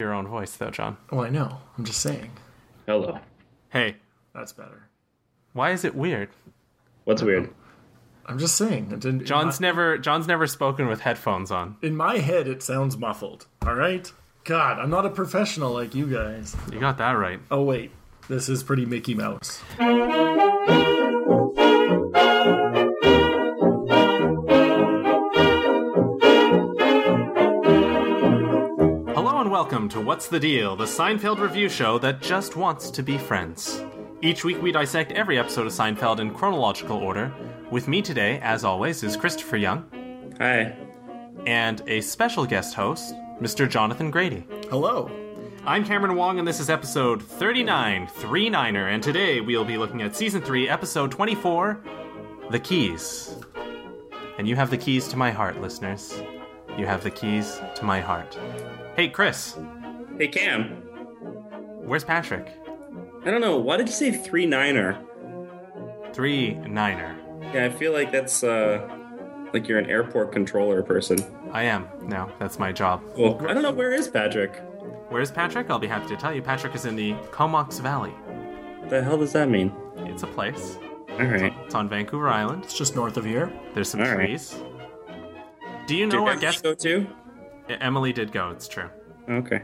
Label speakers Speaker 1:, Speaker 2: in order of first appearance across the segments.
Speaker 1: your own voice, though, John.
Speaker 2: Well, I know. I'm just saying.
Speaker 3: Hello.
Speaker 1: Hey,
Speaker 2: That's better.
Speaker 1: why is it weird?
Speaker 3: What's weird?
Speaker 2: I'm just saying. It didn't,
Speaker 1: John's
Speaker 2: in
Speaker 1: never John's never spoken with headphones on.
Speaker 2: my, in my head, it sounds muffled. All right. God, I'm not a professional like you guys.
Speaker 1: You got that right.
Speaker 2: Oh wait, this is pretty Mickey Mouse.
Speaker 1: Hello and welcome to What's the Deal, the Seinfeld review show that just wants to be friends. Each week we dissect every episode of Seinfeld in chronological order. With me today, as always, is Christopher Young
Speaker 3: Hi.
Speaker 1: and a special guest host, Mr. Jonathan Grady.
Speaker 2: Hello.
Speaker 1: I'm Cameron Wong, and this is episode 39, 3 Niner, and today we'll be looking at season 3, episode 24, The Keys. And you have the keys to my heart, listeners. You have the keys to my heart. Hey, Chris,
Speaker 3: Hey Cam.
Speaker 1: where's Patrick?
Speaker 3: I don't know. Why did you say three niner?
Speaker 1: 3 Niner.
Speaker 3: Yeah, I feel like that's uh, like you're an airport controller person.
Speaker 1: I am. No, that's my job.
Speaker 3: Well, I don't know where is Patrick.
Speaker 1: Where's Patrick? I'll be happy to tell you. Patrick is in the Comox Valley.
Speaker 3: What the hell does that mean?
Speaker 1: It's a place,
Speaker 3: All right.
Speaker 1: it's on Vancouver Island.
Speaker 2: It's just north of here.
Speaker 1: There's some
Speaker 3: All right.
Speaker 1: trees. Do you
Speaker 3: Did
Speaker 1: know our
Speaker 3: Emily
Speaker 1: guest?
Speaker 3: go too?
Speaker 1: Emily did go, it's true.
Speaker 3: Okay.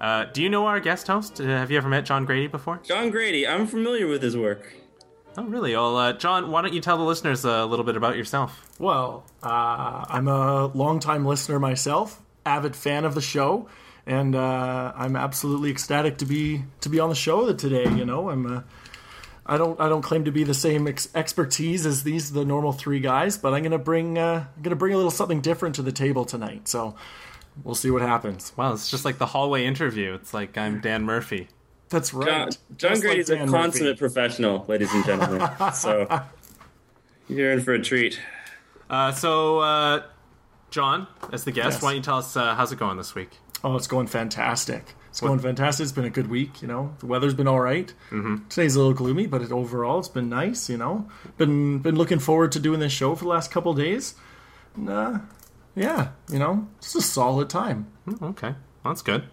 Speaker 1: Uh, do you know our guest host? Uh, have you ever met John Grady before?
Speaker 3: John Grady. I'm familiar with his work.
Speaker 1: Oh, really? Well, uh, John, why don't you tell the listeners uh, a little bit about yourself?
Speaker 2: Well, uh, I'm a longtime listener myself, avid fan of the show, and uh, I'm absolutely ecstatic to be to be on the show today. You know, I'm uh, I don't I don't claim to be the same ex- expertise as these the normal three guys, but I'm gonna bring uh, I'm gonna bring a little something different to the table tonight. So we'll see what happens.
Speaker 1: Wow, it's just like the hallway interview. It's like I'm Dan Murphy.
Speaker 2: That's
Speaker 3: John,
Speaker 2: right.
Speaker 3: John
Speaker 2: Just like
Speaker 3: Grady's
Speaker 2: Dan
Speaker 3: a
Speaker 2: Murphy.
Speaker 3: consummate professional, ladies and gentlemen. so you're in for a treat.
Speaker 1: Uh, so, uh, John, as the guest,
Speaker 2: Yes.
Speaker 1: why don't you tell us uh, how's it going this week?
Speaker 2: Oh, it's going fantastic. It's going fantastic. It's been a good week, you know. The weather's been all right. Today's a little gloomy, but it, overall it's been nice, you know. Been been looking forward to doing this show for the last couple days. And, uh, yeah, you know, it's a solid time.
Speaker 1: Hmm, okay, well, that's good.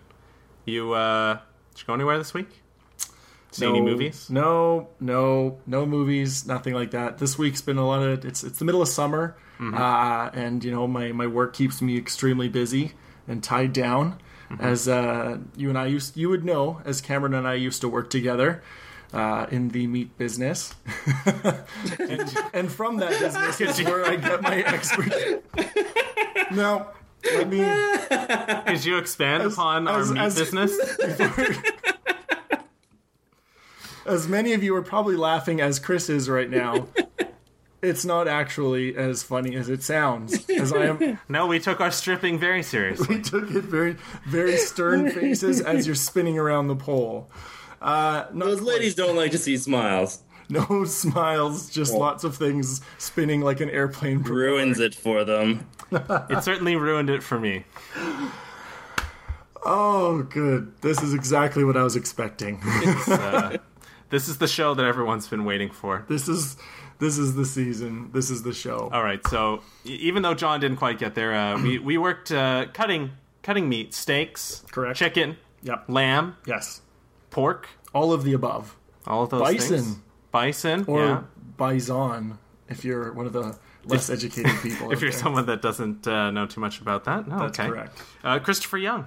Speaker 1: You uh, did you go anywhere this week? See any
Speaker 2: No-
Speaker 1: movies?
Speaker 2: No, no, no movies, nothing like that. This week's been a lot of it's it's the middle of summer, uh, and you know my my work keeps me extremely busy and tied down. As uh, you and I used you would know, as Cameron and I used to work together. Uh, in the meat business, and, and from that business is where I get my expertise. No, I mean.
Speaker 1: Did you expand upon
Speaker 2: as-
Speaker 1: our meat
Speaker 2: as-
Speaker 1: business?
Speaker 2: as many of you are probably laughing as Chris is right now, it's not actually as funny as it sounds. As I am,
Speaker 1: no, we took our stripping very seriously.
Speaker 2: we took it very, very stern faces as you're spinning around the pole. Uh, not
Speaker 3: Those ladies don't like to see smiles.
Speaker 2: no smiles,
Speaker 1: Oh.
Speaker 2: just lots of things spinning like an airplane. pro-
Speaker 3: Ruins it for them.
Speaker 1: it certainly ruined it for me.
Speaker 2: Oh, good. This is exactly what I was expecting.
Speaker 1: This is the show that everyone's been waiting for.
Speaker 2: this is, this is the season. This is the show.
Speaker 1: All right. So e- even though John didn't quite get there, uh, we we worked uh, cutting cutting meat, steaks,
Speaker 2: Correct.
Speaker 1: chicken,
Speaker 2: Yep.
Speaker 1: lamb,
Speaker 2: Yes.
Speaker 1: pork,
Speaker 2: All of the above.
Speaker 1: all of those
Speaker 2: Bison.
Speaker 1: things. Bison,
Speaker 2: or
Speaker 1: yeah.
Speaker 2: bison if you're one of the less educated people.
Speaker 1: If you're someone that doesn't uh, know too much about that, no,
Speaker 2: that's
Speaker 1: okay.
Speaker 2: correct.
Speaker 1: Uh, Christopher Young,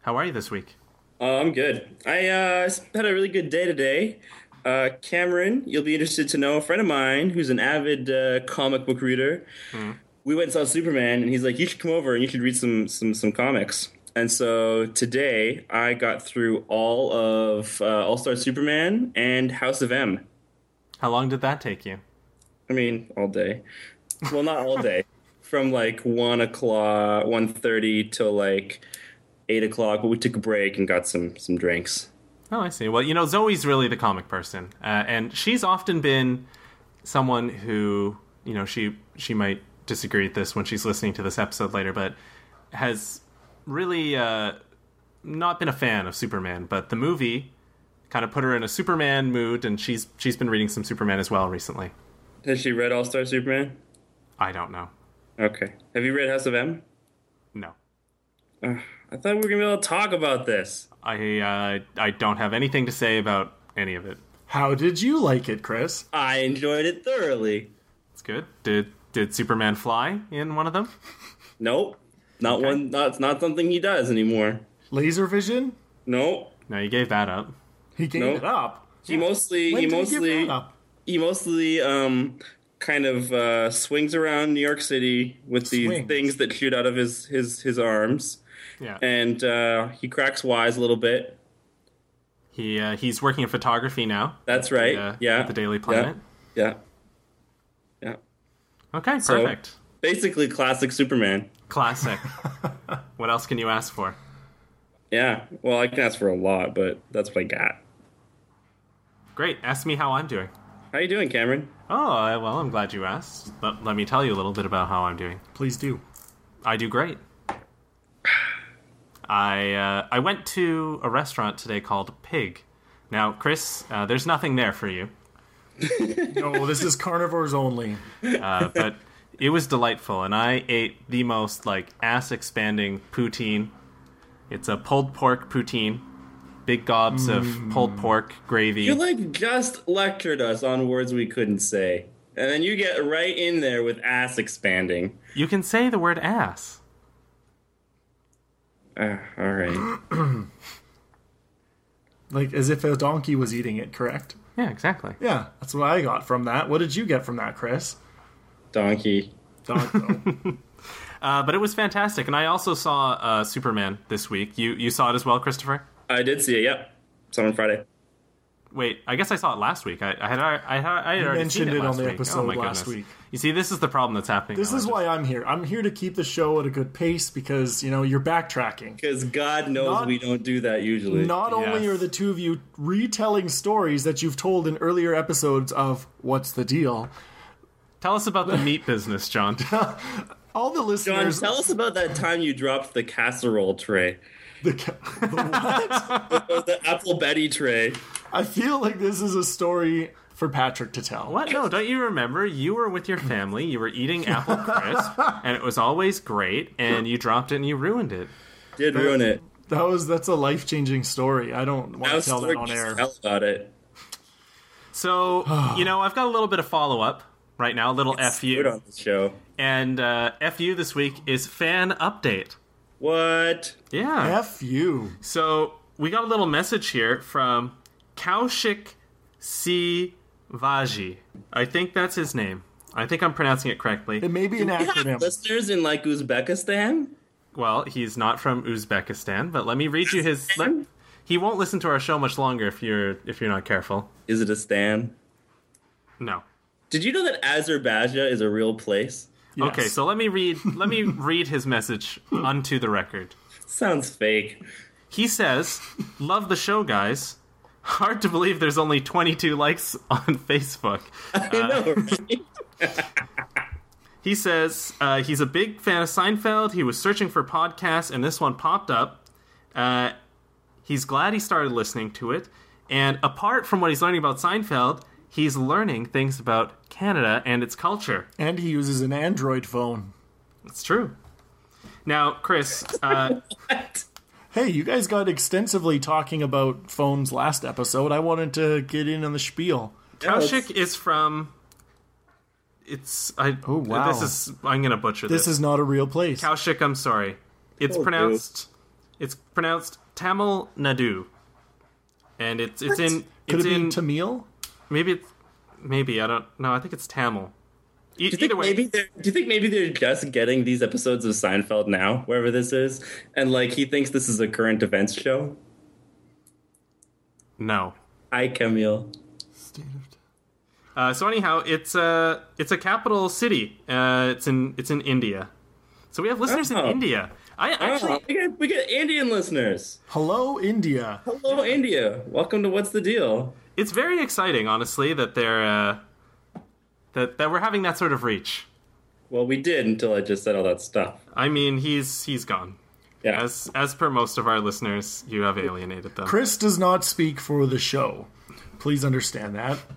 Speaker 1: how are you this week?
Speaker 3: Oh, I'm good. I uh, had a really good day today. Uh, Cameron, you'll be interested to know a friend of mine who's an avid uh, comic book reader. We went and saw Superman, and he's like, "You should come over and you should read some some some comics." And so today, I got through all of uh, All Star Superman and House of M.
Speaker 1: How long did that take you?
Speaker 3: I mean, all day. Well, not all day. From like one o'clock, one thirty till like eight o'clock. But we took a break and got some some drinks.
Speaker 1: Oh, I see. Well, you know, Zoe's really the comic person, uh, and she's often been someone who, you know, she she might disagree with this when she's listening to this episode later, but has really uh, not been a fan of Superman. But the movie kind of put her in a Superman mood, and she's she's been reading some Superman as well recently.
Speaker 3: Has she read All Star Superman?
Speaker 1: I don't know.
Speaker 3: Okay. Have you read House of M?
Speaker 1: No.
Speaker 3: Uh, I thought we were gonna be able to talk about this.
Speaker 1: I uh, I don't have anything to say about any of it.
Speaker 2: How did you like it, Chris?
Speaker 3: I enjoyed it thoroughly.
Speaker 1: It's good. Did did Superman fly in one of them?
Speaker 3: Nope, not one. Not, it's not something he does anymore.
Speaker 2: Laser vision?
Speaker 3: Nope.
Speaker 1: No, you gave that up.
Speaker 2: He gave
Speaker 3: Nope.
Speaker 2: it up.
Speaker 3: He mostly.
Speaker 2: When
Speaker 3: he
Speaker 2: did he
Speaker 3: mostly.
Speaker 2: give that up?
Speaker 3: he mostly um, kind of uh, swings around New York City with these
Speaker 2: Swings.
Speaker 3: things that shoot out of his his his arms,
Speaker 1: Yeah.
Speaker 3: and uh, he cracks wise a little bit.
Speaker 1: He uh, he's working in photography now.
Speaker 3: That's right.
Speaker 1: uh,
Speaker 3: yeah.
Speaker 1: at the Daily Planet.
Speaker 3: Yeah. Yeah. yeah.
Speaker 1: Okay, perfect.
Speaker 3: Basically, classic Superman.
Speaker 1: Classic. what else can you ask for?
Speaker 3: Yeah. Well, I can ask for a lot, but that's what I got.
Speaker 1: Great. Ask me how I'm doing.
Speaker 3: How you doing, Cameron?
Speaker 1: Oh, I- well, I'm glad you asked. Let, let me tell you a little bit about how I'm doing.
Speaker 2: Please do.
Speaker 1: I do great. I uh, I went to a restaurant today called Pig. Now, Chris, uh, there's nothing there for you,
Speaker 2: No, this is carnivores only.
Speaker 1: uh, but it was delightful, and I ate the most like ass-expanding poutine. It's a pulled pork poutine, big gobs
Speaker 2: Mm.
Speaker 1: of pulled pork gravy.
Speaker 3: You like just lectured us on words we couldn't say, and then you get right in there with ass expanding.
Speaker 1: you can say the word ass.
Speaker 3: Uh, all right.
Speaker 2: Like as if a donkey was eating it, correct?
Speaker 1: Yeah, exactly.
Speaker 2: Yeah, that's what I got from that. What did you get from that, Chris?
Speaker 3: Donkey.
Speaker 2: Don-
Speaker 1: Uh, but it was fantastic, and I also saw uh, Superman this week. You you saw it as well, Christopher.
Speaker 3: I did see it. Yep, it's on Friday.
Speaker 1: Wait, I guess I saw it last week. I, I had al- I had, I had already
Speaker 2: mentioned
Speaker 1: seen
Speaker 2: it on
Speaker 1: last
Speaker 2: the
Speaker 1: week.
Speaker 2: episode
Speaker 1: oh my
Speaker 2: last
Speaker 1: goodness.
Speaker 2: week.
Speaker 1: You see, this is the problem that's happening.
Speaker 2: this
Speaker 1: now.
Speaker 2: is
Speaker 1: I
Speaker 2: why I'm here. I'm here to keep the show at a good pace because you know you're backtracking.
Speaker 3: Because God knows
Speaker 2: Not-
Speaker 3: we don't do that usually.
Speaker 2: Not only
Speaker 1: Yes.
Speaker 2: are the two of you retelling stories that you've told in earlier episodes of What's the Deal,
Speaker 1: just- Tell us about the meat business, John.
Speaker 2: all the
Speaker 3: John,
Speaker 2: listeners,
Speaker 3: tell us about that time you dropped the casserole tray,
Speaker 2: the, ca- the what?
Speaker 3: Or the apple Betty tray.
Speaker 2: I feel like this is a story for Patrick to tell.
Speaker 1: what? No, don't you remember? You were with your family. You were eating apple crisp, and it was always great. And you dropped it, and you ruined it.
Speaker 3: Did ruin it.
Speaker 2: That was that's a life changing story. I don't want
Speaker 3: Now
Speaker 2: to tell that
Speaker 3: Stork
Speaker 2: on
Speaker 3: needs to
Speaker 2: air.
Speaker 3: tell about it.
Speaker 1: So you know, I've got a little bit of follow up right now. A little
Speaker 3: We're
Speaker 1: fu,
Speaker 3: on the show.
Speaker 1: and uh, fu this week is fan update.
Speaker 3: What?
Speaker 1: Yeah.
Speaker 2: F you.
Speaker 1: So we got a little message here from Kaushik C. Vaji. I think that's his name. I think I'm pronouncing it correctly.
Speaker 2: It may be an acronym.
Speaker 3: Listeners in like Uzbekistan?
Speaker 1: Well, he's not from Uzbekistan, but let me read you his.
Speaker 3: Stan?
Speaker 1: he won't listen to our show much longer if you're if you're not careful.
Speaker 3: Is it a Stan?
Speaker 1: No.
Speaker 3: Did you know that Azerbaijan is a real place?
Speaker 2: Yes.
Speaker 1: Okay, so let me read let me read his message unto the record.
Speaker 3: Sounds fake.
Speaker 1: He says, "Love the show, guys. Hard to believe there's only 22 likes on Facebook."
Speaker 3: I know, right?
Speaker 1: He says uh, he's a big fan of Seinfeld. He was searching for podcasts, and this one popped up. Uh, he's glad he started listening to it. And apart from what he's learning about Seinfeld, he's learning things about Canada and its culture.
Speaker 2: and he uses an Android phone.
Speaker 1: It's true. Now, Chris, uh,
Speaker 3: What?
Speaker 2: Hey, you guys got extensively talking about phones last episode. I wanted to get in on the spiel.
Speaker 1: Kaushik is from. It's I.
Speaker 2: Oh, wow.
Speaker 1: This is I'm gonna butcher this.
Speaker 2: This is not a real place.
Speaker 1: Kaushik. I'm sorry. It's
Speaker 3: Oh, dude.
Speaker 1: pronounced. It's pronounced Tamil Nadu, and it's it's in
Speaker 2: Could
Speaker 1: it's
Speaker 2: it be
Speaker 1: in
Speaker 2: Tamil?
Speaker 1: Maybe it's maybe I don't know. I think it's Tamil. E-
Speaker 3: Do you
Speaker 1: either
Speaker 3: think
Speaker 1: way,
Speaker 3: maybe they're do you think maybe they're just getting these episodes of Seinfeld now, wherever this is, and like he thinks this is a current events show?
Speaker 1: no.
Speaker 3: Hi, Camille.
Speaker 1: Uh, so anyhow, it's a it's a capital city. Uh, it's in it's in India. So we have listeners in
Speaker 3: Oh.
Speaker 1: India. I actually
Speaker 3: Oh, we get we get Indian listeners.
Speaker 2: Hello, India.
Speaker 3: Hello, India. Welcome to What's the Deal?
Speaker 1: it's very exciting, honestly, that they're uh, that that we're having that sort of reach.
Speaker 3: Well, we did until I just said all that stuff.
Speaker 1: I mean, he's he's gone.
Speaker 3: Yeah.
Speaker 1: As as per most of our listeners, you have alienated them.
Speaker 2: Chris does not speak for the show. Please understand that.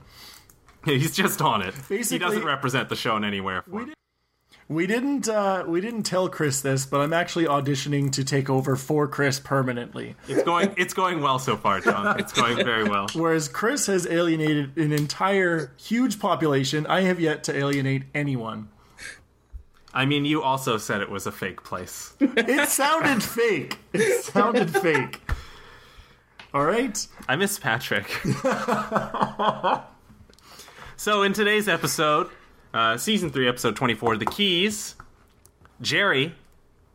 Speaker 1: He's just on it. he
Speaker 2: Basically-
Speaker 1: doesn't represent the show in any way. or form.
Speaker 2: We didn't uh, we didn't tell Chris this, but I'm actually auditioning to take over for Chris permanently.
Speaker 1: It's going it's going well so far, John. It's going very well.
Speaker 2: Whereas Chris has alienated an entire huge population, I have yet to alienate anyone.
Speaker 1: I mean, you also said it was a fake place.
Speaker 2: It sounded fake. It sounded fake. All right.
Speaker 1: I miss Patrick. so, in today's episode, uh, season 3, episode 24, The Keys, Jerry,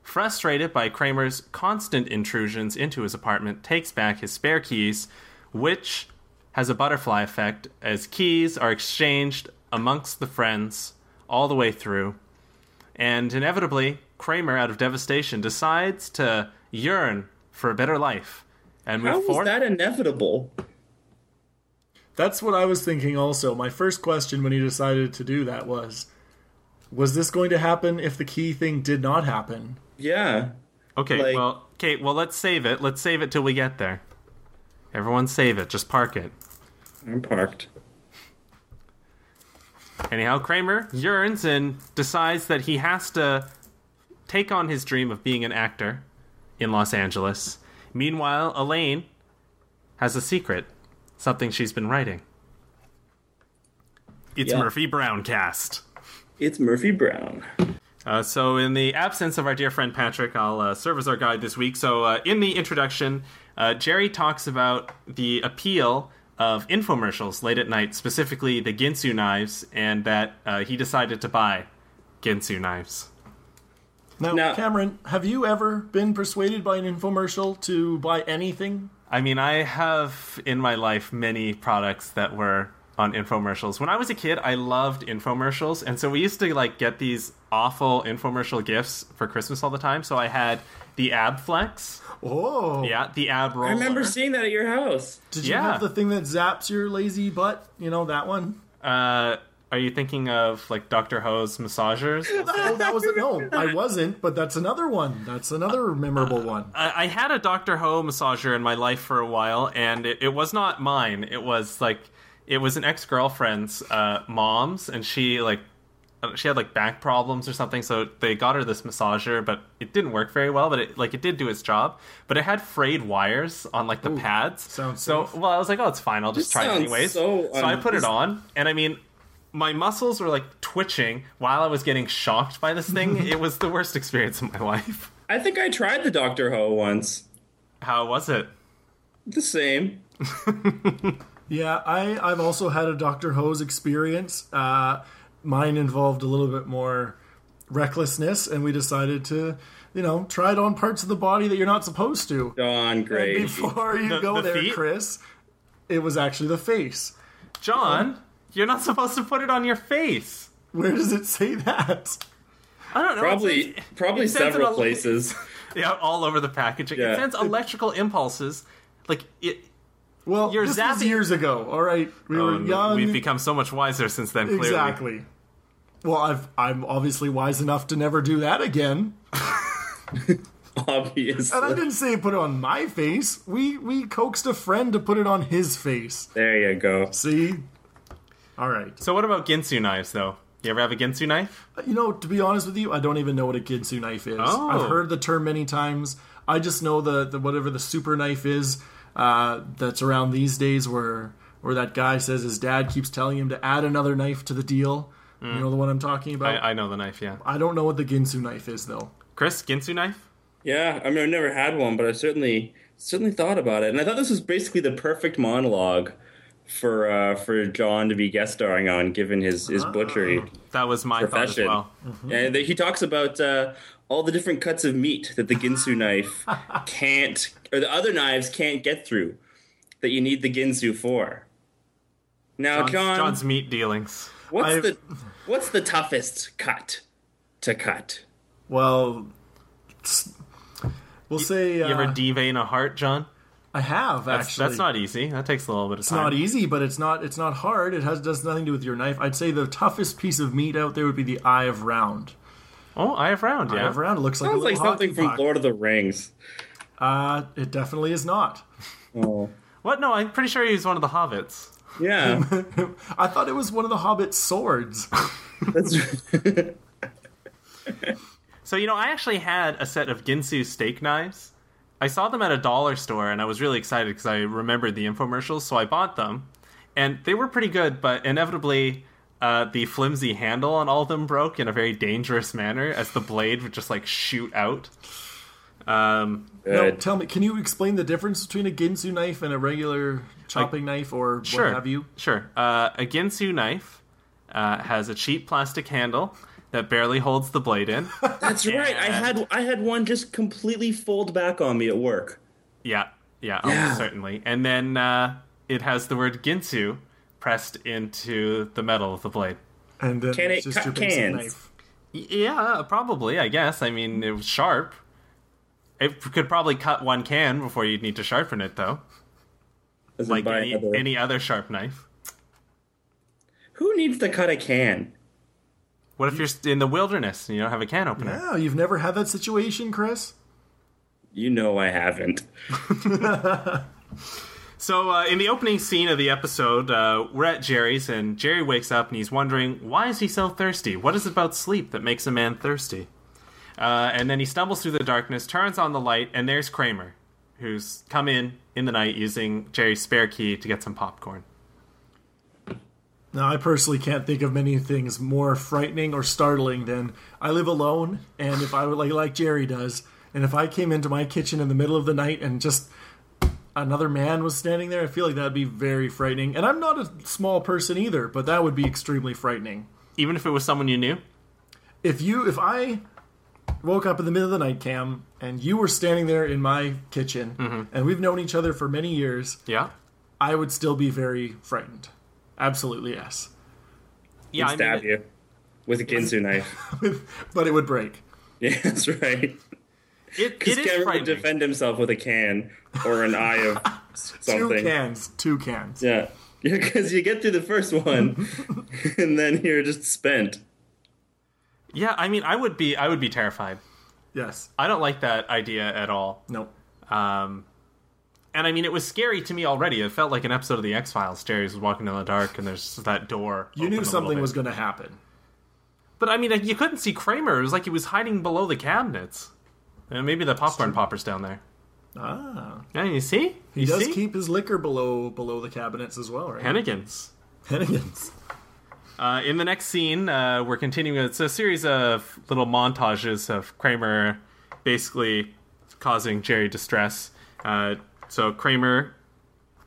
Speaker 1: frustrated by Kramer's constant intrusions into his apartment, takes back his spare keys, which has a butterfly effect as keys are exchanged amongst the friends all the way through. And inevitably, Kramer, out of devastation, decides to yearn for a better life. And
Speaker 3: How
Speaker 1: move
Speaker 3: was
Speaker 1: forward.
Speaker 3: that inevitable?
Speaker 2: That's what I was thinking also. My first question when he decided to do that was was this going to happen if the key thing did not happen?
Speaker 3: Yeah.
Speaker 1: Okay,
Speaker 3: Like-
Speaker 1: well, okay, well, let's save it. Let's save it till we get there. Everyone, save it. Just park it.
Speaker 3: I'm parked.
Speaker 1: Anyhow, Kramer yearns and decides that he has to take on his dream of being an actor in Los Angeles. Meanwhile, Elaine has a secret, something she's been writing. It's
Speaker 3: Yeah.
Speaker 1: Murphy Brown cast.
Speaker 3: It's Murphy Brown.
Speaker 1: Uh, so, in the absence of our dear friend Patrick, I'll uh, serve as our guide this week. So, uh, in the introduction, uh, Jerry talks about the appeal of infomercials late at night, specifically the Ginsu knives, and that uh, he decided to buy Ginsu knives.
Speaker 2: Now,
Speaker 3: No.
Speaker 2: Cameron, have you ever been persuaded by an infomercial to buy anything?
Speaker 1: I mean, I have in my life many products that were on infomercials. When I was a kid, I loved infomercials, and so we used to like get these awful infomercial gifts for Christmas all the time. So I had the ab flex,
Speaker 2: Oh.
Speaker 1: yeah, the ab roller.
Speaker 3: I remember seeing that at your house.
Speaker 2: Did you
Speaker 1: Yeah.
Speaker 2: have the thing that zaps your lazy butt? You know that one?
Speaker 1: Uh, are you thinking of like Dr. Ho's massagers?
Speaker 2: Oh, that was no, I wasn't. But that's another one. That's another memorable one.
Speaker 1: I, I had a Dr. Ho massager in my life for a while, and it, it was not mine. It was like it was an ex girlfriend's uh, mom's, and she like uh, she had like back problems or something, so they got her this massager, but it didn't work very well. But it like it did do its job, but it had frayed wires on like the pads.
Speaker 2: sounds
Speaker 1: so
Speaker 2: safe.
Speaker 1: well, I was like, oh, it's fine. I'll just
Speaker 3: This
Speaker 1: try it
Speaker 3: sounds
Speaker 1: anyways.
Speaker 3: so
Speaker 1: so I put it
Speaker 3: un-
Speaker 1: on, and I mean. My muscles were like twitching while I was getting shocked by this thing. it was the worst experience of my life.
Speaker 3: I think I tried the Doctor Ho once.
Speaker 1: How was it?
Speaker 3: The same.
Speaker 2: Yeah, I I've also had a Doctor Ho's experience. Uh, mine involved a little bit more recklessness, and we decided to, you know, try it on parts of the body that you're not supposed to.
Speaker 3: Don Gray.
Speaker 2: Before you
Speaker 1: The-
Speaker 2: go
Speaker 1: the
Speaker 2: there,
Speaker 1: feet?
Speaker 2: Chris, it was actually the face.
Speaker 1: John, you're not supposed to put it on your face.
Speaker 2: Where does it say that?
Speaker 1: I don't know. it
Speaker 3: Probably,
Speaker 1: sends-
Speaker 3: probably
Speaker 1: it sends it
Speaker 3: several
Speaker 1: all-
Speaker 3: places.
Speaker 1: yeah, all over the packaging.
Speaker 3: Yeah.
Speaker 1: It sends electrical impulses. Like it.
Speaker 2: Well,
Speaker 1: You're
Speaker 2: this was
Speaker 1: zapping-
Speaker 2: years ago. All right, we
Speaker 1: Oh,
Speaker 2: were
Speaker 1: no,
Speaker 2: young.
Speaker 1: We've become so much wiser since then. Clearly.
Speaker 2: Exactly. Well, I've, I'm obviously wise enough to never do that again. And I
Speaker 3: Obviously.
Speaker 2: didn't say put it on my face. We we coaxed a friend to put it on his face.
Speaker 3: There you go.
Speaker 2: See? All right.
Speaker 1: So what about Ginsu knives, though? You ever have a Ginsu knife?
Speaker 2: You know, to be honest with you, I don't even know what a Ginsu knife is.
Speaker 1: Oh.
Speaker 2: I've heard the term many times. I just know the, the whatever the super knife is uh, that's around these days, where where that guy says his dad keeps telling him to add another knife to the deal. You know the one I'm talking about.
Speaker 1: Mm. I, I know the knife. Yeah.
Speaker 2: I don't know what the Ginsu knife is though.
Speaker 1: Chris, Ginsu knife.
Speaker 3: Yeah, I mean, I've never had one, but I certainly certainly thought about it, and I thought this was basically the perfect monologue for uh, for John to be guest starring on, given his his butchery.
Speaker 1: That was my
Speaker 3: Profession.
Speaker 1: thought as well.
Speaker 3: And he talks about uh, all the different cuts of meat that the Ginsu knife can't, or the other knives can't get through, that you need the Ginsu for. Now,
Speaker 1: John's,
Speaker 3: John,
Speaker 1: John's meat dealings.
Speaker 3: what's
Speaker 2: I've-
Speaker 3: the what's the toughest cut to cut?
Speaker 2: Well, it's- we'll say
Speaker 1: You ever
Speaker 2: uh,
Speaker 1: devein a heart, John?
Speaker 2: I have
Speaker 1: That's,
Speaker 2: actually.
Speaker 1: that's not easy. That takes a little bit of
Speaker 2: It's
Speaker 1: time.
Speaker 2: not e- easy, but it's not it's not hard. It has does nothing to do with your knife. I'd say the toughest piece of meat out there would be the eye of round.
Speaker 1: Oh, I have round.
Speaker 2: Eye
Speaker 1: Yeah.
Speaker 2: of round looks like a
Speaker 3: Sounds like
Speaker 2: little
Speaker 3: something
Speaker 2: hockey
Speaker 3: from
Speaker 2: puck.
Speaker 3: Lord of the Rings.
Speaker 2: Uh, it definitely is not.
Speaker 3: Oh.
Speaker 1: What? No, I'm pretty sure he was one of the hobbits.
Speaker 3: Yeah.
Speaker 2: I thought it was one of the Hobbit's swords.
Speaker 3: That's
Speaker 1: So you know, I actually had a set of Ginsu steak knives. I saw them at a dollar store, and I was really excited because I remembered the infomercials, so I bought them, and they were pretty good. But inevitably, uh, the flimsy handle on all of them broke in a very dangerous manner, as the blade would just like shoot out. Um,
Speaker 2: No,
Speaker 3: Good.
Speaker 2: tell me, can you explain the difference between a Ginsu knife and a regular chopping knife or
Speaker 1: sure.
Speaker 2: what have you?
Speaker 1: Sure. Uh, a Ginsu knife uh, has a cheap plastic handle that barely holds the blade in.
Speaker 3: That's right. I had I had one just completely fold back on me at work.
Speaker 1: yeah, yeah, almost
Speaker 3: Yeah.
Speaker 1: certainly. And then uh, it has the word Ginsu pressed into the metal of the blade.
Speaker 2: And then
Speaker 3: Can
Speaker 2: it's
Speaker 3: it
Speaker 2: just
Speaker 3: cut
Speaker 2: your basic
Speaker 3: cans?
Speaker 2: knife.
Speaker 1: Y- Yeah, probably. I guess. I mean, it was sharp. It could probably cut one can before you'd need to sharpen it, though.
Speaker 3: As in
Speaker 1: Like
Speaker 3: by
Speaker 1: any
Speaker 3: another-
Speaker 1: any other sharp knife.
Speaker 3: Who needs to cut a can?
Speaker 1: What if you're st- in the wilderness and you don't have a can opener?
Speaker 2: Oh, you've never had that situation, Chris?
Speaker 3: You know I haven't.
Speaker 1: So, uh, in the opening scene of the episode, uh, we're at Jerry's, and Jerry wakes up and he's wondering why is he so thirsty? What is it about sleep that makes a man thirsty? Uh, and then he stumbles through the darkness, turns on the light, and there's Kramer, who's come in in the night using Jerry's spare key to get some popcorn.
Speaker 2: Now, I personally can't think of many things more frightening or startling than I live alone, and if I were like, like Jerry does, and if I came into my kitchen in the middle of the night and just another man was standing there, I feel like that'd be very frightening. And I'm not a small person either, but that would be extremely frightening.
Speaker 1: Even if it was someone you knew,
Speaker 2: If you, if I woke up in the middle of the night, Cam, and you were standing there in my kitchen, and we've known each other for many years,
Speaker 1: yeah,
Speaker 2: I would still be very frightened. Absolutely, yes.
Speaker 1: yeah, I mean,
Speaker 3: Stab
Speaker 1: it-
Speaker 3: you with a Ginsu knife.
Speaker 2: but it would break.
Speaker 3: yeah, that's right.
Speaker 1: it, it
Speaker 3: Because
Speaker 1: is
Speaker 3: Cameron would
Speaker 1: frightening.
Speaker 3: defend himself with a can or an eye of
Speaker 2: Two
Speaker 3: something.
Speaker 2: cans. Two cans.
Speaker 3: Yeah. Because you get through the first one, and then you're just spent.
Speaker 1: Yeah, I mean, I would be, I would be terrified.
Speaker 2: Yes.
Speaker 1: I don't like that idea at all.
Speaker 2: No.
Speaker 1: Um, and I mean, it was scary to me already. It felt like an episode of The X Files. Jerry's walking in the dark, and there's just that door.
Speaker 2: You knew something was going to happen.
Speaker 1: But I mean, you couldn't see Kramer. It was like he was hiding below the cabinets. And maybe the popcorn popper's down there.
Speaker 2: Ah.
Speaker 1: Yeah, you see?
Speaker 2: He
Speaker 1: you
Speaker 2: does
Speaker 1: see?
Speaker 2: keep his liquor below below the cabinets as well, right?
Speaker 1: Hennigan's.
Speaker 2: Hennigan's.
Speaker 1: Uh, in the next scene, uh, we're continuing. It's a series of little montages of Kramer basically causing Jerry distress. Uh, so Kramer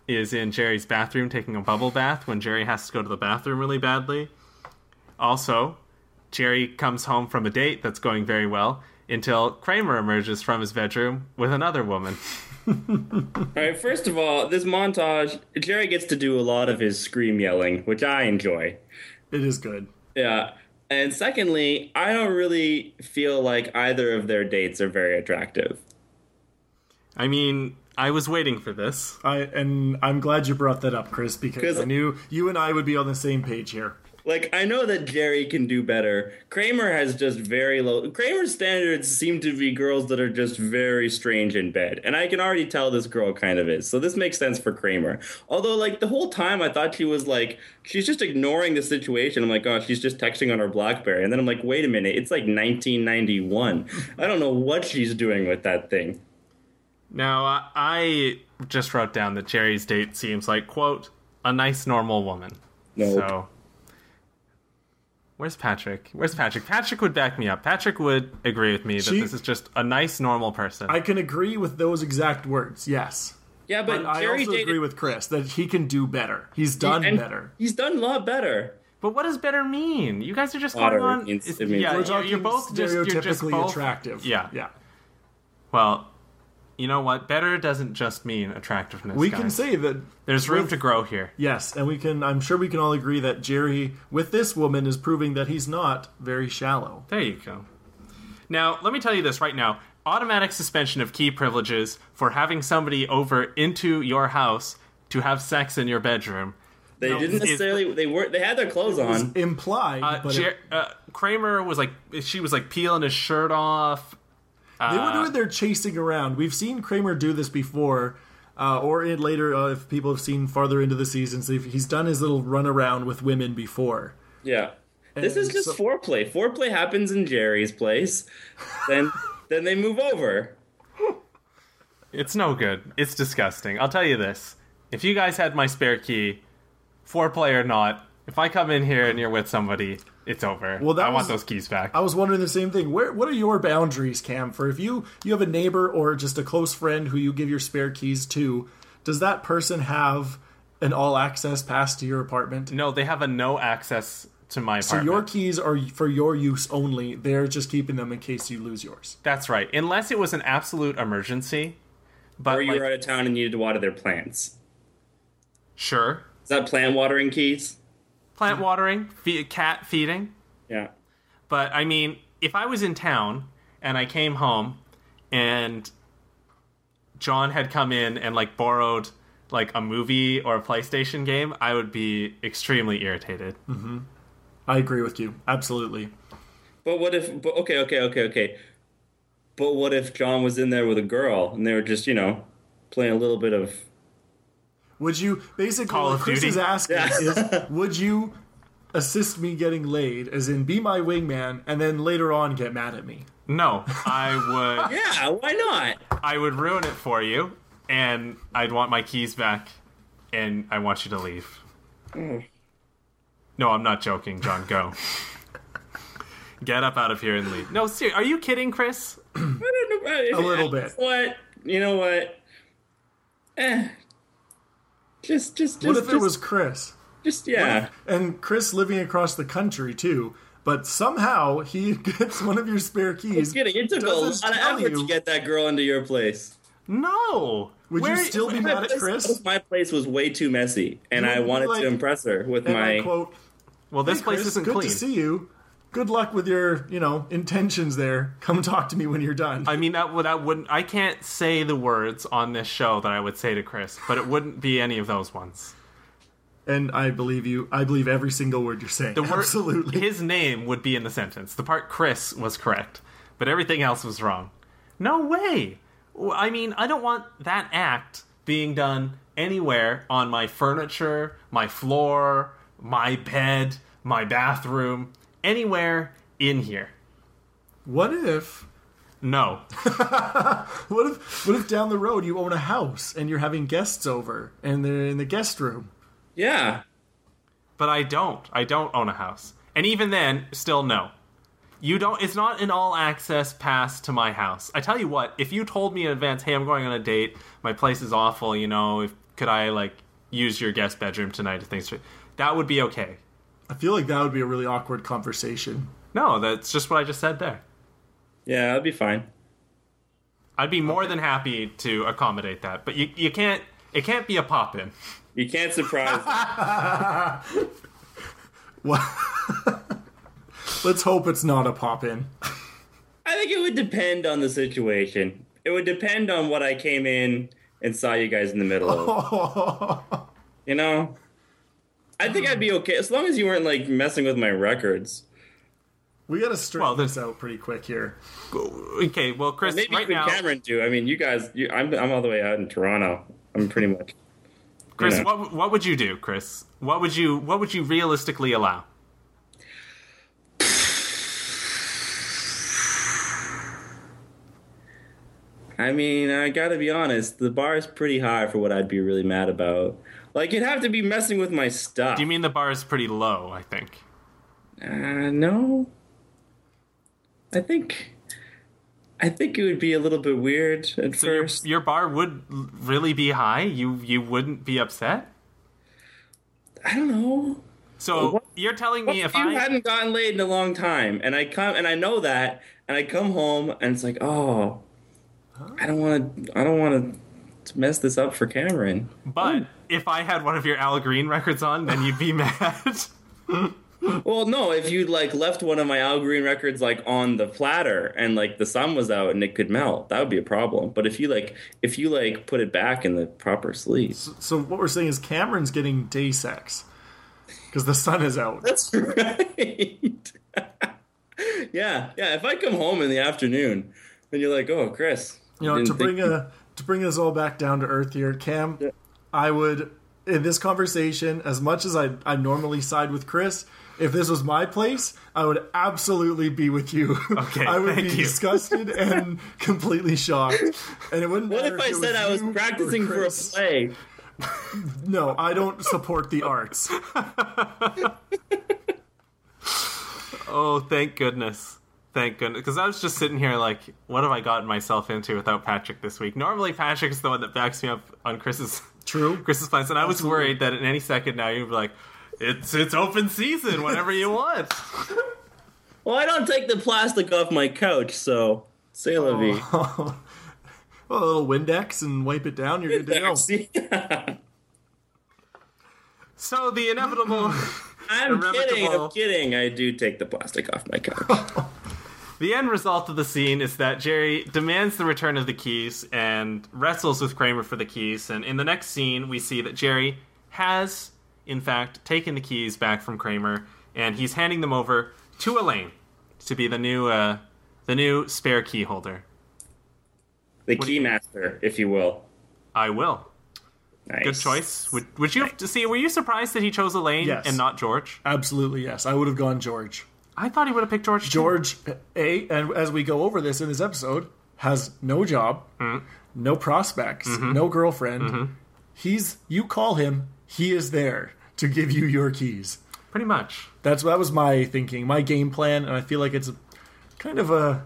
Speaker 1: is in Jerry's bathroom taking a bubble bath when Jerry has to go to the bathroom really badly. Also, Jerry comes home from a date that's going very well until Kramer emerges from his bedroom with another woman.
Speaker 3: All right, first of all, this montage, Jerry gets to do a lot of his scream yelling, which I enjoy.
Speaker 2: It is good.
Speaker 3: Yeah. And secondly, I don't really feel like either of their dates are very attractive.
Speaker 1: I mean, I was waiting for this.
Speaker 2: I and I'm glad you brought that up, Chris, because
Speaker 3: 'Cause-
Speaker 2: I knew you and I would be on the same page here.
Speaker 3: Like, I know that Jerry can do better. Kramer has just very low. Kramer's standards seem to be girls that are just very strange in bed. And I can already tell this girl kind of is. So this makes sense for Kramer. Although, like, the whole time I thought she was like, she's just ignoring the situation. I'm like, oh, she's just texting on her Blackberry. And then I'm like, wait a minute, it's like 1991. I don't know what she's doing with that thing.
Speaker 1: Now, uh, I just wrote down that Jerry's date seems like, quote, a nice normal woman.
Speaker 3: Nope.
Speaker 1: So, where's Patrick? Where's Patrick? Patrick would back me up. Patrick would agree with me that
Speaker 2: She-
Speaker 1: this is just a nice normal person.
Speaker 2: I can agree with those exact words. Yes.
Speaker 3: Yeah, but,
Speaker 2: But I
Speaker 3: Jerry
Speaker 2: also
Speaker 3: dated-
Speaker 2: agree with Chris that he can do better. He's done
Speaker 3: and
Speaker 2: better.
Speaker 3: He's done a lot better.
Speaker 1: but what does better mean? You guys are just
Speaker 3: Otter
Speaker 1: going on.
Speaker 3: means
Speaker 1: it's-
Speaker 3: it means-
Speaker 1: yeah,
Speaker 3: We're
Speaker 1: you're, you're both just, you're just
Speaker 2: stereotypically
Speaker 1: both-
Speaker 2: attractive.
Speaker 1: Yeah.
Speaker 2: Yeah.
Speaker 1: Well, you know what? Better doesn't just mean attractiveness.
Speaker 2: We
Speaker 1: guys.
Speaker 2: can say that
Speaker 1: there's room to grow here.
Speaker 2: Yes, and we can. I'm sure we can all agree that Jerry, with this woman, is proving that he's not very shallow.
Speaker 1: There you go. Now, let me tell you this right now. Automatic suspension of key privileges for having somebody over into your house to have sex in your bedroom.
Speaker 3: They didn't
Speaker 1: it's-
Speaker 3: necessarily. They were. They had their clothes on.
Speaker 2: Implied,
Speaker 1: Uh,
Speaker 2: but
Speaker 1: Jer-
Speaker 2: it-
Speaker 1: uh, Kramer was like, she was like peeling his shirt off.
Speaker 2: they
Speaker 1: uh,
Speaker 2: were doing their chasing around. We've seen Kramer do this before, uh, or in later uh, if people have seen farther into the seasons, if he's done his little run around with women before.
Speaker 3: Yeah. This
Speaker 2: And
Speaker 3: is just
Speaker 2: so-
Speaker 3: foreplay. Foreplay happens in Jerry's place. Then then they move over.
Speaker 1: It's no good. It's disgusting. I'll tell you this. If you guys had my spare key, foreplay or not, if I come in here and you're with somebody, it's over.
Speaker 2: Well, that
Speaker 1: I
Speaker 2: was-
Speaker 1: want those keys back.
Speaker 2: I was wondering the same thing. Where what are your boundaries, Cam? For if you you have a neighbor or just a close friend who you give your spare keys to, does that person have an all access pass to your apartment?
Speaker 1: no, they have a no access to my
Speaker 2: So
Speaker 1: apartment.
Speaker 2: your keys are for your use only. They're just keeping them in case you lose yours.
Speaker 1: That's right. Unless it was an absolute emergency. But
Speaker 3: Or you
Speaker 1: like,
Speaker 3: were out of town and needed to water their plants.
Speaker 1: sure.
Speaker 3: Is that plant watering keys?
Speaker 1: Plant
Speaker 3: Mm-hmm.
Speaker 1: watering, fe- cat feeding.
Speaker 3: Yeah.
Speaker 1: But I mean, if I was in town and I came home and John had come in and like borrowed like a movie or a PlayStation game, I would be extremely irritated.
Speaker 2: I agree with you. Absolutely.
Speaker 3: But what if? But okay, okay, okay, okay. But what if John was in there with a girl and they were just you know playing a little bit of?
Speaker 2: Would you basically
Speaker 1: Call
Speaker 2: what
Speaker 1: of
Speaker 2: Chris
Speaker 1: Duty.
Speaker 2: is asking
Speaker 3: Yeah.
Speaker 2: is would you assist me getting laid, as in be my wingman, and then later on get mad at me?
Speaker 1: No, I would
Speaker 3: Yeah, why not?
Speaker 1: I would ruin it for you and I'd want my keys back and I want you to leave. No, I'm not joking, John, go. Get up out of here and leave. No, seriously, are you kidding, Chris?
Speaker 3: I don't know.
Speaker 2: A little bit.
Speaker 3: What you know? What? Eh. Just, just, just,
Speaker 2: What if
Speaker 3: just,
Speaker 2: it was Chris?
Speaker 3: just yeah.
Speaker 2: And Chris living across the country too, but somehow he gets one of your spare keys.
Speaker 3: Just kidding. It took a lot of
Speaker 2: Doesn't tell
Speaker 3: effort to
Speaker 2: you.
Speaker 3: get that girl into your place.
Speaker 1: No.
Speaker 2: Would you still be mad at
Speaker 3: This-
Speaker 2: Chris?
Speaker 3: My place was way too messy, and
Speaker 2: You
Speaker 3: I
Speaker 2: wouldn't be
Speaker 3: wanted
Speaker 2: like-
Speaker 3: to impress her with
Speaker 2: And I
Speaker 3: my.
Speaker 2: quote,
Speaker 1: Well, this
Speaker 2: "Hey,
Speaker 1: place
Speaker 2: Chris,
Speaker 1: isn't
Speaker 2: good
Speaker 1: clean.
Speaker 2: to see you. Good luck with your, you know, intentions there. Come talk to me when you're done.
Speaker 1: I mean, that would that wouldn't. I can't say the words on this show that I would say to Chris, but it wouldn't be any of those ones.
Speaker 2: and I believe you. I believe every single word you're saying.
Speaker 1: The word,
Speaker 2: Absolutely.
Speaker 1: his name would be in the sentence. The part Chris was correct, but everything else was wrong. No way. W- I mean, I don't want that act being done anywhere on my furniture, my floor, my bed, my bathroom, anywhere in here.
Speaker 2: what if
Speaker 1: No.
Speaker 2: What if what if down the road you own a house and you're having guests over and they're in the guest room?
Speaker 3: Yeah.
Speaker 1: But I don't. I don't own a house. And even then, still no. You don't it's not an all access pass to my house. I tell you what, if you told me in advance, "Hey, I'm going on a date. My place is awful, you know, if could I like use your guest bedroom tonight if things that would be okay."
Speaker 2: I feel like that would be a really awkward conversation.
Speaker 1: No, that's just what I just said there.
Speaker 3: Yeah, that'd be fine.
Speaker 1: I'd be more than happy to accommodate that. But you you can't it can't be a pop in.
Speaker 3: You can't surprise.
Speaker 2: What? Let's hope it's not a pop in.
Speaker 3: I think it would depend on the situation. It would depend on what I came in and saw you guys in the middle
Speaker 2: Oh.
Speaker 3: of. You know, I think I'd be
Speaker 2: Hmm.
Speaker 3: okay as long as you weren't like messing with my records.
Speaker 2: we gotta straighten
Speaker 1: Well,
Speaker 2: this
Speaker 1: there's-
Speaker 2: out pretty quick here.
Speaker 1: Okay, well, Chris,
Speaker 3: Maybe
Speaker 1: right
Speaker 3: you and
Speaker 1: now,
Speaker 3: Cameron do. I mean, you guys, you, I'm I'm all the way out in Toronto. I'm pretty much.
Speaker 1: Chris,
Speaker 3: Yeah.
Speaker 1: what what would you do, Chris? What would you what would you realistically allow?
Speaker 3: I mean, I gotta be honest. The bar is pretty high for what I'd be really mad about. Like, you'd have to be messing with my stuff.
Speaker 1: Do you mean the bar is pretty low? I think.
Speaker 3: Uh, no. I think. I think it would be a little bit weird at
Speaker 1: So your,
Speaker 3: first.
Speaker 1: your bar would l- really be high. You you wouldn't be upset.
Speaker 3: I don't know.
Speaker 1: So
Speaker 3: What-
Speaker 1: you're telling me if
Speaker 3: you
Speaker 1: I
Speaker 3: hadn't gotten laid in a long time, and I come and I know that, and I come home and it's like, oh, I don't want to, I don't want to mess this up for Cameron.
Speaker 1: but if I had one of your Al Green records on, then you'd be mad.
Speaker 3: Well, no, if you'd like left one of my Al Green records like on the platter and like the sun was out and it could melt, that would be a problem. But if you like, if you like put it back in the proper sleeve,
Speaker 2: So what we're saying is Cameron's getting day sex because the sun is out.
Speaker 3: that's right. yeah, yeah. If I come home in the afternoon and you're like, oh, Chris,
Speaker 2: You know, to bring a to bring us all back down to earth here, Cam, I would in this conversation, as much as I I normally side with Chris, If this was my place, I would absolutely be with you.
Speaker 1: Okay,
Speaker 2: I would
Speaker 1: thank
Speaker 2: be
Speaker 1: you.
Speaker 2: disgusted and completely shocked. And it wouldn't
Speaker 3: What
Speaker 2: matter
Speaker 3: if I
Speaker 2: it
Speaker 3: said I was
Speaker 2: you or
Speaker 3: practicing for a
Speaker 2: Chris.
Speaker 3: play?
Speaker 2: No, I don't support the arts.
Speaker 1: Oh, thank goodness. Thank goodness. Because I was just sitting here like, what have I gotten myself into without Patrick this week? Normally, Patrick's the one that backs me up on Chris's
Speaker 2: True.
Speaker 1: Chris's plans, and I was worried that in any second now you'd be like, it's it's open season whenever you want.
Speaker 3: Well, I don't take the plastic off my couch, so say
Speaker 2: Oh,
Speaker 3: la vie.
Speaker 2: Well, a little Windex and wipe it down. You're good to go.
Speaker 3: See?
Speaker 1: So the inevitable,
Speaker 3: I'm kidding.
Speaker 1: Irrevocable.
Speaker 3: I'm kidding. I do take the plastic off my couch.
Speaker 1: the end result of the scene is that Jerry demands the return of the keys and wrestles with Kramer for the keys. And in the next scene, we see that Jerry has, in fact, taken the keys back from Kramer, and he's handing them over to Elaine to be the new uh, the new spare key holder.
Speaker 3: The
Speaker 1: do you think?
Speaker 3: keymaster, if you will.
Speaker 1: I will.
Speaker 3: Nice.
Speaker 1: Good choice. Would, would you see? Were you surprised that he chose Elaine
Speaker 2: Yes.
Speaker 1: and not George?
Speaker 2: Absolutely, yes. I would have gone George.
Speaker 1: I thought he would have picked George. too.
Speaker 2: George, A, and as we go over this in this episode, has no job,
Speaker 1: Mm-hmm.
Speaker 2: no prospects, no girlfriend. He's, you call him, he is there to give you your keys.
Speaker 1: pretty much.
Speaker 2: That's that was my thinking, my game plan, and I feel like it's kind of a,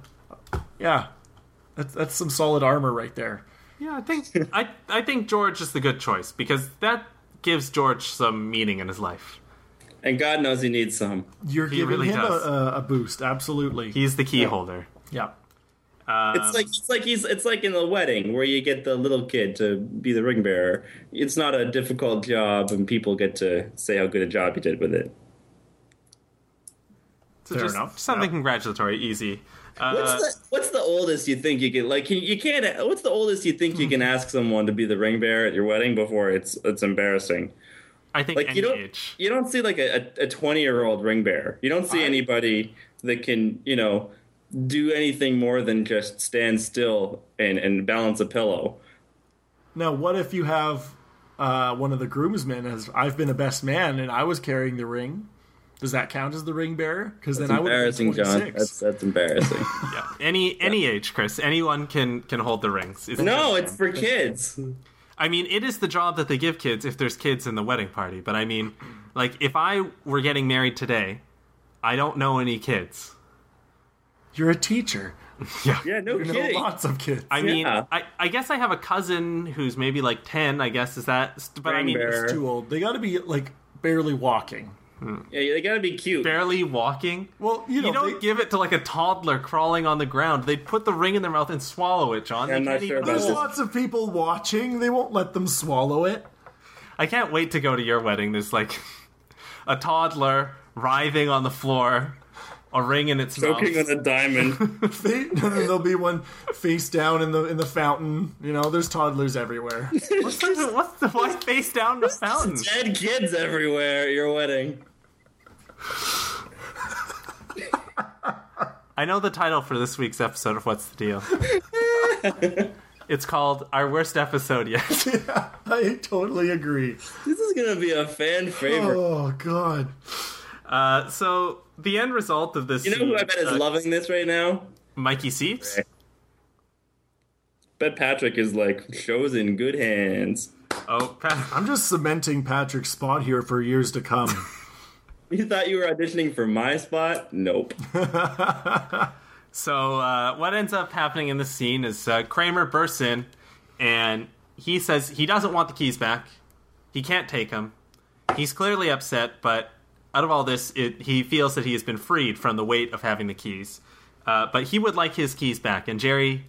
Speaker 2: yeah, that's that's some solid armor right there.
Speaker 1: Yeah, I think I I think George is the good choice because that gives George some meaning in his life.
Speaker 3: And God knows he needs some.
Speaker 2: You're giving
Speaker 1: really
Speaker 2: him a,
Speaker 1: does.
Speaker 2: a, a boost, absolutely.
Speaker 1: He's the key holder.
Speaker 2: yeah,
Speaker 3: It's
Speaker 1: Um,
Speaker 3: like it's like he's it's like in the wedding where you get the little kid to be the ring bearer. It's not a difficult job, and people get to say how good a job he did with it.
Speaker 1: So
Speaker 2: Fair
Speaker 1: just
Speaker 2: enough.
Speaker 1: something
Speaker 2: Yeah.
Speaker 1: congratulatory, easy.
Speaker 3: What's
Speaker 1: Uh,
Speaker 3: the what's the oldest you think you can like? Can, you can't. What's the oldest you think
Speaker 1: Hmm.
Speaker 3: you can ask someone to be the ring bearer at your wedding before it's it's embarrassing?
Speaker 1: I think
Speaker 3: Like
Speaker 1: any
Speaker 3: you don't
Speaker 1: age.
Speaker 3: you don't see like a a twenty year old ring bearer. You don't see anybody that can you know do anything more than just stand still and and balance a pillow.
Speaker 2: Now, what if you have uh, one of the groomsmen as I've been a best man and I was carrying the ring? Does that count as the ring bearer? Because then
Speaker 3: It's
Speaker 2: I would have been
Speaker 3: embarrassing, John.
Speaker 2: 26.
Speaker 3: That's that's embarrassing.
Speaker 1: Yeah. Any any age, Chris. Anyone can can hold the rings. It's
Speaker 3: no,
Speaker 1: just-
Speaker 3: it's for kids.
Speaker 1: I mean, it is the job that they give kids if there's kids in the wedding party. But I mean, like if I were getting married today, I don't know any kids.
Speaker 2: You're a teacher.
Speaker 3: Yeah, no
Speaker 2: You know
Speaker 3: kidding.
Speaker 2: lots of kids.
Speaker 1: I mean,
Speaker 3: Yeah.
Speaker 1: I, I guess I have a cousin who's maybe like ten. I guess is that, but I
Speaker 3: Ring
Speaker 1: mean,
Speaker 3: bearer.
Speaker 2: too old. They got to be like barely walking.
Speaker 3: Yeah, they gotta be cute.
Speaker 1: barely walking.
Speaker 2: Well, you know,
Speaker 1: You don't
Speaker 2: they-
Speaker 1: give it to like a toddler crawling on the ground. They put the ring in their mouth and swallow it, John. They
Speaker 3: I'm not
Speaker 1: can't
Speaker 3: sure
Speaker 1: even-
Speaker 3: about
Speaker 2: there's
Speaker 3: this.
Speaker 2: lots of people watching. They won't let them swallow it.
Speaker 1: I can't wait to go to your wedding. There's like a toddler writhing on the floor, a ring in its
Speaker 3: Choking
Speaker 1: mouth.
Speaker 3: on a diamond.
Speaker 2: They, there'll be one face down in the in the fountain. You know, there's toddlers everywhere.
Speaker 1: What's the, what's the why face down the fountain?
Speaker 3: Dead kids everywhere at your wedding.
Speaker 1: I know the title for this week's episode of What's the Deal. it's called Our Worst Episode Yet.
Speaker 2: I totally agree.
Speaker 3: This is gonna be a fan favorite.
Speaker 2: Oh God.
Speaker 1: Uh, so the end result of this,
Speaker 3: you know who I
Speaker 1: scene,
Speaker 3: bet is
Speaker 1: uh,
Speaker 3: loving this right now?
Speaker 1: Mikey Seeps.
Speaker 3: Bet Patrick is like shows in good hands.
Speaker 1: Oh, Pat-
Speaker 2: I'm just cementing Patrick's spot here for years to come.
Speaker 3: You thought you were auditioning for my spot? Nope.
Speaker 1: So, uh, what ends up happening in this scene is uh, Kramer bursts in and he says he doesn't want the keys back. He can't take them. He's clearly upset, but out of all this, it, he feels that he has been freed from the weight of having the keys. Uh, but he would like his keys back, and Jerry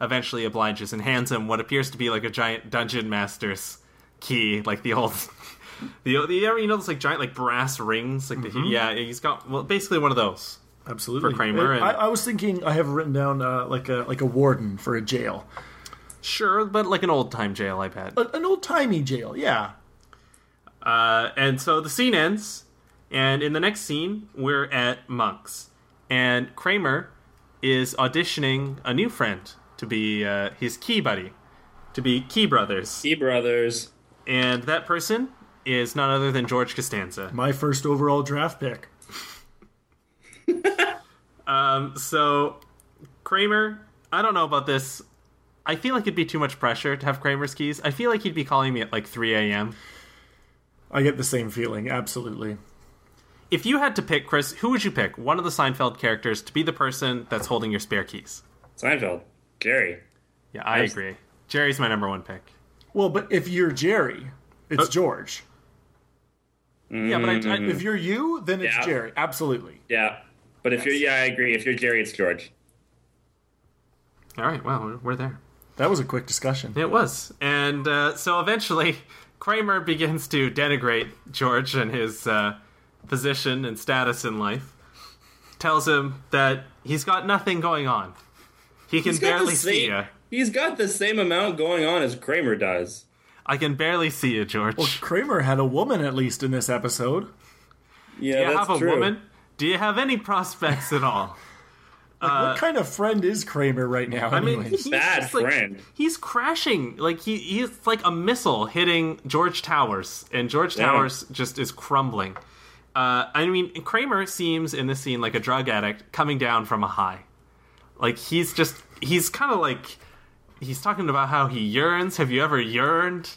Speaker 1: eventually obliges and hands him what appears to be like a giant dungeon master's key, like the old. The, the, you know those like giant like brass rings like the, yeah he's got well basically one of those
Speaker 2: Absolutely,
Speaker 1: For Kramer and-
Speaker 2: I, I was thinking I have written down uh, like a like a warden for a jail,
Speaker 1: Sure, but like an old time jail, I bet.
Speaker 2: A- an old timey jail. Yeah,
Speaker 1: Uh, and so the scene ends, and in the next scene, we're at Monk's. And Kramer is auditioning a new friend to be uh, his key buddy, to be Key Brothers.
Speaker 3: E brothers.
Speaker 1: And that person is none other than George Costanza.
Speaker 2: my first overall draft pick.
Speaker 1: Um, so Kramer, I don't know about this. I feel like it'd be too much pressure to have Kramer's keys. I feel like he'd be calling me at like 3 a.m.
Speaker 2: I get the same feeling, absolutely.
Speaker 1: If you had to pick, Chris, who would you pick? One of the Seinfeld characters to be the person that's holding your spare keys.
Speaker 3: Seinfeld, Jerry.
Speaker 1: Yeah, I
Speaker 3: Abs-
Speaker 1: agree. Jerry's my number one pick.
Speaker 2: Well, but if you're Jerry,
Speaker 1: Oh.
Speaker 2: it's George.
Speaker 1: Yeah, but I, I,
Speaker 3: Mm.
Speaker 2: If you're you, then it's
Speaker 3: Yeah.
Speaker 2: Jerry, absolutely.
Speaker 3: Yeah, but if you're yeah, I agree. If you're Jerry, it's George.
Speaker 1: all right, well, we're- we're there.
Speaker 2: That was a quick discussion.
Speaker 1: It was. And uh, so eventually, Kramer begins to denigrate George and his uh, position and status in life. Tells him that he's got nothing going on. He can
Speaker 3: He's got
Speaker 1: barely
Speaker 3: the
Speaker 1: see
Speaker 3: same.
Speaker 1: you.
Speaker 3: He's got the same amount going on as Kramer does.
Speaker 1: I can barely see you, George.
Speaker 2: Kramer had a woman at least in this episode.
Speaker 3: Yeah,
Speaker 1: Do you
Speaker 3: that's
Speaker 1: have a
Speaker 3: true.
Speaker 1: woman? Do you have any prospects at all?
Speaker 2: what kind of friend is Kramer right now?
Speaker 1: Uh, I mean,
Speaker 2: anyways?
Speaker 1: he's
Speaker 3: Bad
Speaker 1: just, like-
Speaker 3: friend.
Speaker 1: He's crashing like he he's like a missile hitting George Towers, and George
Speaker 3: Yeah.
Speaker 1: Towers just is crumbling. Uh, I mean, Kramer seems in this scene like a drug addict coming down from a high. Like he's just he's kind of like he's talking about how he yearns. Have you ever yearned?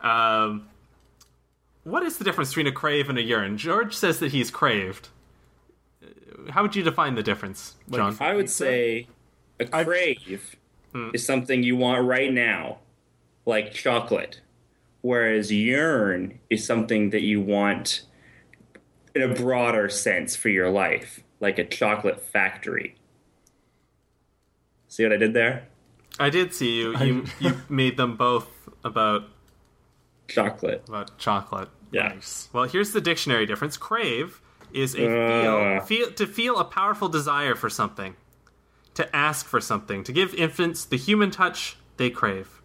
Speaker 1: Um, what is the difference between a crave and a yearn? George says that he's craved. Uh, How would you define the difference, John?
Speaker 3: I would say a crave
Speaker 1: Hmm.
Speaker 3: is something you want right now, like chocolate. Whereas yearn is something that you want in a broader sense for your life, like a chocolate factory. See what I did there?
Speaker 1: I did see you. You, you made them both about
Speaker 3: Chocolate.
Speaker 1: about chocolate.
Speaker 3: Yeah.
Speaker 1: Well, here's the dictionary difference. Crave is a
Speaker 3: Uh.
Speaker 1: feel, feel to feel a powerful desire for something, to ask for something, to give infants the human touch they crave.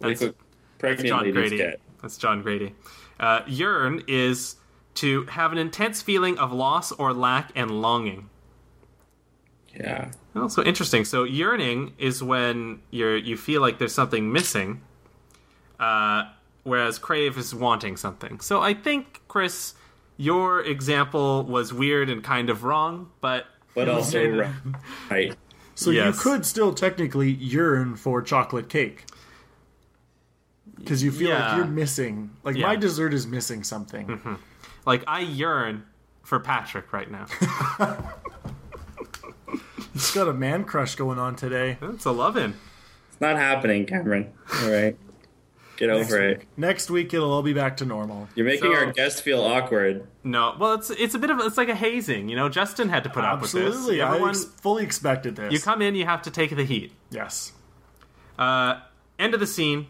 Speaker 1: That's,
Speaker 3: Like what
Speaker 1: that's
Speaker 3: pregnant
Speaker 1: John
Speaker 3: ladies
Speaker 1: Grady.
Speaker 3: get.
Speaker 1: That's John Grady. Uh, yearn is to have an intense feeling of loss or lack and longing.
Speaker 3: Yeah.
Speaker 1: Oh, so interesting. So yearning is when you're you feel like there's something missing, uh, whereas crave is wanting something. So I think Chris, your example was weird and kind of wrong, but
Speaker 3: But also right. right.
Speaker 2: so
Speaker 1: yes.
Speaker 2: you could still technically yearn for chocolate cake. Because you feel
Speaker 1: Yeah.
Speaker 2: like you're missing. Like,
Speaker 1: Yeah. Mm-hmm.
Speaker 2: my dessert is missing something.
Speaker 1: like I yearn for Patrick right now.
Speaker 2: It's got a man crush going on today.
Speaker 1: it's a lovin'.
Speaker 3: It's not happening, Cameron. All right. Get over it.
Speaker 2: Next week, it'll all be back to normal.
Speaker 3: You're making
Speaker 1: So-
Speaker 3: our guest feel awkward.
Speaker 1: No, well, it's it's a bit of it's like a hazing. You know, Justin had to put up with this.
Speaker 2: Absolutely. I
Speaker 1: Everyone,
Speaker 2: ex- fully expected this.
Speaker 1: you come in, you have to take the heat.
Speaker 2: yes.
Speaker 1: Uh, end of the scene.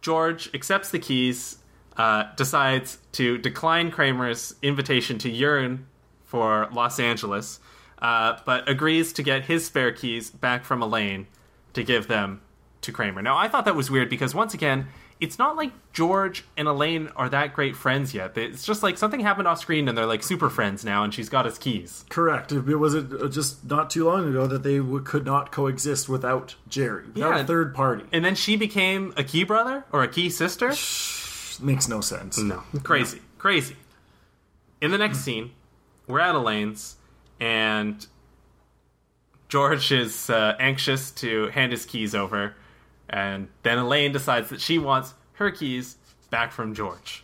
Speaker 1: George accepts the keys, uh, decides to decline Kramer's invitation to yearn for Los Angeles, uh, but agrees to get his spare keys back from Elaine to give them to Kramer. Now, I thought that was weird because, once again, it's not like George and Elaine are that great friends yet. They- It's just like something happened off screen and they're like super friends now, and she's got his keys.
Speaker 2: Correct. It was it uh, just not too long ago that they w- could not coexist without Jerry, without
Speaker 1: Yeah.
Speaker 2: a third party.
Speaker 1: And then she became a key brother or a key sister.
Speaker 2: makes no sense.
Speaker 1: No. Crazy. Crazy. In the next scene, we're at Elaine's, and George is uh, anxious to hand his keys over, and then Elaine decides that she wants her keys back from George.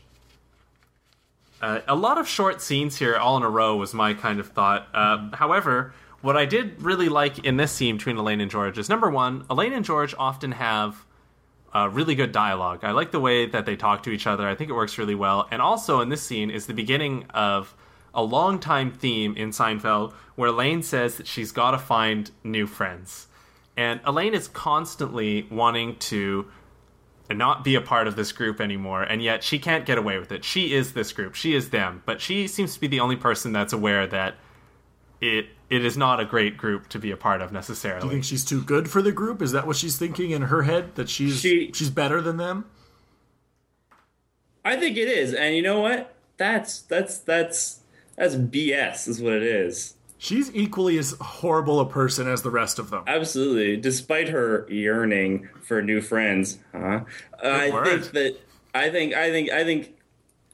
Speaker 1: Uh, a lot of short scenes here, all in a row, was my kind of thought. Uh, however, what I did really like in this scene between Elaine and George is number one, Elaine and George often have uh, really good dialogue. I like the way that they talk to each other. I think it works really well. And also in this scene is the beginning of a long time theme in Seinfeld where Elaine says that she's got to find new friends. And Elaine is constantly wanting to not be a part of this group anymore, and yet she can't get away with it. She is this group, she is them, but she seems to be the only person that's aware that it it is not a great group to be a part of necessarily.
Speaker 2: You think she's too good for the group? Is that what she's thinking in her head? That she's
Speaker 3: She-
Speaker 2: she's better than them?
Speaker 3: I think it is, and you know what? That's that's that's that's BS, is what it is.
Speaker 2: She's equally as horrible a person as the rest of them.
Speaker 3: Absolutely. Despite her yearning for new friends, huh? I
Speaker 1: word.
Speaker 3: think that I think I think I think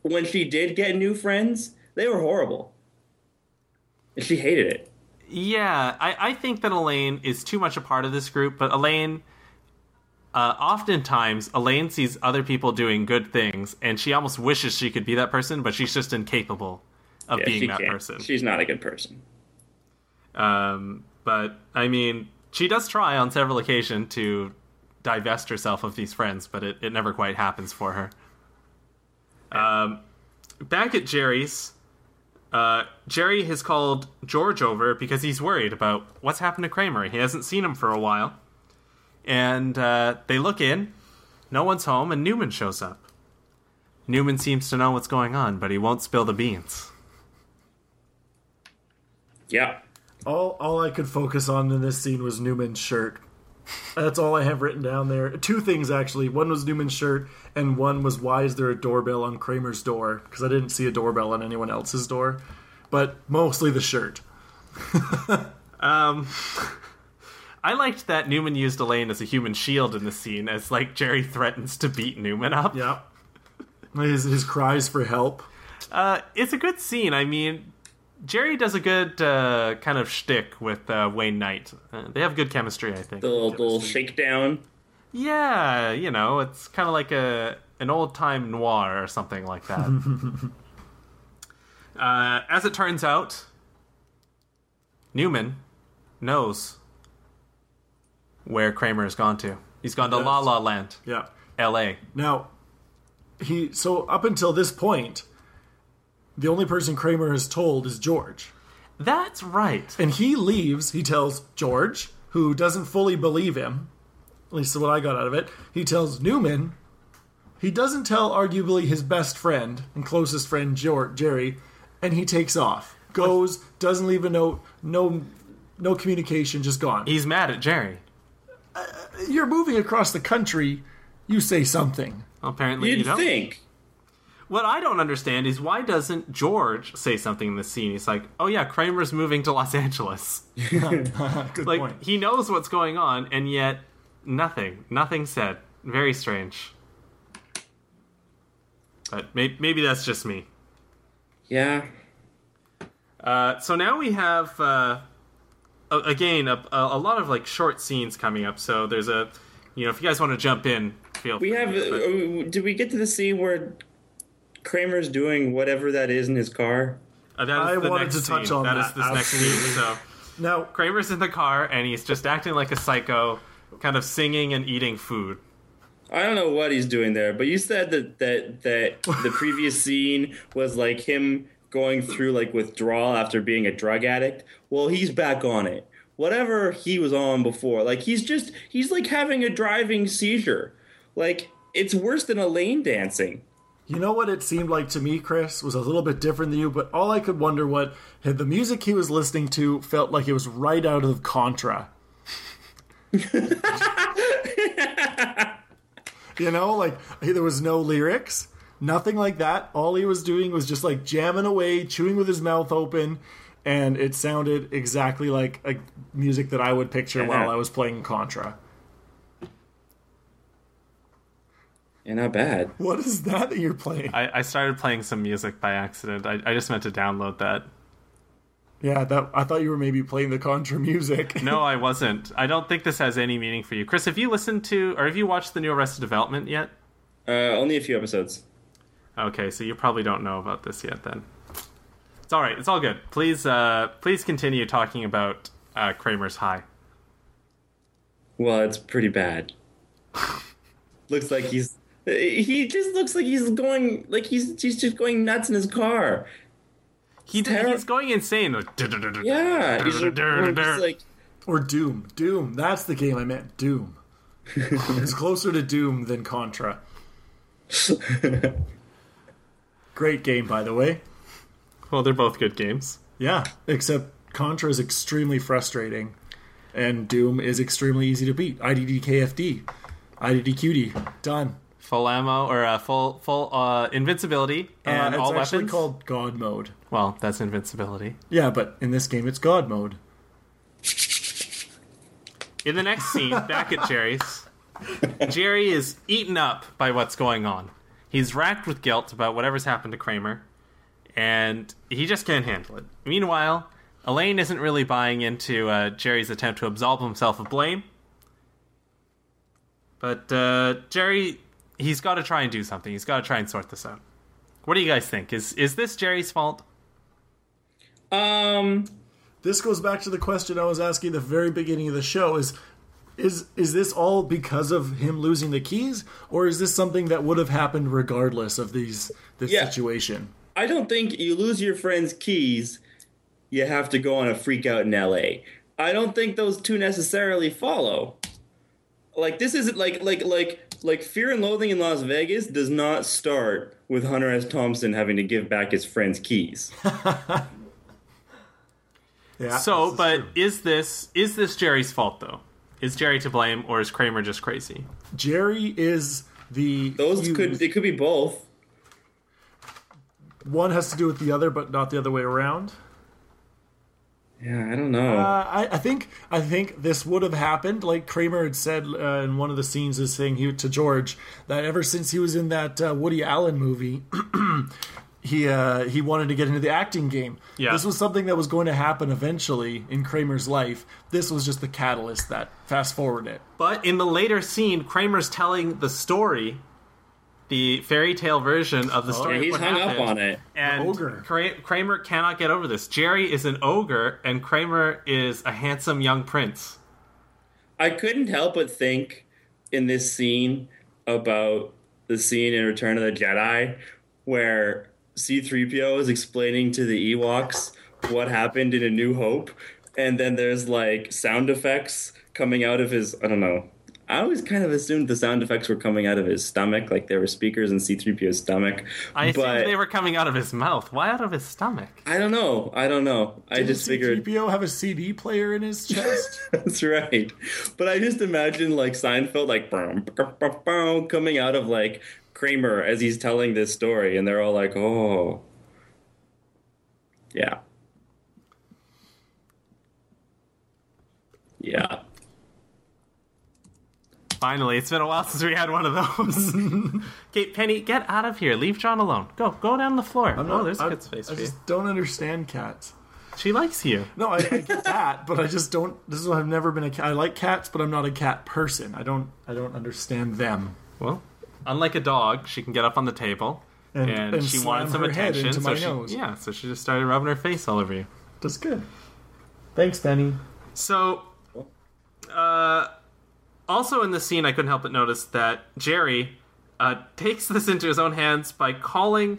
Speaker 3: when she did get new friends, they were horrible. And she hated it.
Speaker 1: Yeah, I, I think that Elaine is too much a part of this group, but Elaine, uh, oftentimes, Elaine sees other people doing good things, and she almost wishes she could be that person, but she's just incapable of
Speaker 3: Yeah, she
Speaker 1: being that
Speaker 3: can't.
Speaker 1: person.
Speaker 3: She's not a good person.
Speaker 1: Um, but I mean, she does try on several occasions to divest herself of these friends, but it, it never quite happens for her. Um, back at Jerry's, uh, Jerry has called George over because he's worried about what's happened to Kramer. He hasn't seen him for a while. And uh, they look in, no one's home, and Newman shows up. Newman seems to know what's going on, but he won't spill the beans.
Speaker 3: Yeah.
Speaker 2: All all I could focus on in this scene was Newman's shirt. That's all I have written down there. Two things actually. One was Newman's shirt, and one was why is there a doorbell on Kramer's door? Because I didn't see a doorbell on anyone else's door, but mostly the shirt.
Speaker 1: I liked that Newman used Elaine as a human shield in the scene, as like Jerry threatens to beat Newman up.
Speaker 2: Yeah, his his cries for help.
Speaker 1: Uh, it's a good scene. I mean, Jerry does a good uh, kind of shtick with uh, Wayne Knight. Uh, they have good chemistry, I think.
Speaker 3: The little, the little shakedown.
Speaker 1: Yeah, you know, it's kind of like a an old time noir or something like that. uh, as it turns out, Newman knows where Kramer has gone to. He's gone to
Speaker 2: Yes.
Speaker 1: La La Land,
Speaker 2: Yeah.
Speaker 1: L.A.
Speaker 2: Now, he so up until this point, the only person Kramer has told is George.
Speaker 1: That's right.
Speaker 2: And he leaves, he tells George, who doesn't fully believe him, at least what I got out of it. He tells Newman, he doesn't tell arguably his best friend and closest friend Geor Jerry, and he takes off. Goes, doesn't leave a note, no no communication, just gone.
Speaker 1: He's mad at Jerry.
Speaker 2: You're moving across the country, you say something.
Speaker 1: Apparently,
Speaker 3: You'd
Speaker 1: you don't.
Speaker 3: think.
Speaker 1: What I don't understand is why doesn't George say something in the scene? He's like, "Oh yeah, Kramer's moving to Los Angeles."
Speaker 2: Good
Speaker 1: Like
Speaker 2: point.
Speaker 1: he knows what's going on, and yet nothing, nothing said. Very strange. But may- maybe that's just me.
Speaker 3: Yeah.
Speaker 1: Uh, so now we have uh, a- again a, a a lot of like short scenes coming up. So there's a, you know, if you guys want to jump in, feel
Speaker 3: We
Speaker 1: free.
Speaker 3: have.
Speaker 1: But-
Speaker 3: Uh, did we get to the scene where Kramer's doing whatever that is in his car?
Speaker 1: Uh, that is
Speaker 2: I
Speaker 1: the
Speaker 2: wanted
Speaker 1: next
Speaker 2: to touch
Speaker 1: scene.
Speaker 2: on
Speaker 1: That is
Speaker 2: that,
Speaker 1: this next scene. So
Speaker 2: Now,
Speaker 1: Kramer's in the car and he's just acting like a psycho, kind of singing and eating food.
Speaker 3: I don't know what he's doing there, but you said that that that the previous scene was like him going through like withdrawal after being a drug addict. Well, he's back on it. Whatever he was on before, like he's just he's like having a driving seizure. Like it's worse than a lane dancing.
Speaker 2: You know what it seemed like to me, Chris, was a little bit different than you, but all I could wonder what had the music he was listening to felt like it was right out of Contra. you know, like there was no lyrics, nothing like that. All he was doing was just like jamming away, chewing with his mouth open, and it sounded exactly like a music that I would picture while I was playing Contra.
Speaker 3: Yeah, not bad.
Speaker 2: What is that that you're playing?
Speaker 1: I, I started playing some music by accident. I, I just meant to download that.
Speaker 2: Yeah, that I thought you were maybe playing the Contra music.
Speaker 1: No, I wasn't. I don't think this has any meaning for you, Chris. Have you listened to or have you watched the new Arrested Development yet?
Speaker 3: Uh, only a few episodes.
Speaker 1: Okay, so you probably don't know about this yet. Then it's all right. It's all good. Please, uh, please continue talking about uh, Kramer's High.
Speaker 3: Well, it's pretty bad. looks like he's he just looks like he's going like he's he's just going nuts in his car.
Speaker 1: He did,
Speaker 3: Terri-
Speaker 1: he's going insane. Like,
Speaker 3: Yeah, he's just, we're just like
Speaker 2: Or Doom. Doom. That's the game I meant. Doom. it's closer to Doom than Contra. Great game, by the way.
Speaker 1: well, they're both good games.
Speaker 2: Yeah, except Contra is extremely frustrating, and Doom is extremely easy to beat. IDDKFD, IDDQD, done.
Speaker 1: Full ammo or uh, full full uh, invincibility
Speaker 2: Uh,
Speaker 1: and
Speaker 2: it's
Speaker 1: all
Speaker 2: actually
Speaker 1: weapons.
Speaker 2: called God mode.
Speaker 1: Well, that's invincibility.
Speaker 2: Yeah, but in this game, it's God mode.
Speaker 1: In the next scene, back at Jerry's, Jerry is eaten up by what's going on. He's racked with guilt about whatever's happened to Kramer, and he just can't handle it. Meanwhile, Elaine isn't really buying into uh, Jerry's attempt to absolve himself of blame. But uh, Jerry, he's got to try and do something. He's got to try and sort this out. What do you guys think? Is is this Jerry's fault?
Speaker 3: Um,
Speaker 2: This goes back to the question I was asking at the very beginning of the show: is is is this all because of him losing the keys, or is this something that would have happened regardless of these this
Speaker 3: Yeah.
Speaker 2: situation?
Speaker 3: I don't think you lose your friend's keys, you have to go on a freak out in LA. I don't think those two necessarily follow. Like this isn't like like like like fear and loathing in Las Vegas does not start with Hunter S. Thompson having to give back his friend's keys.
Speaker 2: Yeah.
Speaker 1: So,
Speaker 2: this is
Speaker 1: but
Speaker 2: true.
Speaker 1: is this is this Jerry's fault though? Is Jerry to blame, or is Kramer just crazy?
Speaker 2: Jerry is the
Speaker 3: Those
Speaker 2: he-
Speaker 3: could it could be both.
Speaker 2: one has to do with the other, but not the other way around.
Speaker 3: Yeah, I don't know.
Speaker 2: Uh, I, I think I think this would have happened. Like Kramer had said uh, in one of the scenes, is saying he to George that ever since he was in that uh, Woody Allen movie, he uh, he wanted to get into the acting game.
Speaker 1: Yeah.
Speaker 2: this was something that was going to happen eventually in Kramer's life. This was just the catalyst that fast forward it.
Speaker 1: But in the later scene, Kramer's telling the story, the fairy tale version of the story.
Speaker 3: Oh, Yeah,
Speaker 1: of
Speaker 3: he's
Speaker 1: what
Speaker 3: hung
Speaker 1: happened.
Speaker 3: up on it.
Speaker 1: And
Speaker 2: Ogre.
Speaker 1: Kra- Kramer cannot get over this. Jerry is an ogre, and Kramer is a handsome young prince.
Speaker 3: I couldn't help but think in this scene about the scene in Return of the Jedi where C3PO is explaining to the Ewoks what happened in A New Hope, and then there's like sound effects coming out of his I don't know. I always kind of assumed the sound effects were coming out of his stomach, like there were speakers in C3PO's stomach.
Speaker 1: I assumed
Speaker 3: but
Speaker 1: they were coming out of his mouth. Why out of his stomach?
Speaker 3: I don't know. I don't know. I just figured
Speaker 2: CPO have a CD player in his chest.
Speaker 3: That's right. But I just imagine like Seinfeld, like boom, boom, boom, boom, coming out of like Kramer as he's telling this story, and they're all like, "Oh, yeah, yeah."
Speaker 1: Finally, it's been a while since we had one of those. okay, Penny, get out of here. Leave John alone. Go, go down the floor.
Speaker 2: I'm
Speaker 1: oh, there's
Speaker 2: I-
Speaker 1: good space
Speaker 2: I
Speaker 1: for you.
Speaker 2: just don't understand cats.
Speaker 1: She likes you.
Speaker 2: No, I, I get that, but I just don't. This is why I've never been a cat. I like cats, but I'm not a cat person. I don't. I don't understand them.
Speaker 1: Well, unlike a dog, she can get up on the table.
Speaker 2: And-
Speaker 1: And,
Speaker 2: and
Speaker 1: she
Speaker 2: slam
Speaker 1: wanted some
Speaker 2: her head
Speaker 1: attention,
Speaker 2: into
Speaker 1: so
Speaker 2: my
Speaker 1: she,
Speaker 2: nose.
Speaker 1: yeah. So she just started rubbing her face all over you.
Speaker 2: That's good. Thanks, Penny.
Speaker 1: So, uh, also in this scene, I couldn't help but notice that Jerry uh, takes this into his own hands by calling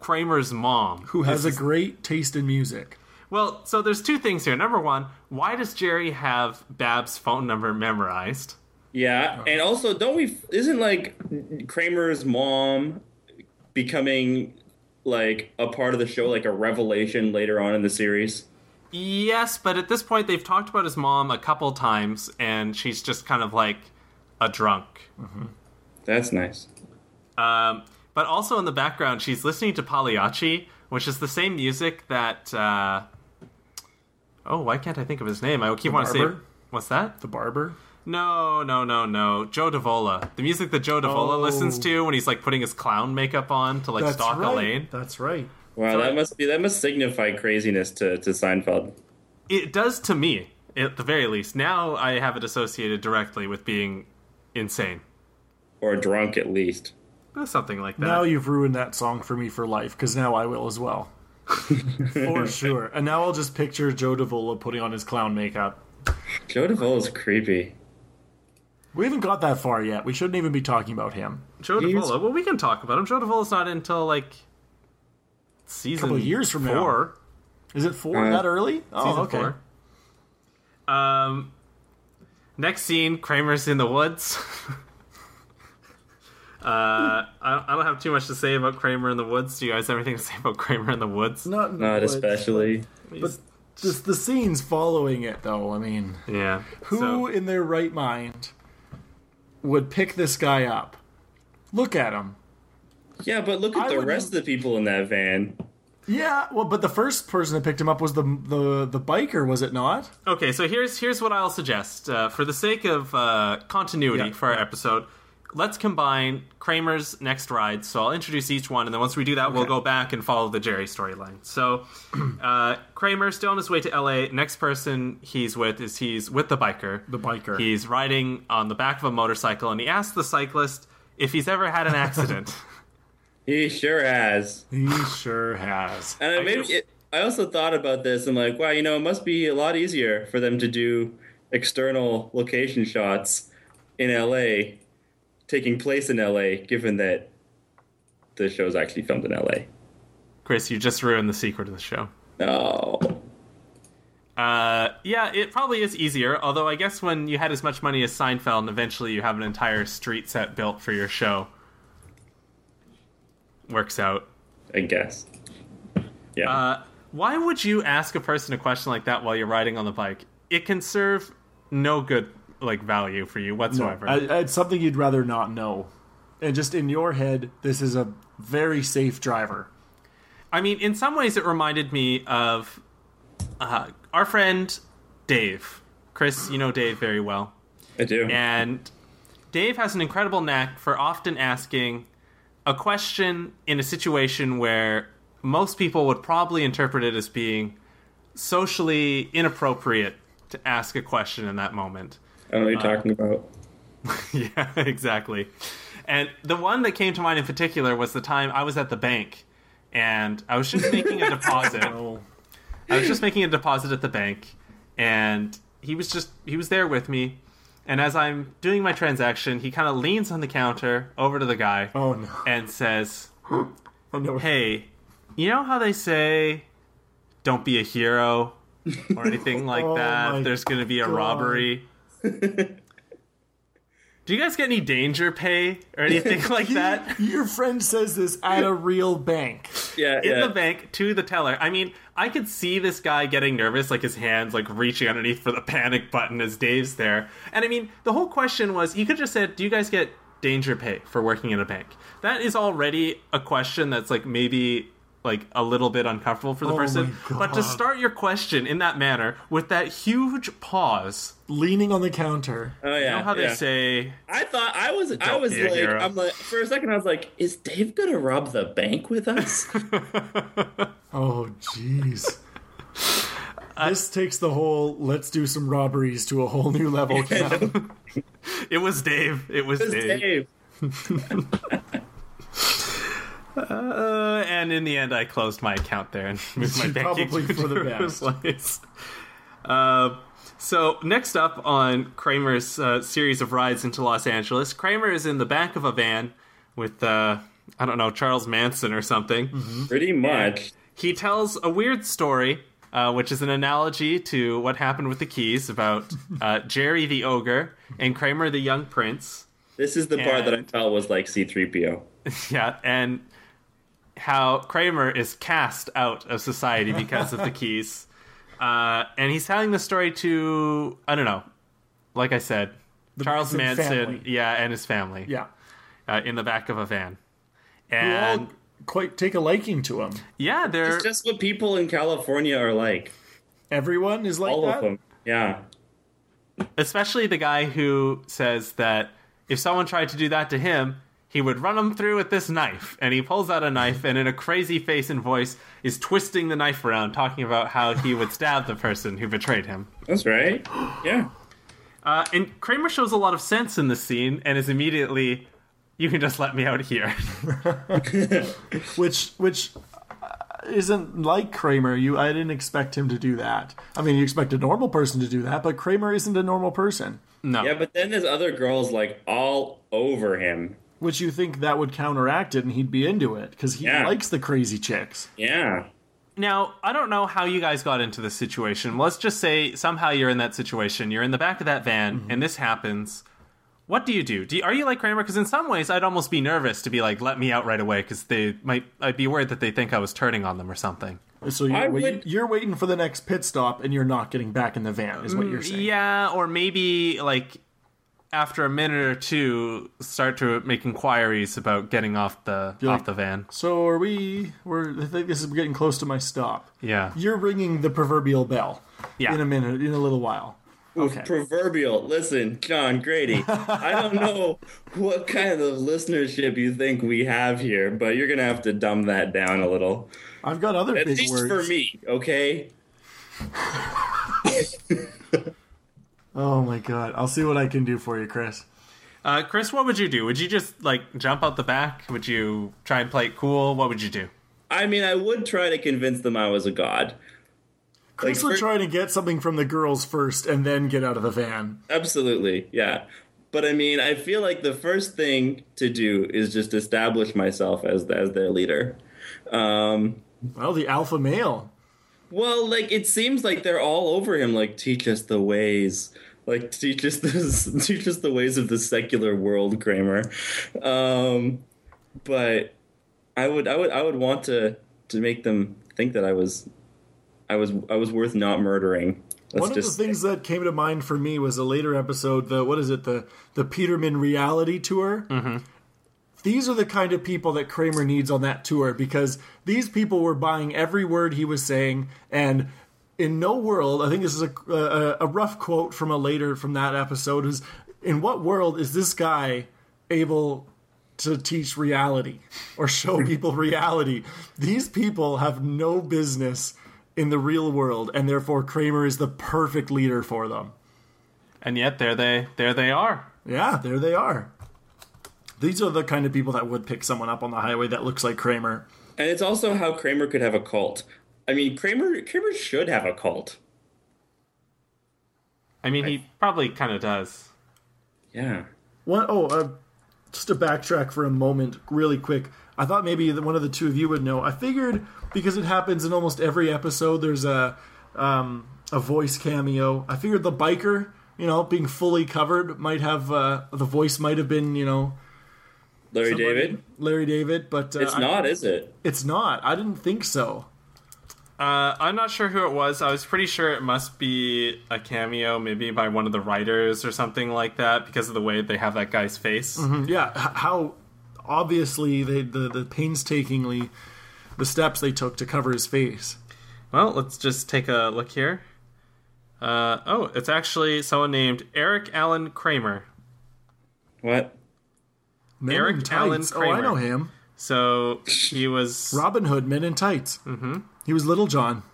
Speaker 1: Kramer's mom.
Speaker 2: Who has a great taste in music?
Speaker 1: Well, so there's two things here. Number one, why does Jerry have Bab's phone number memorized?
Speaker 3: Yeah, and also, don't we? Isn't like Kramer's mom becoming like a part of the show, like a revelation later on in the series?
Speaker 1: Yes, but at this point, they've talked about his mom a couple times, and she's just kind of like a drunk.
Speaker 3: That's nice.
Speaker 1: Um, but also in the background, she's listening to Pagliacci, which is the same music that. Uh, oh, why can't I think of his name? I keep wanting to say.
Speaker 2: barber?
Speaker 1: What's that?
Speaker 2: The barber.
Speaker 1: No, no, no, no. Joe Davola. The music that Joe Davola
Speaker 2: Oh.
Speaker 1: listens to when he's like putting his clown makeup on to like
Speaker 2: That's
Speaker 1: stalk
Speaker 2: right.
Speaker 1: Elaine.
Speaker 2: That's right.
Speaker 3: Wow, that must be that must signify craziness to to Seinfeld.
Speaker 1: It does to me, at the very least. Now I have it associated directly with being insane.
Speaker 3: or drunk at least.
Speaker 1: Something like that.
Speaker 2: Now you've ruined that song for me for life, because now I will as well. for sure. And now I'll just picture Joe Davola putting on his clown makeup.
Speaker 3: Joe is creepy.
Speaker 2: We haven't got that far yet. We shouldn't even be talking about him.
Speaker 1: Joe
Speaker 3: He's-
Speaker 1: Davola. Well, we can talk about him. Joe Davola's not until like season
Speaker 2: Couple years from now.
Speaker 1: four.
Speaker 2: Is it four
Speaker 3: Uh,
Speaker 2: that early?
Speaker 1: Season
Speaker 2: Oh, okay.
Speaker 1: four. Um, next scene: Kramer's in the woods. uh, I, I don't have too much to say about Kramer in the woods. Do you guys have anything to say about Kramer in the woods?
Speaker 2: Not, in the
Speaker 3: Not
Speaker 2: woods.
Speaker 3: especially.
Speaker 1: He's-
Speaker 2: Just the scenes following it, though. I mean,
Speaker 1: yeah.
Speaker 2: Who
Speaker 1: So,
Speaker 2: in their right mind would pick this guy up? Look at him.
Speaker 3: Yeah, but look at
Speaker 2: I
Speaker 3: the
Speaker 2: wouldn't-
Speaker 3: rest of the people in that van.
Speaker 2: Yeah, well, but the first person that picked him up was the the the biker, was it not?
Speaker 1: okay, so here's here's what I'll suggest uh, for the sake of uh, continuity
Speaker 2: Yeah.
Speaker 1: for our episode. let's combine Kramer's next ride. So I'll introduce each one, and then once we do that, we'll go back and follow the Jerry storyline. So uh, Kramer still on his way to L.A. Next person he's with is he's with the biker.
Speaker 2: The biker.
Speaker 1: He's riding on the back of a motorcycle, and he asks the cyclist if he's ever had an accident.
Speaker 3: He sure has.
Speaker 2: He sure has.
Speaker 3: And I
Speaker 1: I
Speaker 3: maybe
Speaker 1: guess-
Speaker 3: it, I also thought about this. I'm like, wow, you know, it must be a lot easier for them to do external location shots in LA, taking place in LA, given that the show's actually filmed in LA.
Speaker 1: Chris, you just ruined the secret of the show.
Speaker 3: No.
Speaker 1: Uh, yeah, it probably is easier. Although I guess when you had as much money as Seinfeld, and eventually you have an entire street set built for your show, works out.
Speaker 3: I guess. Yeah.
Speaker 1: Uh, why would you ask a person a question like that while you're riding on the bike? It can serve no good like value for you whatsoever.
Speaker 2: I, it's something you'd rather not know. And just in your head, this is a very safe driver.
Speaker 1: I mean, in some ways, it reminded me of uh, our friend Dave. Chris, you know Dave very well.
Speaker 3: I do.
Speaker 1: And Dave has an incredible knack for often asking a question in a situation where most people would probably interpret it as being socially inappropriate to ask a question in that moment.
Speaker 3: I don't know what
Speaker 1: Uh,
Speaker 3: you're talking about.
Speaker 1: yeah, exactly. And the one that came to mind in particular was the time I was at the bank and I was just making a deposit.
Speaker 2: Oh,
Speaker 1: I was just making a deposit at the bank, and he was just he was there with me. And as I'm doing my transaction, he kind of leans on the counter over to the guy
Speaker 2: oh no.
Speaker 1: and says,
Speaker 2: Oh, no.
Speaker 1: "Hey, you know how they say, don't be a hero or anything like
Speaker 2: Oh my
Speaker 1: that. There's going to be a
Speaker 2: God.
Speaker 1: robbery." Do you guys get any danger pay or anything like that?
Speaker 2: Your friend says this at a real bank.
Speaker 3: Yeah.
Speaker 1: in
Speaker 3: yeah.
Speaker 1: the bank to the teller. I mean, I could see this guy getting nervous, like his hands like reaching underneath for the panic button as Dave's there. And I mean, the whole question was he could just said, "Do you guys get danger pay for working in a bank?" That is already a question that's like maybe like a little bit uncomfortable for the
Speaker 2: Oh my
Speaker 1: person. But to
Speaker 2: God.
Speaker 1: start your question in that manner with that huge pause,
Speaker 2: Leaning on the counter.
Speaker 3: oh yeah.
Speaker 1: you know how
Speaker 3: yeah.
Speaker 1: they say,
Speaker 3: I thought I was I
Speaker 1: Don't
Speaker 3: was
Speaker 1: be a
Speaker 3: like
Speaker 1: hero.
Speaker 3: I'm like for a second I was like, is Dave gonna rob the bank with us?
Speaker 2: Oh, jeez. this takes the whole let's do some robberies to a whole new level. Kev.
Speaker 1: "It was Dave. It was,
Speaker 3: It's
Speaker 1: Dave."
Speaker 3: Dave.
Speaker 1: Uh, and in the end, I closed my account there and moved my banking
Speaker 2: Probably
Speaker 1: to
Speaker 2: for the
Speaker 1: a different
Speaker 2: best.
Speaker 1: place. Uh, so next up on Kramer's uh, series of rides into Los Angeles, Kramer is in the back of a van with uh, I don't know Charles Manson or something.
Speaker 2: Mm-hmm.
Speaker 3: Pretty much.
Speaker 1: He tells a weird story, uh, which is an analogy to what happened with the keys about uh, Jerry the ogre and Kramer the young prince.
Speaker 3: This is the part that I
Speaker 1: And-
Speaker 3: felt was like C3PO.
Speaker 1: Yeah, and how Kramer is cast out of society because of the keys. Uh, and he's telling the story to, I don't know, like I said, Charles
Speaker 2: Manson
Speaker 1: Manson,
Speaker 2: family.
Speaker 1: yeah, and his family
Speaker 2: yeah.
Speaker 1: uh, in the back of a van.
Speaker 2: We all
Speaker 1: And
Speaker 2: quite take a liking to him.
Speaker 1: yeah, they're
Speaker 3: It's just what people in California are like.
Speaker 2: Everyone is like
Speaker 3: All
Speaker 2: that.
Speaker 3: of them. Yeah.
Speaker 1: especially the guy who says that if someone tried to do that to him, he would run him through with this knife. And he pulls out a knife and, in a crazy face and voice, is twisting the knife around, talking about how he would stab the person who betrayed him.
Speaker 3: That's right. Yeah.
Speaker 1: Uh, and Kramer shows a lot of sense in the scene and is immediately, you can just let me out here.
Speaker 2: which which uh, isn't like Kramer. You, I didn't expect him to do that. I mean, you expect a normal person to do that, but Kramer isn't a normal person.
Speaker 1: no.
Speaker 3: Yeah, but then there's other girls like all over him.
Speaker 2: Which you think that would counteract it, and he'd be into it because he
Speaker 3: Yeah.
Speaker 2: likes the crazy chicks.
Speaker 3: Yeah.
Speaker 1: Now, I don't know how you guys got into this situation. Let's just say somehow you're in that situation. You're in the back of that van
Speaker 2: Mm-hmm.
Speaker 1: and this happens. What do you do? do you, are you like Kramer? Because in some ways, I'd almost be nervous to be like, let me out right away because they might, I'd be worried that they think I was turning on them or something.
Speaker 2: So you,
Speaker 3: I
Speaker 2: well, you-
Speaker 3: would-
Speaker 2: you're waiting for the next pit stop, and you're not getting back in the van, is what
Speaker 3: Mm,
Speaker 2: you're saying.
Speaker 1: Yeah, or maybe like after a minute or two, start to make inquiries about getting off the
Speaker 2: You're
Speaker 1: off
Speaker 2: like-
Speaker 1: the van.
Speaker 2: So are we? We're. I think this is getting close to my stop.
Speaker 1: Yeah,
Speaker 2: You're ringing the proverbial bell.
Speaker 1: Yeah.
Speaker 2: In a minute. In a little while.
Speaker 3: with
Speaker 2: Okay.
Speaker 3: proverbial. Listen, John Grady, I don't know what kind of listenership you think we have here, but you're gonna have to dumb that down a little.
Speaker 2: I've got other
Speaker 3: At
Speaker 2: big
Speaker 3: least
Speaker 2: words.
Speaker 3: for me, okay?
Speaker 2: Oh my god! I'll see what I can do for you, Chris.
Speaker 1: Uh, Chris, what would you do? Would you just like jump out the back? Would you try and play it cool? What would you do?
Speaker 3: I mean, I would try to convince them I was a god.
Speaker 2: Chris
Speaker 3: for-
Speaker 2: would try to get something from the girls first, and then get out of the van.
Speaker 3: Absolutely, yeah. But I mean, I feel like the first thing to do is just establish myself as as their leader. Um,
Speaker 2: Well, the alpha male.
Speaker 3: well, like it seems like they're all over him. Like, teach us the ways. Like, teach us the teach us the ways of the secular world, Kramer. Um, but I would, I would, I would want to to make them think that I was, I was, I was worth not murdering. Let's
Speaker 2: One of the
Speaker 3: just
Speaker 2: things that came to mind for me was a later episode, the what is it, the the Peterman reality tour. Mm-hmm. These are the kind of people that Kramer needs on that tour because these people were buying every word he was saying, and in no world, I think this is a a, a rough quote from a later from that episode is, in what world is this guy able to teach reality or show people reality. These people have no business in the real world, and therefore Kramer is the perfect leader for them.
Speaker 1: And yet there they there they are.
Speaker 2: Yeah, there they are. These are the kind of people that would pick someone up on the highway that looks like Kramer.
Speaker 3: And it's also how Kramer could have a cult. I mean, Kramer Kramer should have a cult.
Speaker 1: I mean, he probably kind of does.
Speaker 3: Yeah.
Speaker 2: One, oh, uh, just to backtrack for a moment, really quick. I thought maybe that one of the two of you would know. I figured because it happens in almost every episode, there's a um, a voice cameo. I figured the biker, you know, being fully covered, might have uh, the voice might have been, you know,
Speaker 3: Larry
Speaker 2: somebody-
Speaker 3: David?
Speaker 2: Larry David, but uh,
Speaker 3: It's
Speaker 2: I-
Speaker 3: not, is it?
Speaker 2: it's not. I didn't think so.
Speaker 1: Uh, I'm not sure who it was. I was pretty sure it must be a cameo, maybe by one of the writers or something like that, because of the way they have that guy's face.
Speaker 2: Hmm, Yeah, h- how obviously they the, the painstakingly the steps they took to cover his face.
Speaker 1: Well, let's just take a look here. Uh, oh, it's actually someone named Eric Allen Kramer.
Speaker 3: What?
Speaker 2: Men
Speaker 1: Eric
Speaker 2: in
Speaker 1: Allen
Speaker 2: Tights. Oh, I
Speaker 1: Kramer.
Speaker 2: know him.
Speaker 1: So he was.
Speaker 2: Robin Hood, Men in Tights. Mm-hmm. He was Little John.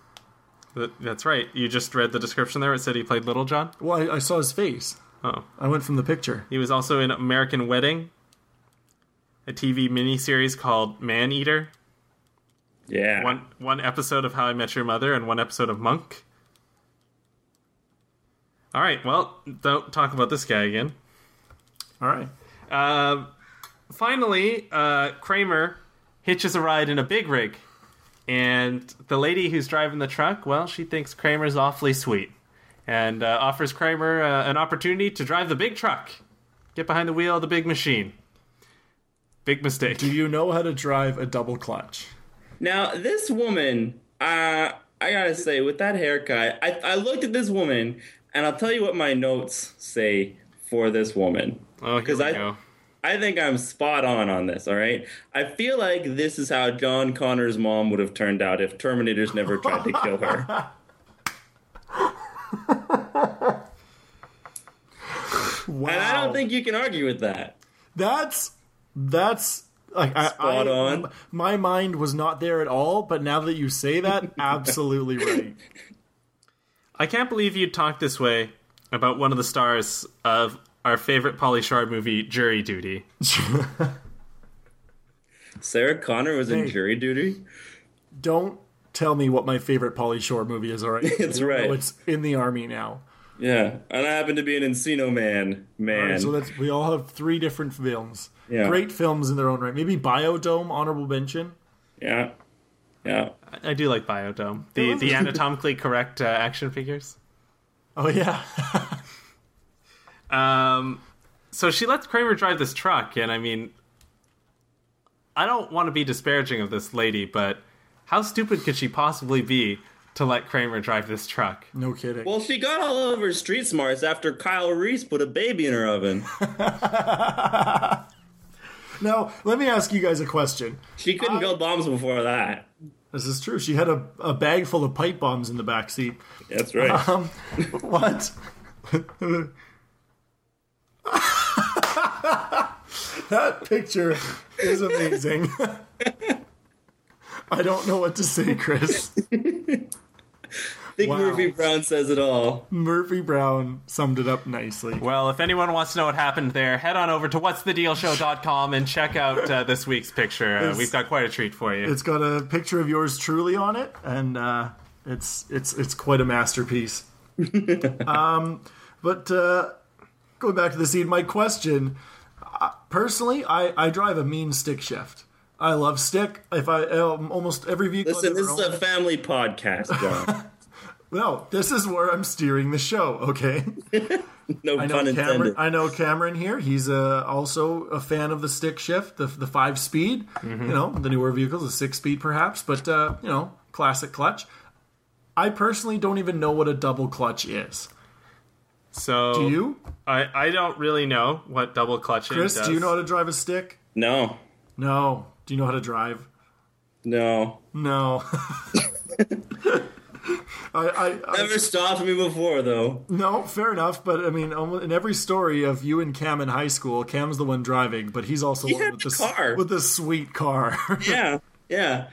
Speaker 1: th- That's right. You just read the description there. It said he played Little John.
Speaker 2: Well, I, I saw his face.
Speaker 1: Oh.
Speaker 2: I went from the picture.
Speaker 1: He was also in American Wedding, a TV miniseries called Man Eater,
Speaker 3: Yeah.
Speaker 1: one, one episode of How I Met Your Mother, and one episode of Monk. All right, well, don't talk about this guy again.
Speaker 2: All right.
Speaker 1: Um, finally, uh, Kramer hitches a ride in a big rig, and the lady who's driving the truck, well, she thinks Kramer's awfully sweet, and uh, offers Kramer uh, an opportunity to drive the big truck, get behind the wheel of the big machine. Big mistake.
Speaker 2: Do you know how to drive a double clutch?
Speaker 3: Now this woman, uh, I gotta say, with that haircut, I, I looked at this woman, and I'll tell you what my notes say for this woman.
Speaker 1: Oh, here
Speaker 3: 'Cause
Speaker 1: we
Speaker 3: I-
Speaker 1: go.
Speaker 3: I think I'm spot on on this, all right? I feel like this is how John Connor's mom would have turned out if Terminators never tried to kill her.
Speaker 2: Wow.
Speaker 3: And I don't think you can argue with that.
Speaker 2: that's that's like I,
Speaker 3: Spot
Speaker 2: I-
Speaker 3: on.
Speaker 2: My mind was not there at all, but now that you say that, absolutely right.
Speaker 1: I can't believe you talk this way about one of the stars of our favorite Polly Shard movie, Jury Duty.
Speaker 3: Sarah Connor was in
Speaker 2: Hey.
Speaker 3: jury duty.
Speaker 2: Don't tell me what my favorite Polly Shore movie is. All right,
Speaker 3: It's
Speaker 2: I know
Speaker 3: right.
Speaker 2: it's in the army now.
Speaker 3: Yeah, and I happen to be an Encino man. Man,
Speaker 2: So that's we all have three different films.
Speaker 3: Yeah.
Speaker 2: Great films in their own right. Maybe Biodome, honorable mention.
Speaker 3: yeah, yeah.
Speaker 1: I, I do like Biodome. The, the anatomically correct uh, action figures.
Speaker 2: Oh yeah,
Speaker 1: Um, so she lets Kramer drive this truck, and I mean, I don't want to be disparaging of this lady, but how stupid could she possibly be to let Kramer drive this truck?
Speaker 2: no kidding.
Speaker 3: Well, she got all over street smarts after Kyle Reese put a baby in her oven.
Speaker 2: now let me ask you guys a question.
Speaker 3: She couldn't build bombs before that.
Speaker 2: This is true. She had a, a bag full of pipe bombs in the back seat.
Speaker 3: That's right.
Speaker 2: Um, what? that picture is amazing. I don't know what to say, Chris.
Speaker 3: I think
Speaker 2: Wow.
Speaker 3: Murphy Brown says it all.
Speaker 2: Murphy Brown summed it up nicely.
Speaker 1: Well, if anyone wants to know what happened there, head on over to whatsthedealshow.com and check out uh, this week's picture. Uh,
Speaker 2: It's-
Speaker 1: we've got quite a treat for you.
Speaker 2: It's got a picture of yours truly on it, and uh, it's it's it's quite a masterpiece. um, but uh, going back to the scene, my question uh, personally, I, I drive a mean stick shift. I love stick. If I um, almost every vehicle, I've
Speaker 3: Listen,
Speaker 2: ever
Speaker 3: this is
Speaker 2: owned-
Speaker 3: a family podcast, John.
Speaker 2: no, this is where I'm steering the show. Okay.
Speaker 3: No
Speaker 2: I know
Speaker 3: pun
Speaker 2: Cameron.
Speaker 3: intended.
Speaker 2: I know Cameron here. He's uh, also a fan of the stick shift, the, the five speed.
Speaker 3: Mm-hmm.
Speaker 2: You know, the newer vehicles, the six speed perhaps, but uh, you know, classic clutch. I personally don't even know what a double clutch is.
Speaker 1: so,
Speaker 3: Oh,
Speaker 2: Do you,
Speaker 1: I, I don't really know what double clutching
Speaker 2: Chris?
Speaker 1: does.
Speaker 2: Do you know how to drive a stick?
Speaker 3: No,
Speaker 2: No. Do you know how to drive?
Speaker 3: no.
Speaker 2: No. I, I, I
Speaker 3: Never stopped me before, though.
Speaker 2: no, fair enough, but I mean, almo- in every story of you and Cam in high school, Cam's the one driving, but he's also the one
Speaker 3: had
Speaker 2: with
Speaker 3: the
Speaker 2: s-
Speaker 3: car.
Speaker 2: with the sweet car.
Speaker 3: Yeah, yeah.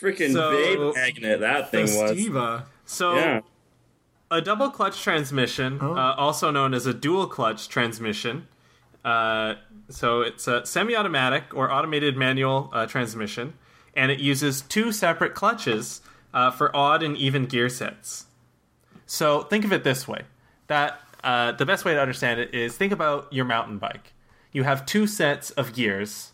Speaker 3: Freaking
Speaker 1: So-
Speaker 3: babe magnet that thing was.
Speaker 2: Festiva.
Speaker 1: so,
Speaker 3: Yeah.
Speaker 1: a double clutch transmission, uh, also known as a dual clutch transmission. Uh, so it's a semi-automatic or automated manual uh, transmission, and it uses two separate clutches uh, for odd and even gear sets. So think of it this way: that uh, the best way to understand it is think about your mountain bike. You have two sets of gears,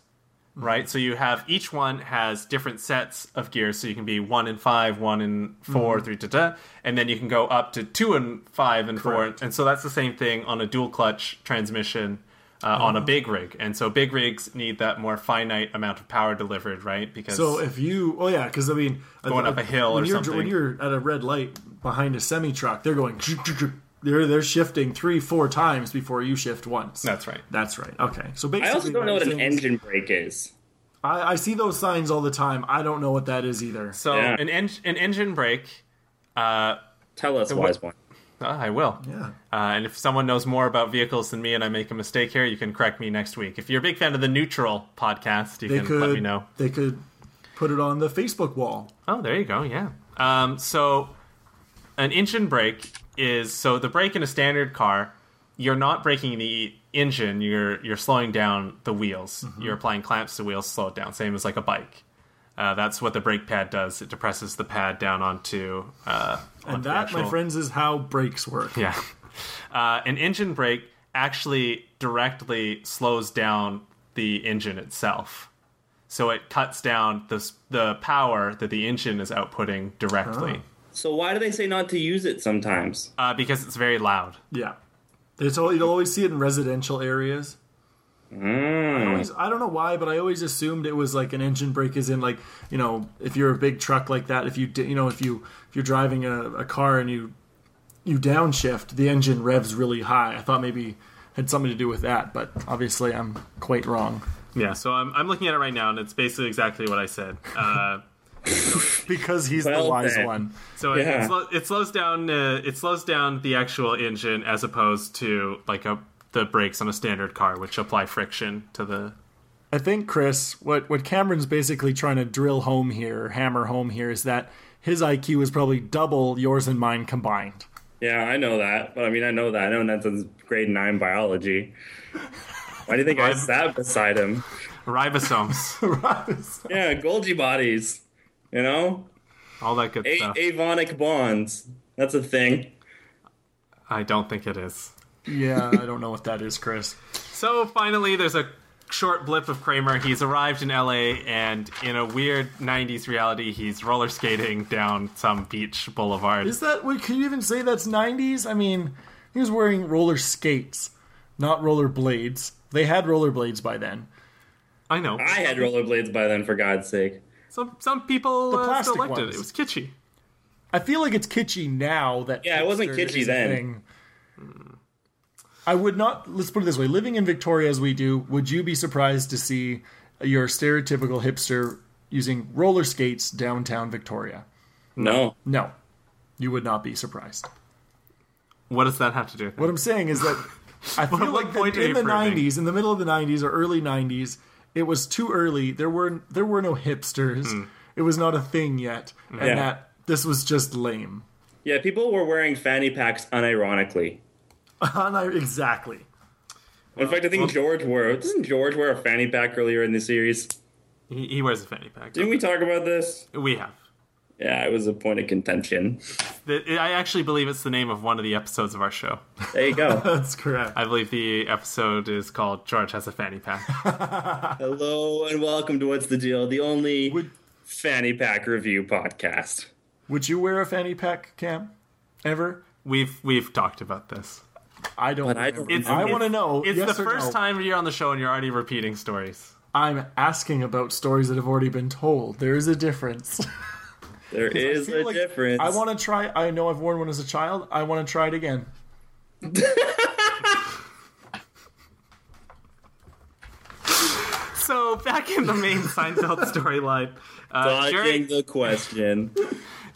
Speaker 2: Mm-hmm.
Speaker 1: right? So you have each one has different sets of gears. So you can be one and five, one and
Speaker 2: Mm-hmm.
Speaker 1: 4 three, da, da, and then you can go up to two and five and
Speaker 2: Correct.
Speaker 1: four. And so that's the same thing on a dual clutch transmission uh,
Speaker 2: Mm-hmm.
Speaker 1: on a big rig. And so big rigs need that more finite amount of power delivered, right? Because
Speaker 2: So if you, oh yeah, because I mean,
Speaker 1: Going up a hill or
Speaker 2: when you're,
Speaker 1: something.
Speaker 2: When you're at a red light behind a semi truck, they're going, they're they're shifting three, four times before you shift once.
Speaker 1: that's right.
Speaker 2: That's right. Okay. So basically,
Speaker 3: I also don't know
Speaker 2: I'm
Speaker 3: what an
Speaker 2: saying is-
Speaker 3: engine brake is.
Speaker 2: I, I see those signs all the time. I don't know what that is either.
Speaker 1: So
Speaker 3: Yeah.
Speaker 1: an en- an engine brake.
Speaker 3: Tell us, wise one.
Speaker 1: Ah, I will.
Speaker 2: Yeah.
Speaker 1: Uh, and if someone knows more about vehicles than me and I make a mistake here, you can correct me next week. If you're a big fan of the Neutral podcast, you
Speaker 2: They
Speaker 1: can
Speaker 2: could
Speaker 1: let me know.
Speaker 2: They could put it on the Facebook wall.
Speaker 1: Oh, there you go. Yeah. Um, so an engine brake is so the brake in a standard car, you're not braking the engine. You're you're slowing down the wheels.
Speaker 2: Mm-hmm.
Speaker 1: You're applying clamps to wheels, slow it down. Same as like a bike. Uh, that's what the brake pad does. It depresses the pad down onto. Uh,
Speaker 2: And that, my friends, is how brakes work.
Speaker 1: Yeah. Uh, an engine brake actually directly slows down the engine itself. So it cuts down the, s- the power that the engine is outputting directly
Speaker 3: So why do they say not to use it sometimes?
Speaker 1: uh, because it's very loud.
Speaker 2: Yeah. It's all, you'll always see it in residential areas. I, always, I don't know why, but I always assumed it was like an engine brake is in like you know if you're a big truck like that if you di- you know if you if you're driving a, a car and you you downshift the engine revs really high. I thought maybe it had something to do with that, but obviously I'm quite wrong
Speaker 1: Yeah, so I'm, I'm looking at it right now, and it's basically exactly what I said. Uh,
Speaker 2: because he's the
Speaker 3: Well
Speaker 2: wise
Speaker 3: then.
Speaker 2: one.
Speaker 1: so it- it,
Speaker 3: Yeah.
Speaker 1: slo- it slows down uh, it slows down the actual engine as opposed to like a the brakes on a standard car, which apply friction to the
Speaker 2: I think Chris, what what Cameron's basically trying to drill home here, or hammer home here, is that his IQ is probably double yours and mine combined.
Speaker 3: Yeah, I know that, but I mean, I know that. I know that's in grade nine biology. Why do you think I
Speaker 1: I'm-
Speaker 3: sat beside him?
Speaker 1: ribosomes,
Speaker 3: Yeah, Golgi bodies. You know,
Speaker 1: all that good
Speaker 3: a-
Speaker 1: stuff.
Speaker 3: avonic bonds. That's a thing.
Speaker 1: I don't think it is.
Speaker 2: Yeah, I don't know what that is, Chris.
Speaker 1: So finally, there's a short blip of Kramer. He's arrived in LA, and in a weird 90s reality, he's roller skating down some beach boulevard.
Speaker 2: Is that what? Can you even say that's '90s? I mean, he was wearing roller skates, not roller blades. They had roller blades by then.
Speaker 1: I know.
Speaker 3: I had rollerblades by then, for God's sake.
Speaker 1: Some some people uh, still
Speaker 2: plastic
Speaker 1: liked it.
Speaker 2: ones.
Speaker 1: It was kitschy.
Speaker 2: I feel like it's kitschy now. That
Speaker 3: Yeah, it wasn't
Speaker 2: hipster
Speaker 3: kitschy
Speaker 2: is a
Speaker 3: then.
Speaker 2: thing. I would not. Let's put it this way: living in Victoria as we do, would you be surprised to see your stereotypical hipster using roller skates downtown Victoria?
Speaker 3: No,
Speaker 2: No, you would not be surprised.
Speaker 1: What does that have to do? With
Speaker 2: What
Speaker 1: it?
Speaker 2: I'm saying is that I
Speaker 1: What-
Speaker 2: feel
Speaker 1: what
Speaker 2: like that
Speaker 1: point are
Speaker 2: in
Speaker 1: you
Speaker 2: the
Speaker 1: proving?
Speaker 2: '90s, in the middle of the '90s or early '90s, it was too early. There were there were no hipsters.
Speaker 1: Hmm.
Speaker 2: It was not a thing yet, and
Speaker 3: Yeah.
Speaker 2: that this was just lame.
Speaker 3: Yeah, people were wearing fanny packs unironically.
Speaker 2: And I- exactly.
Speaker 3: In fact, I think George wore. Doesn't George wear a fanny pack earlier in the series?
Speaker 1: He, he wears a fanny pack.
Speaker 3: Didn't we talk about this?
Speaker 1: We have.
Speaker 3: Yeah, it was a point of contention.
Speaker 1: The- I actually believe it's the name of one of the episodes of our show.
Speaker 3: There you go.
Speaker 2: That's correct.
Speaker 1: I believe the episode is called George Has a Fanny Pack.
Speaker 3: Hello and welcome to What's the Deal, the only
Speaker 2: Would
Speaker 3: fanny pack review podcast.
Speaker 2: Would you wear a fanny pack, Cam? Ever?
Speaker 1: We've we've talked about this.
Speaker 2: I don't.
Speaker 3: I
Speaker 2: remember.
Speaker 3: don't- It's-
Speaker 2: I want to know.
Speaker 1: It's
Speaker 2: yes
Speaker 1: the
Speaker 2: or
Speaker 1: first
Speaker 2: no.
Speaker 1: time you're on the show and you're already repeating stories.
Speaker 2: I'm asking about stories that have already been told. There is a difference.
Speaker 3: There is
Speaker 2: feel
Speaker 3: a
Speaker 2: like
Speaker 3: difference.
Speaker 2: I want to try. I know I've worn one as a child. I want to try it again.
Speaker 1: So back in the main Seinfeld storyline, uh,
Speaker 3: dodging
Speaker 1: Jerry,
Speaker 3: the question.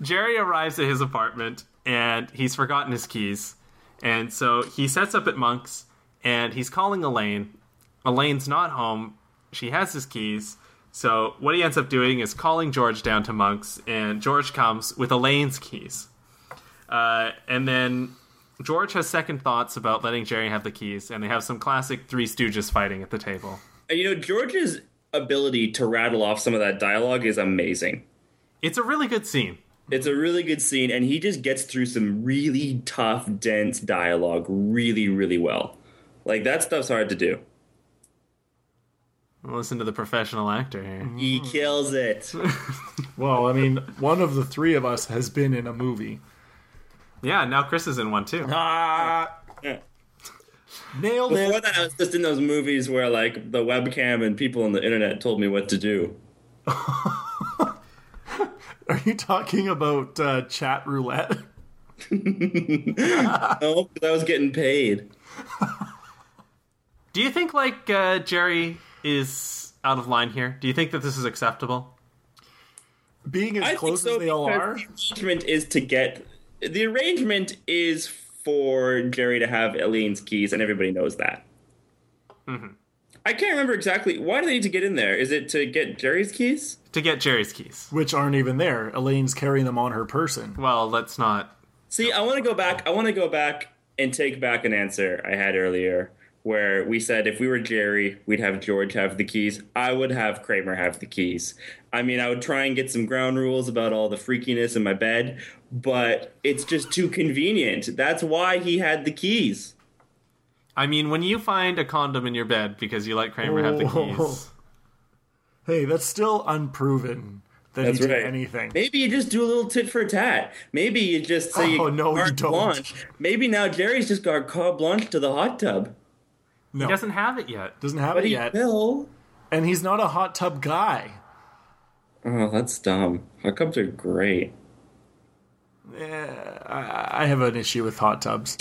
Speaker 1: Jerry arrives at his apartment and he's forgotten his keys, and so he sets up at Monk's and he's calling Elaine. Elaine's not home. She has his keys. So what he ends up doing is calling George down to Monk's, and George comes with Elaine's keys. Uh, and then George has second thoughts about letting Jerry have the keys, and they have some classic Three Stooges fighting at the table.
Speaker 3: And, you know, George's ability to rattle off some of that dialogue is amazing.
Speaker 1: It's a really good scene.
Speaker 3: It's a really good scene, and he just gets through some really tough, dense dialogue really, really well. Like, that stuff's hard to do.
Speaker 1: Listen to the professional actor here.
Speaker 3: He kills it.
Speaker 2: Well, I mean, one of the three of us has been in a movie.
Speaker 1: Yeah, now Chris is in one too.
Speaker 2: Ah,
Speaker 3: Uh, Yeah.
Speaker 2: nailed
Speaker 3: Before
Speaker 2: it.
Speaker 3: that, I was just in those movies where, like, the webcam and people on the internet told me what to do.
Speaker 2: Are you talking about uh, chat roulette?
Speaker 3: No, because Oh, I was getting paid.
Speaker 1: Do you think like uh, Jerry is out of line here? Do you think that this is acceptable?
Speaker 2: Being as
Speaker 3: I think
Speaker 2: close
Speaker 3: so
Speaker 2: as they all
Speaker 3: because
Speaker 2: are.
Speaker 3: The arrangement is to get the arrangement is for Jerry to have Elaine's keys, and everybody knows that. I can't remember exactly why do they need to get in there. Is it to get Jerry's keys?
Speaker 1: To get Jerry's keys.
Speaker 2: Which aren't even there. Elaine's carrying them on her person.
Speaker 1: Well, let's not.
Speaker 3: See, I want to go back. I want to go back and take back an answer I had earlier, where we said if we were Jerry, we'd have George have the keys. I would have Kramer have the keys. I mean, I would try and get some ground rules about all the freakiness in my bed, but it's just too convenient. That's why he had the keys.
Speaker 1: I mean, when you find a condom in your bed because you let Kramer have the keys,
Speaker 2: Hey, that's still unproven that
Speaker 3: That's
Speaker 2: he did
Speaker 3: right.
Speaker 2: anything.
Speaker 3: Maybe you just do a little tit for tat. Maybe you just say
Speaker 2: Oh, no, you
Speaker 3: carte
Speaker 2: don't.
Speaker 3: blanche. Maybe now Jerry's just got carte blanche to the hot tub.
Speaker 2: No,
Speaker 1: he doesn't have it yet.
Speaker 2: doesn't have
Speaker 3: But
Speaker 2: it
Speaker 3: he
Speaker 2: yet.
Speaker 3: will.
Speaker 2: And he's not a hot tub guy.
Speaker 3: Oh, that's dumb. Hot tubs are great.
Speaker 2: I have an issue with hot tubs.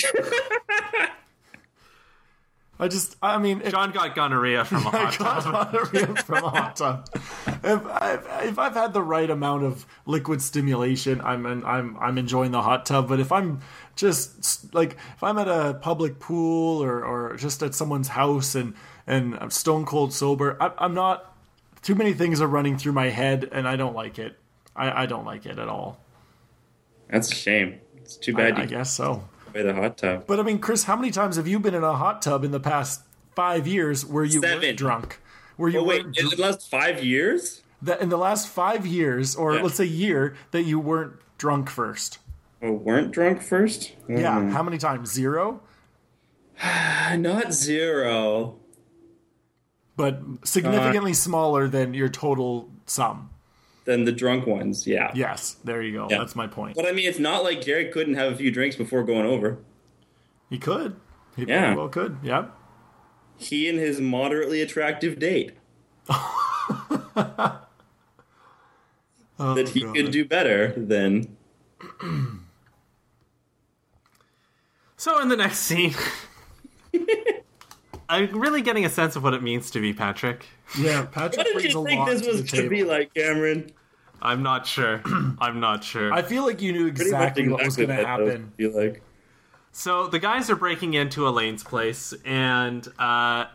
Speaker 2: I just, I mean, if
Speaker 1: John got gonorrhea from a hot
Speaker 2: I
Speaker 1: tub.
Speaker 2: got gonorrhea from a hot tub, if I've, if I've had the right amount of liquid stimulation, I'm en- I'm I'm enjoying the hot tub. But if I'm just like if I'm at a public pool or or just at someone's house and and I'm stone cold sober, I, I'm not. Too many things are running through my head, and I don't like it. I, I don't like it at all.
Speaker 3: That's a shame. It's too bad
Speaker 2: I
Speaker 3: you
Speaker 2: guess so.
Speaker 3: can't play the hot tub.
Speaker 2: But I mean, Chris, how many times have you been in a hot tub in the past five years where you
Speaker 3: Seven.
Speaker 2: weren't drunk? Where you
Speaker 3: Oh, wait,
Speaker 2: weren't
Speaker 3: in
Speaker 2: dr-
Speaker 3: the last five years?
Speaker 2: that in the last five years, or
Speaker 3: Yeah.
Speaker 2: let's say year, that you weren't drunk first?
Speaker 3: Or Oh, weren't drunk first?
Speaker 2: Yeah, how many times? Zero,
Speaker 3: Uh, Not zero.
Speaker 2: but significantly smaller than your total sum.
Speaker 3: Then the drunk ones, yeah.
Speaker 2: Yes, there you go.
Speaker 3: Yeah.
Speaker 2: That's my point.
Speaker 3: But I mean, it's not like Jerry couldn't have a few drinks before going over.
Speaker 2: He could. He
Speaker 3: Yeah.
Speaker 2: very well could. Yep.
Speaker 3: He and his moderately attractive date.
Speaker 2: Oh,
Speaker 3: that he could do better than.
Speaker 1: So in the next scene, I'm really getting a sense of what it means to be Patrick.
Speaker 2: Yeah,
Speaker 3: What
Speaker 2: Patrick
Speaker 3: did
Speaker 2: brings a
Speaker 3: you think
Speaker 2: lot
Speaker 3: this
Speaker 2: to the
Speaker 3: was going to
Speaker 2: table.
Speaker 3: be like, Cameron?
Speaker 1: I'm not sure. I'm not sure.
Speaker 2: I feel like you knew
Speaker 3: Pretty much
Speaker 2: exactly what was going to
Speaker 3: what that
Speaker 2: happen.
Speaker 3: Be like.
Speaker 1: So the guys are breaking into Elaine's place, and uh,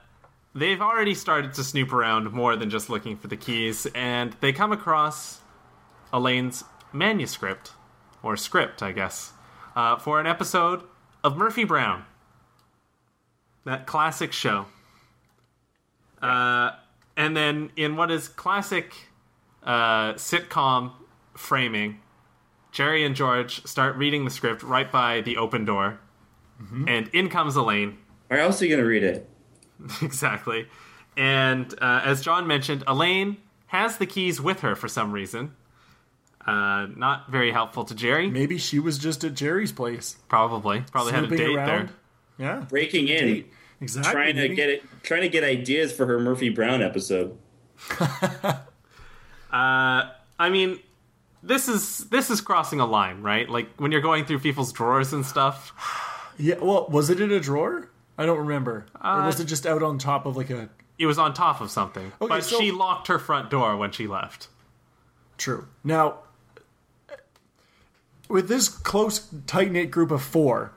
Speaker 1: they've already started to snoop around more than just looking for the keys, and they come across Elaine's manuscript, or script, I guess, uh, for an episode of Murphy Brown, that classic show. Uh, and then, in what is classic uh, sitcom framing, Jerry and George start reading the script right by the open door, and in comes Elaine.
Speaker 3: Or else you're gonna read it.
Speaker 1: Exactly. And uh, as John mentioned, Elaine has the keys with her for some reason. Uh, not very helpful to Jerry.
Speaker 2: Maybe she was just at Jerry's place,
Speaker 1: Probably. Probably had a
Speaker 2: snooping
Speaker 1: date
Speaker 2: around.
Speaker 1: there.
Speaker 2: Yeah,
Speaker 3: Breaking in,
Speaker 2: exactly.
Speaker 3: trying to
Speaker 2: maybe.
Speaker 3: get it, trying to get ideas for her Murphy Brown episode.
Speaker 1: I mean, this is this is crossing a line, right? Like when you're going through people's drawers and stuff.
Speaker 2: Yeah, well, was it in a drawer? I don't remember. or was it just out on top of like a
Speaker 1: It was on top of something, but
Speaker 2: so-
Speaker 1: she locked her front door when she left.
Speaker 2: True. Now, with this close, tight knit group of 4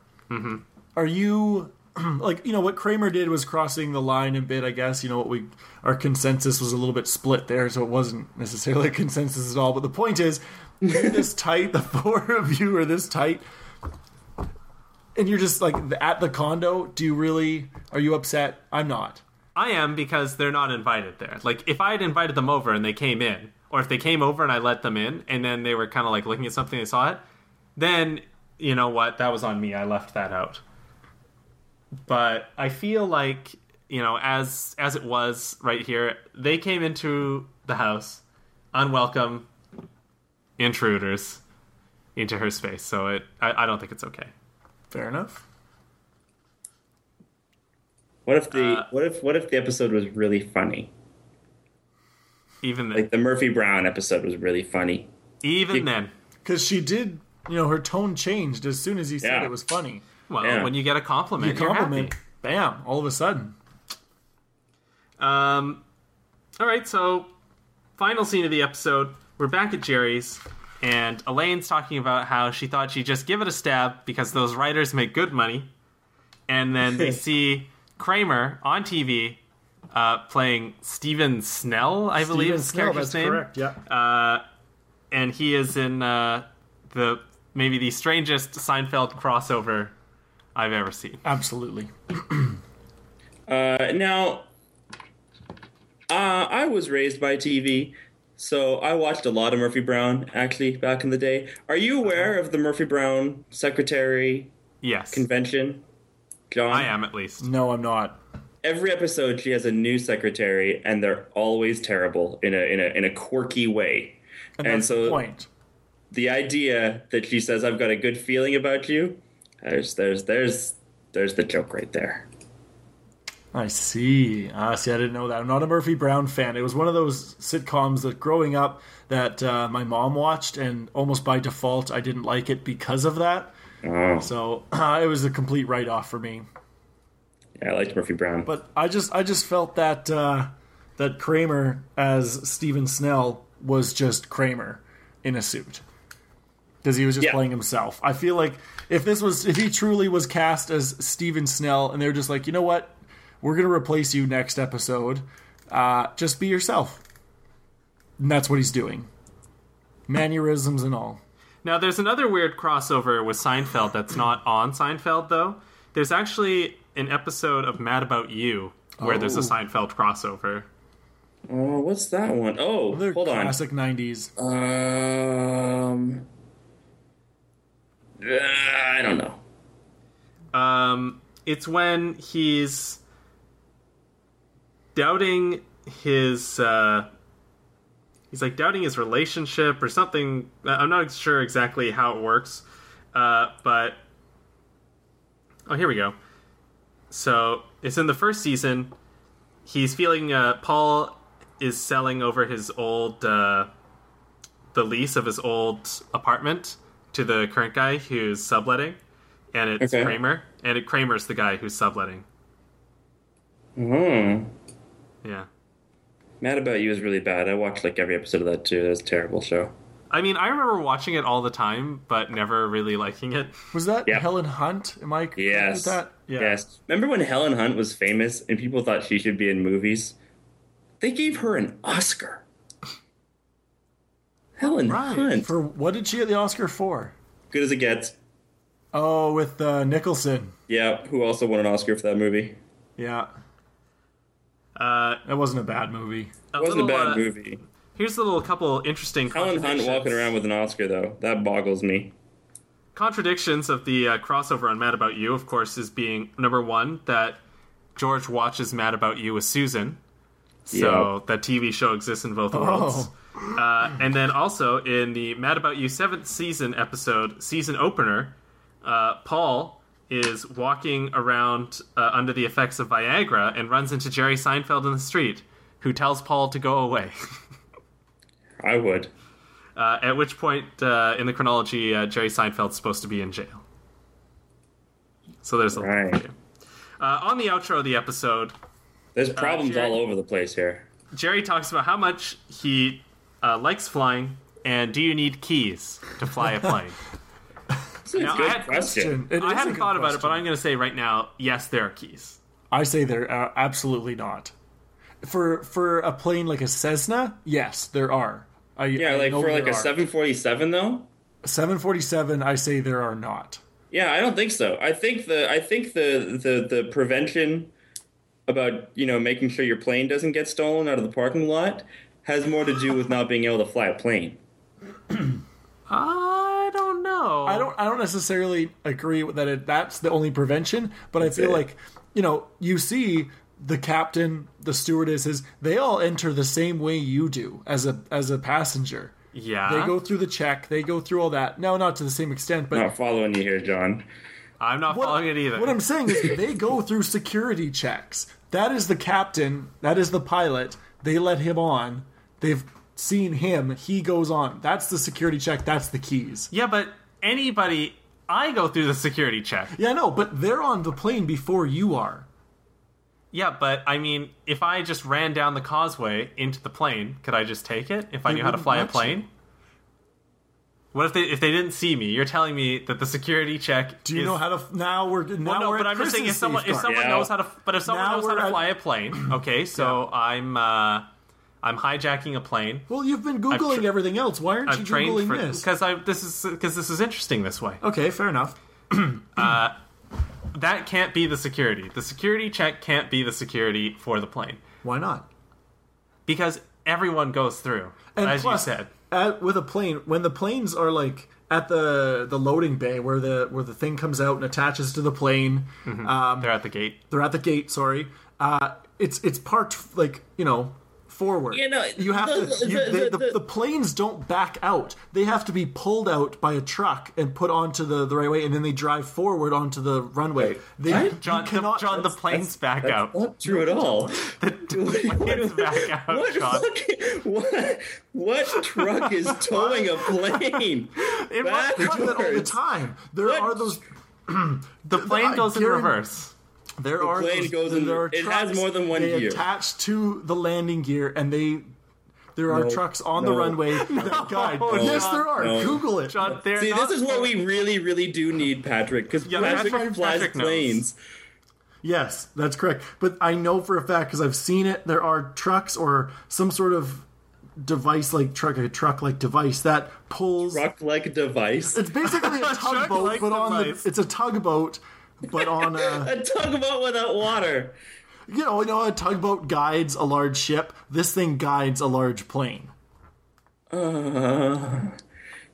Speaker 2: are you like you know what Kramer did was crossing the line a bit? I guess you know what we our consensus was a little bit split there, so it wasn't necessarily a consensus at all. But the point is, you're this tight. The four of you are this tight. And you're just like at the condo. Do you really? Are you upset? I'm not.
Speaker 1: I am because they're not invited there. Like if I had invited them over and they came in, or if they came over and I let them in, and then they were kind of like looking at something, they saw it. Then you know what? That was on me. I left that out. But I feel like you know, as as it was right here, they came into the house, unwelcome intruders into her space. So it, I, I don't think it's okay.
Speaker 2: Fair enough.
Speaker 3: What if
Speaker 2: Uh,
Speaker 3: the what if what if the episode was really funny?
Speaker 1: Even then,
Speaker 3: Like the Murphy Brown episode was really funny.
Speaker 1: even then.
Speaker 2: Because she did. You know, her tone changed as soon as he said
Speaker 3: Yeah.
Speaker 2: it was funny.
Speaker 1: Well,
Speaker 3: Yeah.
Speaker 1: when you get a compliment,
Speaker 2: you
Speaker 1: you're happy.
Speaker 2: compliment, bam, all of a sudden.
Speaker 1: Um, all right, so final scene of the episode. We're back at Jerry's, and Elaine's talking about how she thought she'd just give it a stab because those writers make good money. And then they see Kramer on TV uh, playing Steven Snell, I believe is
Speaker 2: Steven
Speaker 1: the
Speaker 2: Snell,
Speaker 1: character's
Speaker 2: that's
Speaker 1: name.
Speaker 2: correct, yeah.
Speaker 1: And he is in uh, the maybe the strangest Seinfeld crossover I've ever seen.
Speaker 2: Absolutely.
Speaker 3: Uh, now, uh, I was raised by TV, so I watched a lot of Murphy Brown actually back in the day. Are you aware of the Murphy Brown secretary
Speaker 1: Yes,
Speaker 3: convention? John,
Speaker 1: I am at least.
Speaker 2: No, I'm not.
Speaker 3: Every episode, she has a new secretary, and they're always terrible in a in a in a quirky way.
Speaker 2: And,
Speaker 3: And
Speaker 2: that's the
Speaker 3: so-
Speaker 2: point.
Speaker 3: the idea that she says I've got a good feeling about you, there's there's there's there's the joke right there.
Speaker 2: I see. Ah, see, I didn't know that. I'm not a Murphy Brown fan. It was one of those sitcoms that growing up that uh, my mom watched, and almost by default, I didn't like it because of that.
Speaker 3: Oh,
Speaker 2: So uh, it was a complete write off for me.
Speaker 3: yeah, I liked Murphy Brown.
Speaker 2: But I just, I just felt that uh, that Kramer as Steven Snell was just Kramer in a suit. because he was just
Speaker 3: Yeah.
Speaker 2: playing himself. I feel like if this was if he truly was cast as Steven Snell and they're just like, you know what, we're gonna replace you next episode. Uh, just be yourself. And that's what he's doing. Mannerisms and all.
Speaker 1: Now, there's another weird crossover with Seinfeld that's not on Seinfeld, though. There's actually an episode of Mad About You where there's a
Speaker 2: Oh.
Speaker 1: Seinfeld crossover.
Speaker 3: oh, what's that one? Oh,
Speaker 2: They're
Speaker 3: hold on.
Speaker 2: classic nineties.
Speaker 3: Um, uh, I don't know.
Speaker 1: Um, it's when he's doubting his. Uh, he's like doubting his relationship or something. I- I'm not sure exactly how it works, uh, but oh, here we go. So it's in the first season. He's feeling. Uh, Paul is selling over his old. Uh, the lease of his old apartment to the current guy who's subletting, and it's
Speaker 3: Okay.
Speaker 1: Kramer, and it Kramer's the guy who's subletting.
Speaker 3: Hmm.
Speaker 1: Yeah.
Speaker 3: Mad About You is really bad. I watched like every episode of that too. That's a terrible show.
Speaker 1: I mean, I remember watching it all the time, but never really liking it.
Speaker 2: Was that
Speaker 3: Yep.
Speaker 2: Helen Hunt? Am I correct
Speaker 3: Yes.
Speaker 2: with that? Yeah.
Speaker 3: Yes. Remember when Helen Hunt was famous and people thought she should be in movies? They gave her an Oscar. Helen
Speaker 1: Right.
Speaker 3: Hunt.
Speaker 2: For what did she get the Oscar for?
Speaker 3: Good as it gets.
Speaker 2: Oh, with uh, Nicholson.
Speaker 3: Yeah, who also won an Oscar for that movie.
Speaker 2: Yeah,
Speaker 1: Uh,
Speaker 2: that wasn't a bad movie.
Speaker 1: a
Speaker 3: It wasn't a
Speaker 1: little,
Speaker 3: bad
Speaker 1: uh,
Speaker 3: movie.
Speaker 1: Here's a little couple interesting
Speaker 3: Helen Hunt
Speaker 1: contradictions,
Speaker 3: walking around with an Oscar, though, that boggles me.
Speaker 1: contradictions of the uh, crossover on Mad About You. Of course, is being number one that George watches Mad About You with Susan. So that TV show exists in both worlds. Uh, and then also in the Mad About You seventh season episode, season opener, uh, Paul is walking around uh, under the effects of Viagra and runs into Jerry Seinfeld in the street, who tells Paul to go away.
Speaker 3: I would.
Speaker 1: Uh, at which point uh, in the chronology, uh, Jerry Seinfeld's supposed to be in jail. So there's a
Speaker 3: Right.
Speaker 1: for you. Uh, on the outro of the episode,
Speaker 3: There's problems
Speaker 1: Jared-
Speaker 3: all over the place here.
Speaker 1: Jerry talks about how much he uh, likes flying and do you need keys to fly a plane.
Speaker 3: It's a
Speaker 1: Now, I
Speaker 3: good
Speaker 1: had-
Speaker 3: question.
Speaker 2: It
Speaker 1: I
Speaker 2: is a
Speaker 1: hadn't
Speaker 2: good
Speaker 1: thought about it, but
Speaker 2: question.
Speaker 1: I'm going to say right now, yes, there are keys.
Speaker 2: I say there uh, absolutely not. For for a plane like a Cessna, yes, there are. I,
Speaker 3: Yeah,
Speaker 2: I
Speaker 3: like
Speaker 2: know
Speaker 3: for like
Speaker 2: there
Speaker 3: a
Speaker 2: are.
Speaker 3: 747, though?
Speaker 2: 747, I say there are not.
Speaker 3: Yeah, I don't think so. I think the I think the the the prevention about you know making sure your plane doesn't get stolen out of the parking lot has more to do with not being able to fly a plane.
Speaker 1: I don't know.
Speaker 2: I don't I don't necessarily agree with that it, that's the only prevention, but I feel
Speaker 3: it.
Speaker 2: like you know, you see the captain, the stewardesses, they all enter the same way you do as a as a passenger.
Speaker 1: Yeah.
Speaker 2: They go through the check, they go through all that. No, not to the same extent, but
Speaker 3: Not following you here, John.
Speaker 1: I'm not following it either.
Speaker 2: What I'm saying is they go through security checks. That is the captain. That is the pilot. They let him on. They've seen him. He goes on. That's the security check. That's the keys.
Speaker 1: yeah, but anybody, I go through the security check.
Speaker 2: Yeah, no, but they're on the plane before you are.
Speaker 1: Yeah, but I mean, if I just ran down the causeway into the plane, could I just take it if I
Speaker 2: They
Speaker 1: knew how to
Speaker 2: wouldn't
Speaker 1: fly a
Speaker 2: let you.
Speaker 1: plane? What if they if they didn't see me? You're telling me that the security check.
Speaker 2: Do you
Speaker 1: is,
Speaker 2: know how to? f- Now we're now
Speaker 1: Well, no,
Speaker 2: we're
Speaker 1: but
Speaker 2: at
Speaker 1: I'm just saying
Speaker 2: prison
Speaker 1: if someone if
Speaker 2: safeguard.
Speaker 1: someone
Speaker 3: Yeah.
Speaker 1: knows how to f- but if someone
Speaker 2: Now
Speaker 1: knows how
Speaker 2: we're
Speaker 1: to
Speaker 2: at-
Speaker 1: fly a plane, okay, so I'm uh, I'm hijacking a plane.
Speaker 2: Well, you've been googling
Speaker 1: tra-
Speaker 2: everything else. Why aren't
Speaker 1: I've
Speaker 2: you
Speaker 1: trained
Speaker 2: googling
Speaker 1: for
Speaker 2: this?
Speaker 1: because I this is because this is interesting this way.
Speaker 2: Okay, fair enough.
Speaker 1: That can't be the security. The security check can't be the security for the plane
Speaker 2: Why not?
Speaker 1: because everyone goes through
Speaker 2: And
Speaker 1: as
Speaker 2: plus,
Speaker 1: you said.
Speaker 2: at, with a plane, when the planes are like at the the loading bay where the where the thing comes out and attaches to the plane,
Speaker 1: Mm-hmm.
Speaker 2: uh,
Speaker 1: They're at the gate.
Speaker 2: they're at the gate. Sorry, uh, it's it's parked like you know forward.
Speaker 3: Yeah, no,
Speaker 2: you have
Speaker 3: the-
Speaker 2: to. You,
Speaker 3: the-
Speaker 2: they,
Speaker 3: the-
Speaker 2: the, the, planes don't back out; they have to be pulled out by a truck and put onto the, the right way, and then they drive forward onto the runway. They
Speaker 3: Right?
Speaker 2: you
Speaker 1: John,
Speaker 2: cannot.
Speaker 1: the, John, the plane's back out.
Speaker 3: Not true at all.
Speaker 1: Plane's back out,
Speaker 3: What,
Speaker 1: John.
Speaker 3: fucking- what, what truck is towing a plane?
Speaker 1: It must-
Speaker 3: Back-
Speaker 2: they do that all the
Speaker 3: words.
Speaker 2: time. There
Speaker 3: What?
Speaker 2: are those.
Speaker 1: the plane
Speaker 2: I
Speaker 1: goes in
Speaker 2: guarantee-
Speaker 1: reverse.
Speaker 2: There are
Speaker 3: plane
Speaker 2: those,
Speaker 3: goes in-
Speaker 2: there are
Speaker 3: it has
Speaker 2: trucks,
Speaker 3: more than one
Speaker 2: they
Speaker 3: gear.
Speaker 2: attach to the landing gear, and they. There are
Speaker 3: No,
Speaker 2: trucks on the
Speaker 3: no.
Speaker 2: runway that guide.
Speaker 1: no,
Speaker 2: yes, there are.
Speaker 3: no.
Speaker 2: Google it.
Speaker 1: John, they're
Speaker 3: See,
Speaker 1: not-
Speaker 3: this is what we really, really do need, Patrick, because
Speaker 1: Yeah,
Speaker 3: Patrick,
Speaker 1: Patrick-
Speaker 3: flies
Speaker 1: Patrick knows.
Speaker 3: planes.
Speaker 2: Yes, that's correct. But I know for a fact because I've seen it. There are trucks or some sort of device like truck, a truck like device that pulls.
Speaker 3: Truck-like device.
Speaker 2: It's basically a tugboat,
Speaker 1: Truck-like
Speaker 2: but on
Speaker 1: device.
Speaker 2: the it's a tugboat, but on a
Speaker 3: A tugboat without water.
Speaker 2: you know you know a tugboat guides a large ship. This thing guides a large plane.
Speaker 3: Uh,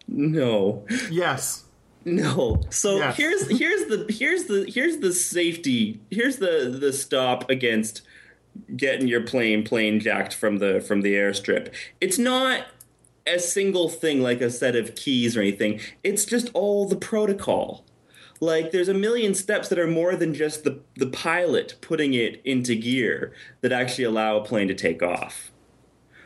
Speaker 3: no.
Speaker 2: Yes,
Speaker 3: No. So
Speaker 2: Yes.
Speaker 3: here's here's the here's the here's the safety. Here's the the stop against getting your plane plane jacked from the from the airstrip. It's not a single thing like a set of keys or anything. It's just all the protocol. Like there's a million steps that are more than just the the pilot putting it into gear that actually allow a plane to take off.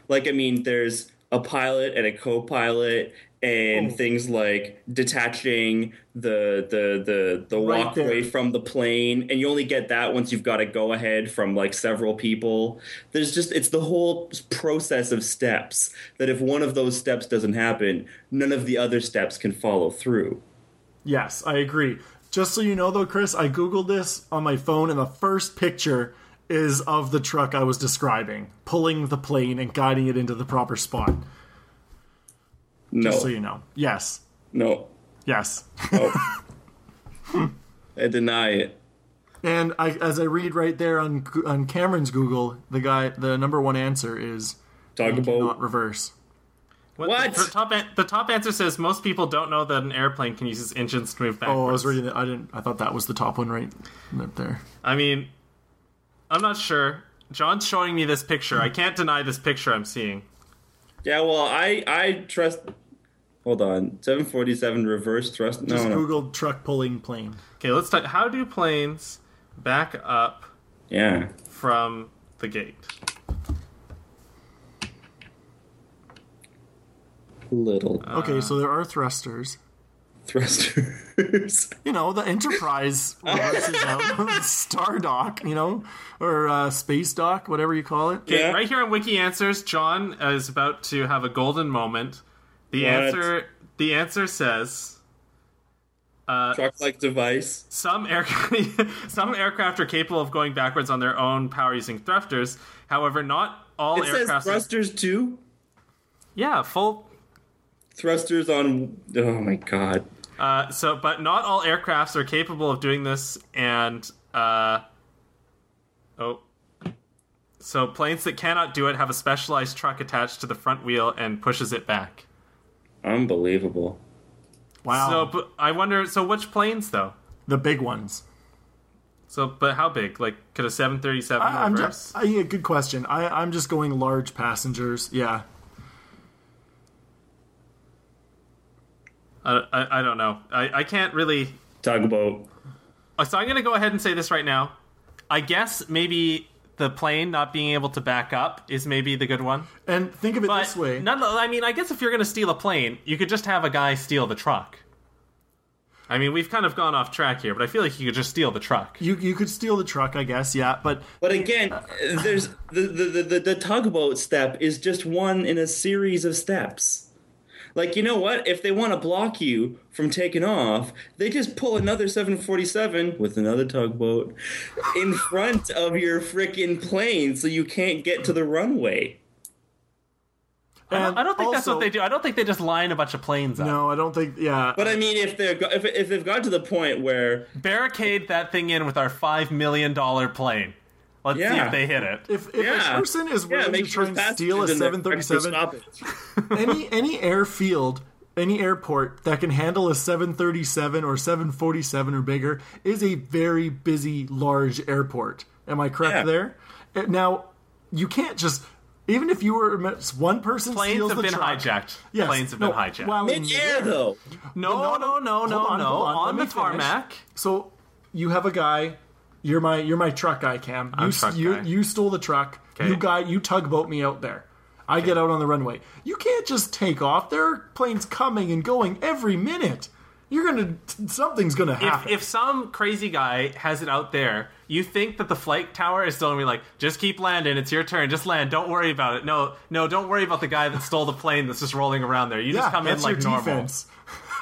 Speaker 3: Like I mean there's a pilot and a co-pilot
Speaker 2: Oh.
Speaker 3: and things like detaching the the the the
Speaker 2: Right
Speaker 3: walkway
Speaker 2: there.
Speaker 3: from the plane and you only get that once you've got a go ahead from like several people there's just it's the whole process of steps that if one of those steps doesn't happen none of the other steps can follow through
Speaker 2: Yes, I agree. Just so you know, though, Chris, I googled this on my phone, and the first picture is of the truck I was describing, pulling the plane and guiding it into the proper spot.
Speaker 3: no
Speaker 2: So you know, yes,
Speaker 3: no
Speaker 2: yes.
Speaker 3: no i deny it
Speaker 2: And I, as I read right there on Goo- on Cameron's Google, the guy, the number one answer is
Speaker 3: talk
Speaker 2: not
Speaker 3: about
Speaker 2: reverse.
Speaker 3: What?
Speaker 1: The, top an- the top answer says most people don't know that an airplane can use its engines to move backwards.
Speaker 2: Oh, I was reading that. I didn't. I thought that was the top one right up there.
Speaker 1: I mean, I'm not sure. John's showing me this picture. I can't deny this picture I'm seeing.
Speaker 3: yeah well i i trust hold on 747 reverse thrust no
Speaker 2: Just
Speaker 3: no
Speaker 2: googled truck pulling plane.
Speaker 1: Okay, let's talk. How do planes back up
Speaker 3: yeah
Speaker 1: from the gate?
Speaker 3: little
Speaker 2: Okay, so there are thrusters.
Speaker 3: thrusters
Speaker 2: you know, the Enterprise reverses out Star Dock, you know, or uh, Space Dock, whatever you call it.
Speaker 1: Okay,
Speaker 3: Yeah.
Speaker 1: right here on Wiki Answers, John uh, is about to have a golden moment. The
Speaker 3: What?
Speaker 1: answer, the answer says.
Speaker 3: truck-like device
Speaker 1: Some, air- some aircraft are capable of going backwards on their own power using thrusters. However, not all
Speaker 3: It says
Speaker 1: aircraft.
Speaker 3: thrusters too.
Speaker 1: yeah, full.
Speaker 3: Thrusters on. Oh my god.
Speaker 1: Uh, so, but not all aircrafts are capable of doing this, and uh, oh, so planes that cannot do it have a specialized truck attached to the front wheel and pushes it back.
Speaker 3: Unbelievable.
Speaker 2: Wow.
Speaker 1: So, but I wonder. So, which planes though?
Speaker 2: the big ones.
Speaker 1: So, but how big? Like, could a seven thirty
Speaker 2: I,
Speaker 1: seven
Speaker 2: I'm
Speaker 1: reverse?
Speaker 2: just, uh, yeah, good question. I, I'm just going large passengers. Yeah.
Speaker 1: I, I, I don't know. I, I can't really
Speaker 3: Tugboat.
Speaker 1: Uh, So I'm going to go ahead and say this right now. I guess maybe the plane not being able to back up is maybe the good one.
Speaker 2: And think of it
Speaker 1: But
Speaker 2: this way.
Speaker 1: none. I mean, I guess if you're going to steal a plane, you could just have a guy steal the truck. I mean, we've kind of gone off track here, but I feel like you could just steal the truck.
Speaker 2: you, you could steal the truck, I guess, yeah, but
Speaker 3: But again, there's the the, the the the tugboat step is just one in a series of steps. Like you know what? If they want to block you from taking off, they just pull another 747 with another tugboat in front of your frickin' plane, so you can't get to the runway.
Speaker 1: I don't think that's what
Speaker 2: also-
Speaker 1: they do. I don't think they just line a bunch of planes up.
Speaker 2: No, I don't think, yeah.
Speaker 3: But I mean, if they're go- if if they've got to the point where
Speaker 1: Barricade that thing in with our five million dollar plane. Let's see
Speaker 3: Yeah.
Speaker 1: if they hit it.
Speaker 2: if, if
Speaker 3: yeah,
Speaker 2: a person is willing to try and steal a
Speaker 3: passengers in there actually
Speaker 2: 737,
Speaker 3: stop it.
Speaker 2: any any airfield any airport that can handle a 737 or 747 or bigger is a very busy large airport am i correct
Speaker 3: Yeah.
Speaker 2: there Uh, now you can't just even if you were one person
Speaker 1: Planes
Speaker 2: steals
Speaker 1: have
Speaker 2: the
Speaker 1: been
Speaker 2: truck-
Speaker 1: hijacked.
Speaker 2: Yes,
Speaker 1: Planes have been
Speaker 2: no,
Speaker 1: hijacked.
Speaker 2: while in
Speaker 3: Mid-air, though.
Speaker 1: no,
Speaker 2: But
Speaker 1: no,
Speaker 2: no,
Speaker 1: no,
Speaker 2: hold
Speaker 1: no,
Speaker 2: on,
Speaker 1: no.
Speaker 2: hold on, let
Speaker 1: On the
Speaker 2: me finish.
Speaker 1: tarmac.
Speaker 2: so you have a guy you're my you're my truck guy cam you, s-
Speaker 1: truck
Speaker 2: you,
Speaker 1: guy.
Speaker 2: you stole the truck
Speaker 1: Okay.
Speaker 2: you guy you tugboat me out there i get out on the runway you can't just take off there are planes coming and going every minute you're gonna something's gonna
Speaker 1: if,
Speaker 2: happen
Speaker 1: if some crazy guy has it out there, you think that the flight tower is still gonna be like, just keep landing, it's your turn, just land, don't worry about it. No, no, don't worry about the guy that stole the plane that's just rolling around there. You
Speaker 2: yeah,
Speaker 1: just come in
Speaker 2: that's
Speaker 1: like
Speaker 2: your
Speaker 1: normal.
Speaker 2: defense.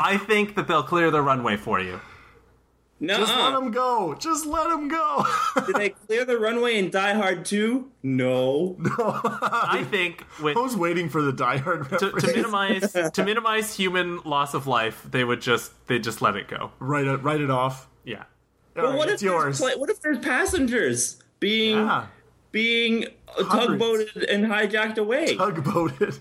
Speaker 1: I think that they'll clear the runway for you.
Speaker 2: Just let
Speaker 1: Uh.
Speaker 3: No,
Speaker 2: 'em go. Just let him go.
Speaker 3: did they clear the runway in Die Hard 2? No.
Speaker 1: I think with
Speaker 2: I was waiting for the diehard
Speaker 1: to,
Speaker 2: reference.
Speaker 1: to minimize to minimize human loss of life, they would just they just let it go.
Speaker 2: write it, write it off.
Speaker 1: Yeah.
Speaker 2: All right,
Speaker 3: what if
Speaker 2: it's yours.
Speaker 3: there's pla- what if there's passengers being
Speaker 2: Yeah.
Speaker 3: being uh, tugboated and hijacked away?
Speaker 2: Tugboated.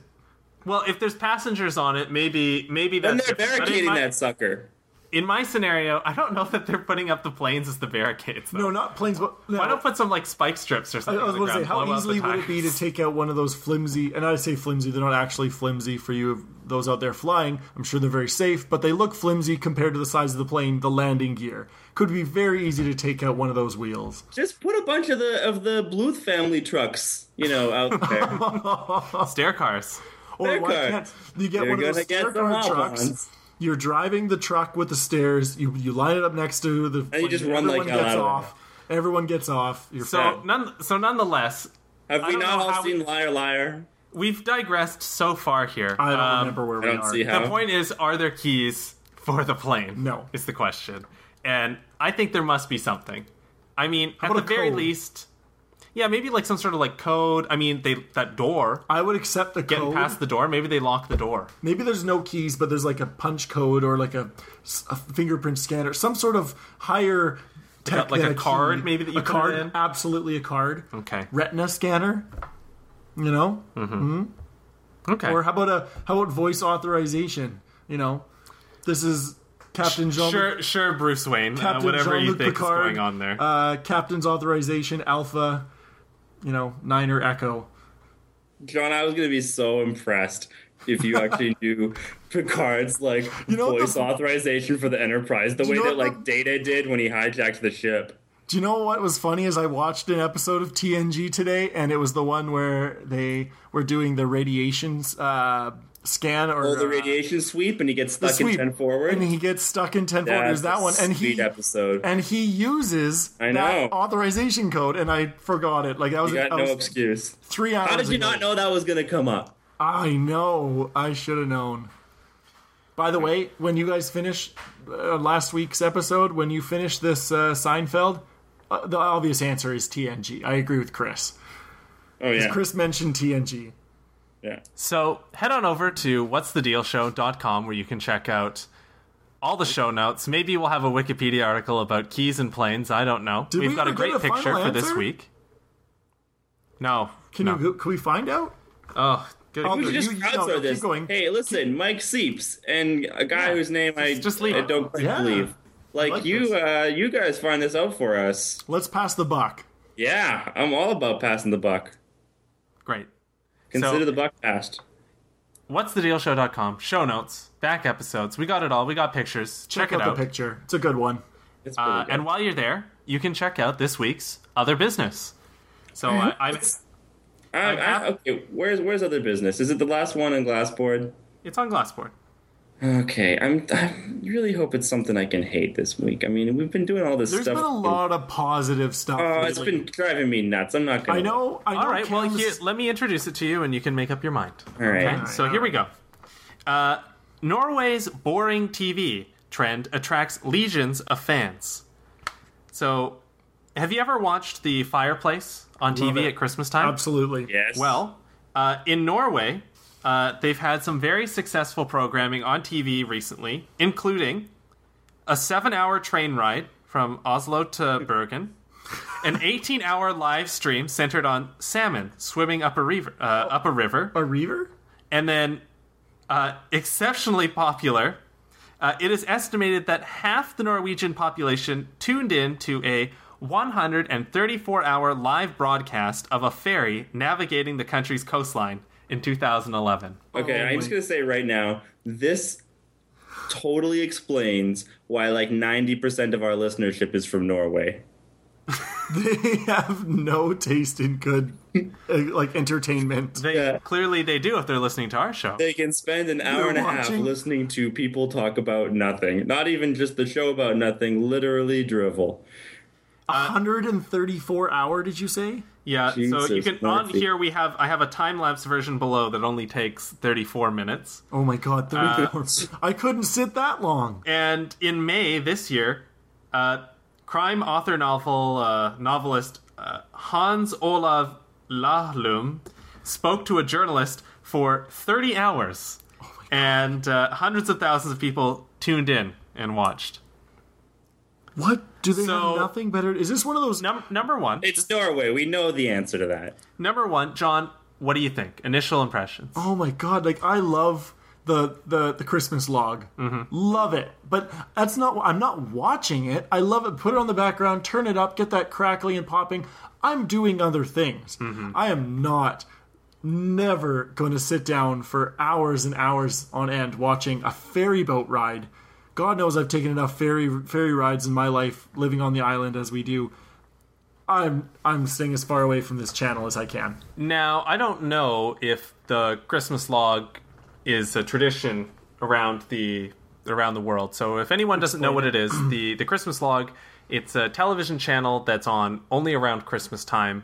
Speaker 1: Well, if there's passengers on it, maybe maybe
Speaker 3: and
Speaker 1: that's
Speaker 3: they're
Speaker 1: different. But in
Speaker 3: barricading
Speaker 1: my-
Speaker 3: that sucker.
Speaker 1: In my scenario, I don't know that they're putting up the planes as the barricades. Though.
Speaker 2: No, not planes, but no.
Speaker 1: Why don't put some like spike strips or something?
Speaker 2: I was
Speaker 1: going to
Speaker 2: say, how easily would it be to take out one of those flimsy? And I say flimsy; they're not actually flimsy for you. Those out there flying, I'm sure they're very safe, but they look flimsy compared to the size of the plane. The landing gear could be very easy to take out one of those wheels.
Speaker 3: Just put a bunch of the of the Bluth family trucks, you know, out there.
Speaker 1: stair cars?
Speaker 2: Or
Speaker 3: Stair
Speaker 2: why
Speaker 3: cart.
Speaker 2: can't you get
Speaker 3: You're
Speaker 2: one of those
Speaker 3: gonna get
Speaker 2: stair
Speaker 3: the
Speaker 2: car
Speaker 3: hot
Speaker 2: trucks?
Speaker 3: ones.
Speaker 2: You're driving the truck with the stairs. You you line it up next to the.
Speaker 3: And you just run
Speaker 2: everyone
Speaker 3: like hell
Speaker 2: gets
Speaker 3: out of
Speaker 2: off. Everyone gets off. You're
Speaker 1: So
Speaker 2: fine.
Speaker 1: none. So nonetheless,
Speaker 3: Have
Speaker 1: I
Speaker 3: we
Speaker 1: don't
Speaker 3: not
Speaker 1: know how
Speaker 3: all
Speaker 1: we-
Speaker 3: seen Liar Liar?
Speaker 1: we've digressed so far here.
Speaker 2: I don't
Speaker 1: Um,
Speaker 2: remember where
Speaker 3: I
Speaker 2: we
Speaker 3: don't
Speaker 2: are.
Speaker 3: see how.
Speaker 1: The point is, are there keys for the plane?
Speaker 2: No.
Speaker 1: is the question. And I think there must be something. I mean, at the
Speaker 2: about a
Speaker 1: very
Speaker 2: code?
Speaker 1: least, yeah, maybe like some sort of like code. I mean, they that door
Speaker 2: I would accept the
Speaker 1: getting
Speaker 2: code.
Speaker 1: past the door. Maybe they lock the door.
Speaker 2: Maybe there's no keys, but there's like a punch code or like a, a fingerprint scanner, some sort of higher tech,
Speaker 1: like
Speaker 2: than
Speaker 1: a card
Speaker 2: key.
Speaker 1: maybe that you
Speaker 2: a
Speaker 1: put it
Speaker 2: card,
Speaker 1: in? Oh.
Speaker 2: absolutely a card,
Speaker 1: Okay.
Speaker 2: retina scanner. You know,
Speaker 1: Hmm. Okay.
Speaker 2: or how about a how about voice authorization? You know, this is Captain Jean.
Speaker 1: sure, sure, Bruce Wayne. Uh,
Speaker 2: Captain
Speaker 1: whatever you
Speaker 2: Jean-Luc
Speaker 1: think
Speaker 2: Picard,
Speaker 1: is going on there.
Speaker 2: Uh, Captain's authorization, Alpha. You know, nine or Echo.
Speaker 3: John, I was gonna be so impressed if you actually knew Picard's like
Speaker 2: know what
Speaker 3: voice
Speaker 2: the-
Speaker 3: authorization for the Enterprise, the way
Speaker 2: know
Speaker 3: that
Speaker 2: what
Speaker 3: like Data did when he hijacked the ship.
Speaker 2: Do you know what was funny? Is I watched an episode of TNG today, and it was the one where they were doing the radiations uh, scan or
Speaker 3: Oh, the
Speaker 2: uh,
Speaker 3: radiation sweep, and he gets
Speaker 2: the
Speaker 3: stuck in
Speaker 2: sweep.
Speaker 3: ten forward.
Speaker 2: and he gets stuck in ten forward. There's
Speaker 3: That's
Speaker 2: that
Speaker 3: a
Speaker 2: one, and
Speaker 3: sweet
Speaker 2: he
Speaker 3: episode.
Speaker 2: and he uses
Speaker 3: I
Speaker 2: that
Speaker 3: know.
Speaker 2: authorization code, and I forgot it. Like that was,
Speaker 3: you got
Speaker 2: that
Speaker 3: no
Speaker 2: was
Speaker 3: excuse.
Speaker 2: three hours.
Speaker 3: How did you
Speaker 2: ago.
Speaker 3: not know that was gonna come up?
Speaker 2: I know. I should have known. By the way, when you guys finish uh, last week's episode, when you finish this uh, Seinfeld, uh, the obvious answer is TNG. I agree with Chris.
Speaker 3: Oh yeah,
Speaker 2: Chris mentioned TNG.
Speaker 3: yeah.
Speaker 1: So head on over to whatsthedealshow.com where you can check out all the show notes. Maybe we'll have a Wikipedia article about keys and planes. I don't know.
Speaker 2: Did
Speaker 1: We've
Speaker 2: we
Speaker 1: got a
Speaker 2: ever get
Speaker 1: great
Speaker 2: a final
Speaker 1: picture for this
Speaker 2: answer?
Speaker 1: week. No.
Speaker 2: Can
Speaker 1: no.
Speaker 2: you? Can we find out?
Speaker 1: Oh, good.
Speaker 2: I'll
Speaker 3: We should
Speaker 2: You-
Speaker 3: just
Speaker 2: you- no,
Speaker 3: crowdsource
Speaker 2: no, keep
Speaker 3: this.
Speaker 2: going.
Speaker 3: Hey, listen, Mike Seeps and a guy
Speaker 1: Yeah.
Speaker 3: whose name I
Speaker 1: Just- just leave
Speaker 3: I
Speaker 1: it.
Speaker 3: don't quite
Speaker 2: Yeah.
Speaker 3: believe. Like,
Speaker 2: like
Speaker 3: you, uh, you guys find this out for us.
Speaker 2: Let's pass the buck.
Speaker 3: Yeah, I'm all about passing the buck.
Speaker 1: Great.
Speaker 3: Consider
Speaker 1: So-
Speaker 3: the buck passed.
Speaker 1: Whatsthedealshow.com. Show notes, back episodes. We got it all. We got pictures. Check,
Speaker 2: Check,
Speaker 1: it
Speaker 2: out,
Speaker 1: out.
Speaker 2: the picture. It's a good one.
Speaker 3: It's pretty
Speaker 1: Uh,
Speaker 3: good.
Speaker 1: and while you're there, you can check out this week's other business. So I, I'm,
Speaker 3: I, I, Uh, okay, where's where's other business? Is it the last one on Glassboard?
Speaker 1: it's on Glassboard.
Speaker 3: Okay, I'm. I really hope it's something I can hate this week. I mean, we've been doing all this
Speaker 2: There's
Speaker 3: stuff.
Speaker 2: been a lot of positive stuff.
Speaker 3: Oh, it's
Speaker 2: lately.
Speaker 3: been driving me nuts. I'm not gonna.
Speaker 2: I know. I know.
Speaker 1: All right. Well,
Speaker 2: Cam's-
Speaker 1: here, let me introduce it to you, and you can make up your mind.
Speaker 3: All right.
Speaker 1: Okay, so here we go. Uh, Norway's boring TV trend attracts legions of fans. So, have you ever watched The Fireplace on TV
Speaker 2: it.
Speaker 1: at Christmas time?
Speaker 2: Absolutely.
Speaker 3: Yes.
Speaker 1: Well, uh, in Norway, uh, they've had some very successful programming on TV recently, including a seven hour train ride from Oslo to Bergen, an 18 hour live stream centered on salmon swimming up a river, uh, up a river
Speaker 2: A reaver?
Speaker 1: and then uh, exceptionally popular. Uh, it is estimated that half the Norwegian population tuned in to a 134 hour live broadcast of a ferry navigating the country's coastline in 2011.
Speaker 3: Okay, I'm just gonna say right now, this totally explains why like 90% of our listenership is from Norway.
Speaker 2: They have no taste in good, uh, like entertainment.
Speaker 1: They,
Speaker 3: Yeah.
Speaker 1: Clearly, they do if they're listening to our show.
Speaker 3: They can spend an hour and a half
Speaker 2: watching-
Speaker 3: listening to people talk about nothing. Not even just the show about nothing, literally drivel.
Speaker 2: 134 hour, did you say?
Speaker 1: yeah, so you
Speaker 3: Jesus,
Speaker 1: can on
Speaker 3: Nancy.
Speaker 1: here we have I have a time lapse version below that only takes 34 minutes.
Speaker 2: Oh my god, 34. I couldn't sit that long.
Speaker 1: And in May this year, uh, crime author novel uh, novelist uh, Hans Olav Lahlum spoke to a journalist for 30 hours, and uh, hundreds of thousands of people tuned in and watched.
Speaker 2: What? Do they
Speaker 1: So-
Speaker 2: have nothing better? Is this one of those?
Speaker 1: Num- number one,
Speaker 3: It's Norway. We know the answer to that.
Speaker 1: number one, John. What do you think? Initial impressions.
Speaker 2: Oh my god! Like I love the the the Christmas log, love it. But that's not. I'm not watching it. I love it. Put it on the background. Turn it up. Get that crackling and popping. I'm doing other things. I am not never going to sit down for hours and hours on end watching a ferry boat ride. God knows I've taken enough ferry ferry rides in my life living on the island as we do. I'm I'm staying as far away from this channel as I can.
Speaker 1: Now, I don't know if the Christmas log is a tradition around the around the world. So if anyone doesn't know what it is, the the Christmas log, it's a television channel that's on only around Christmas time.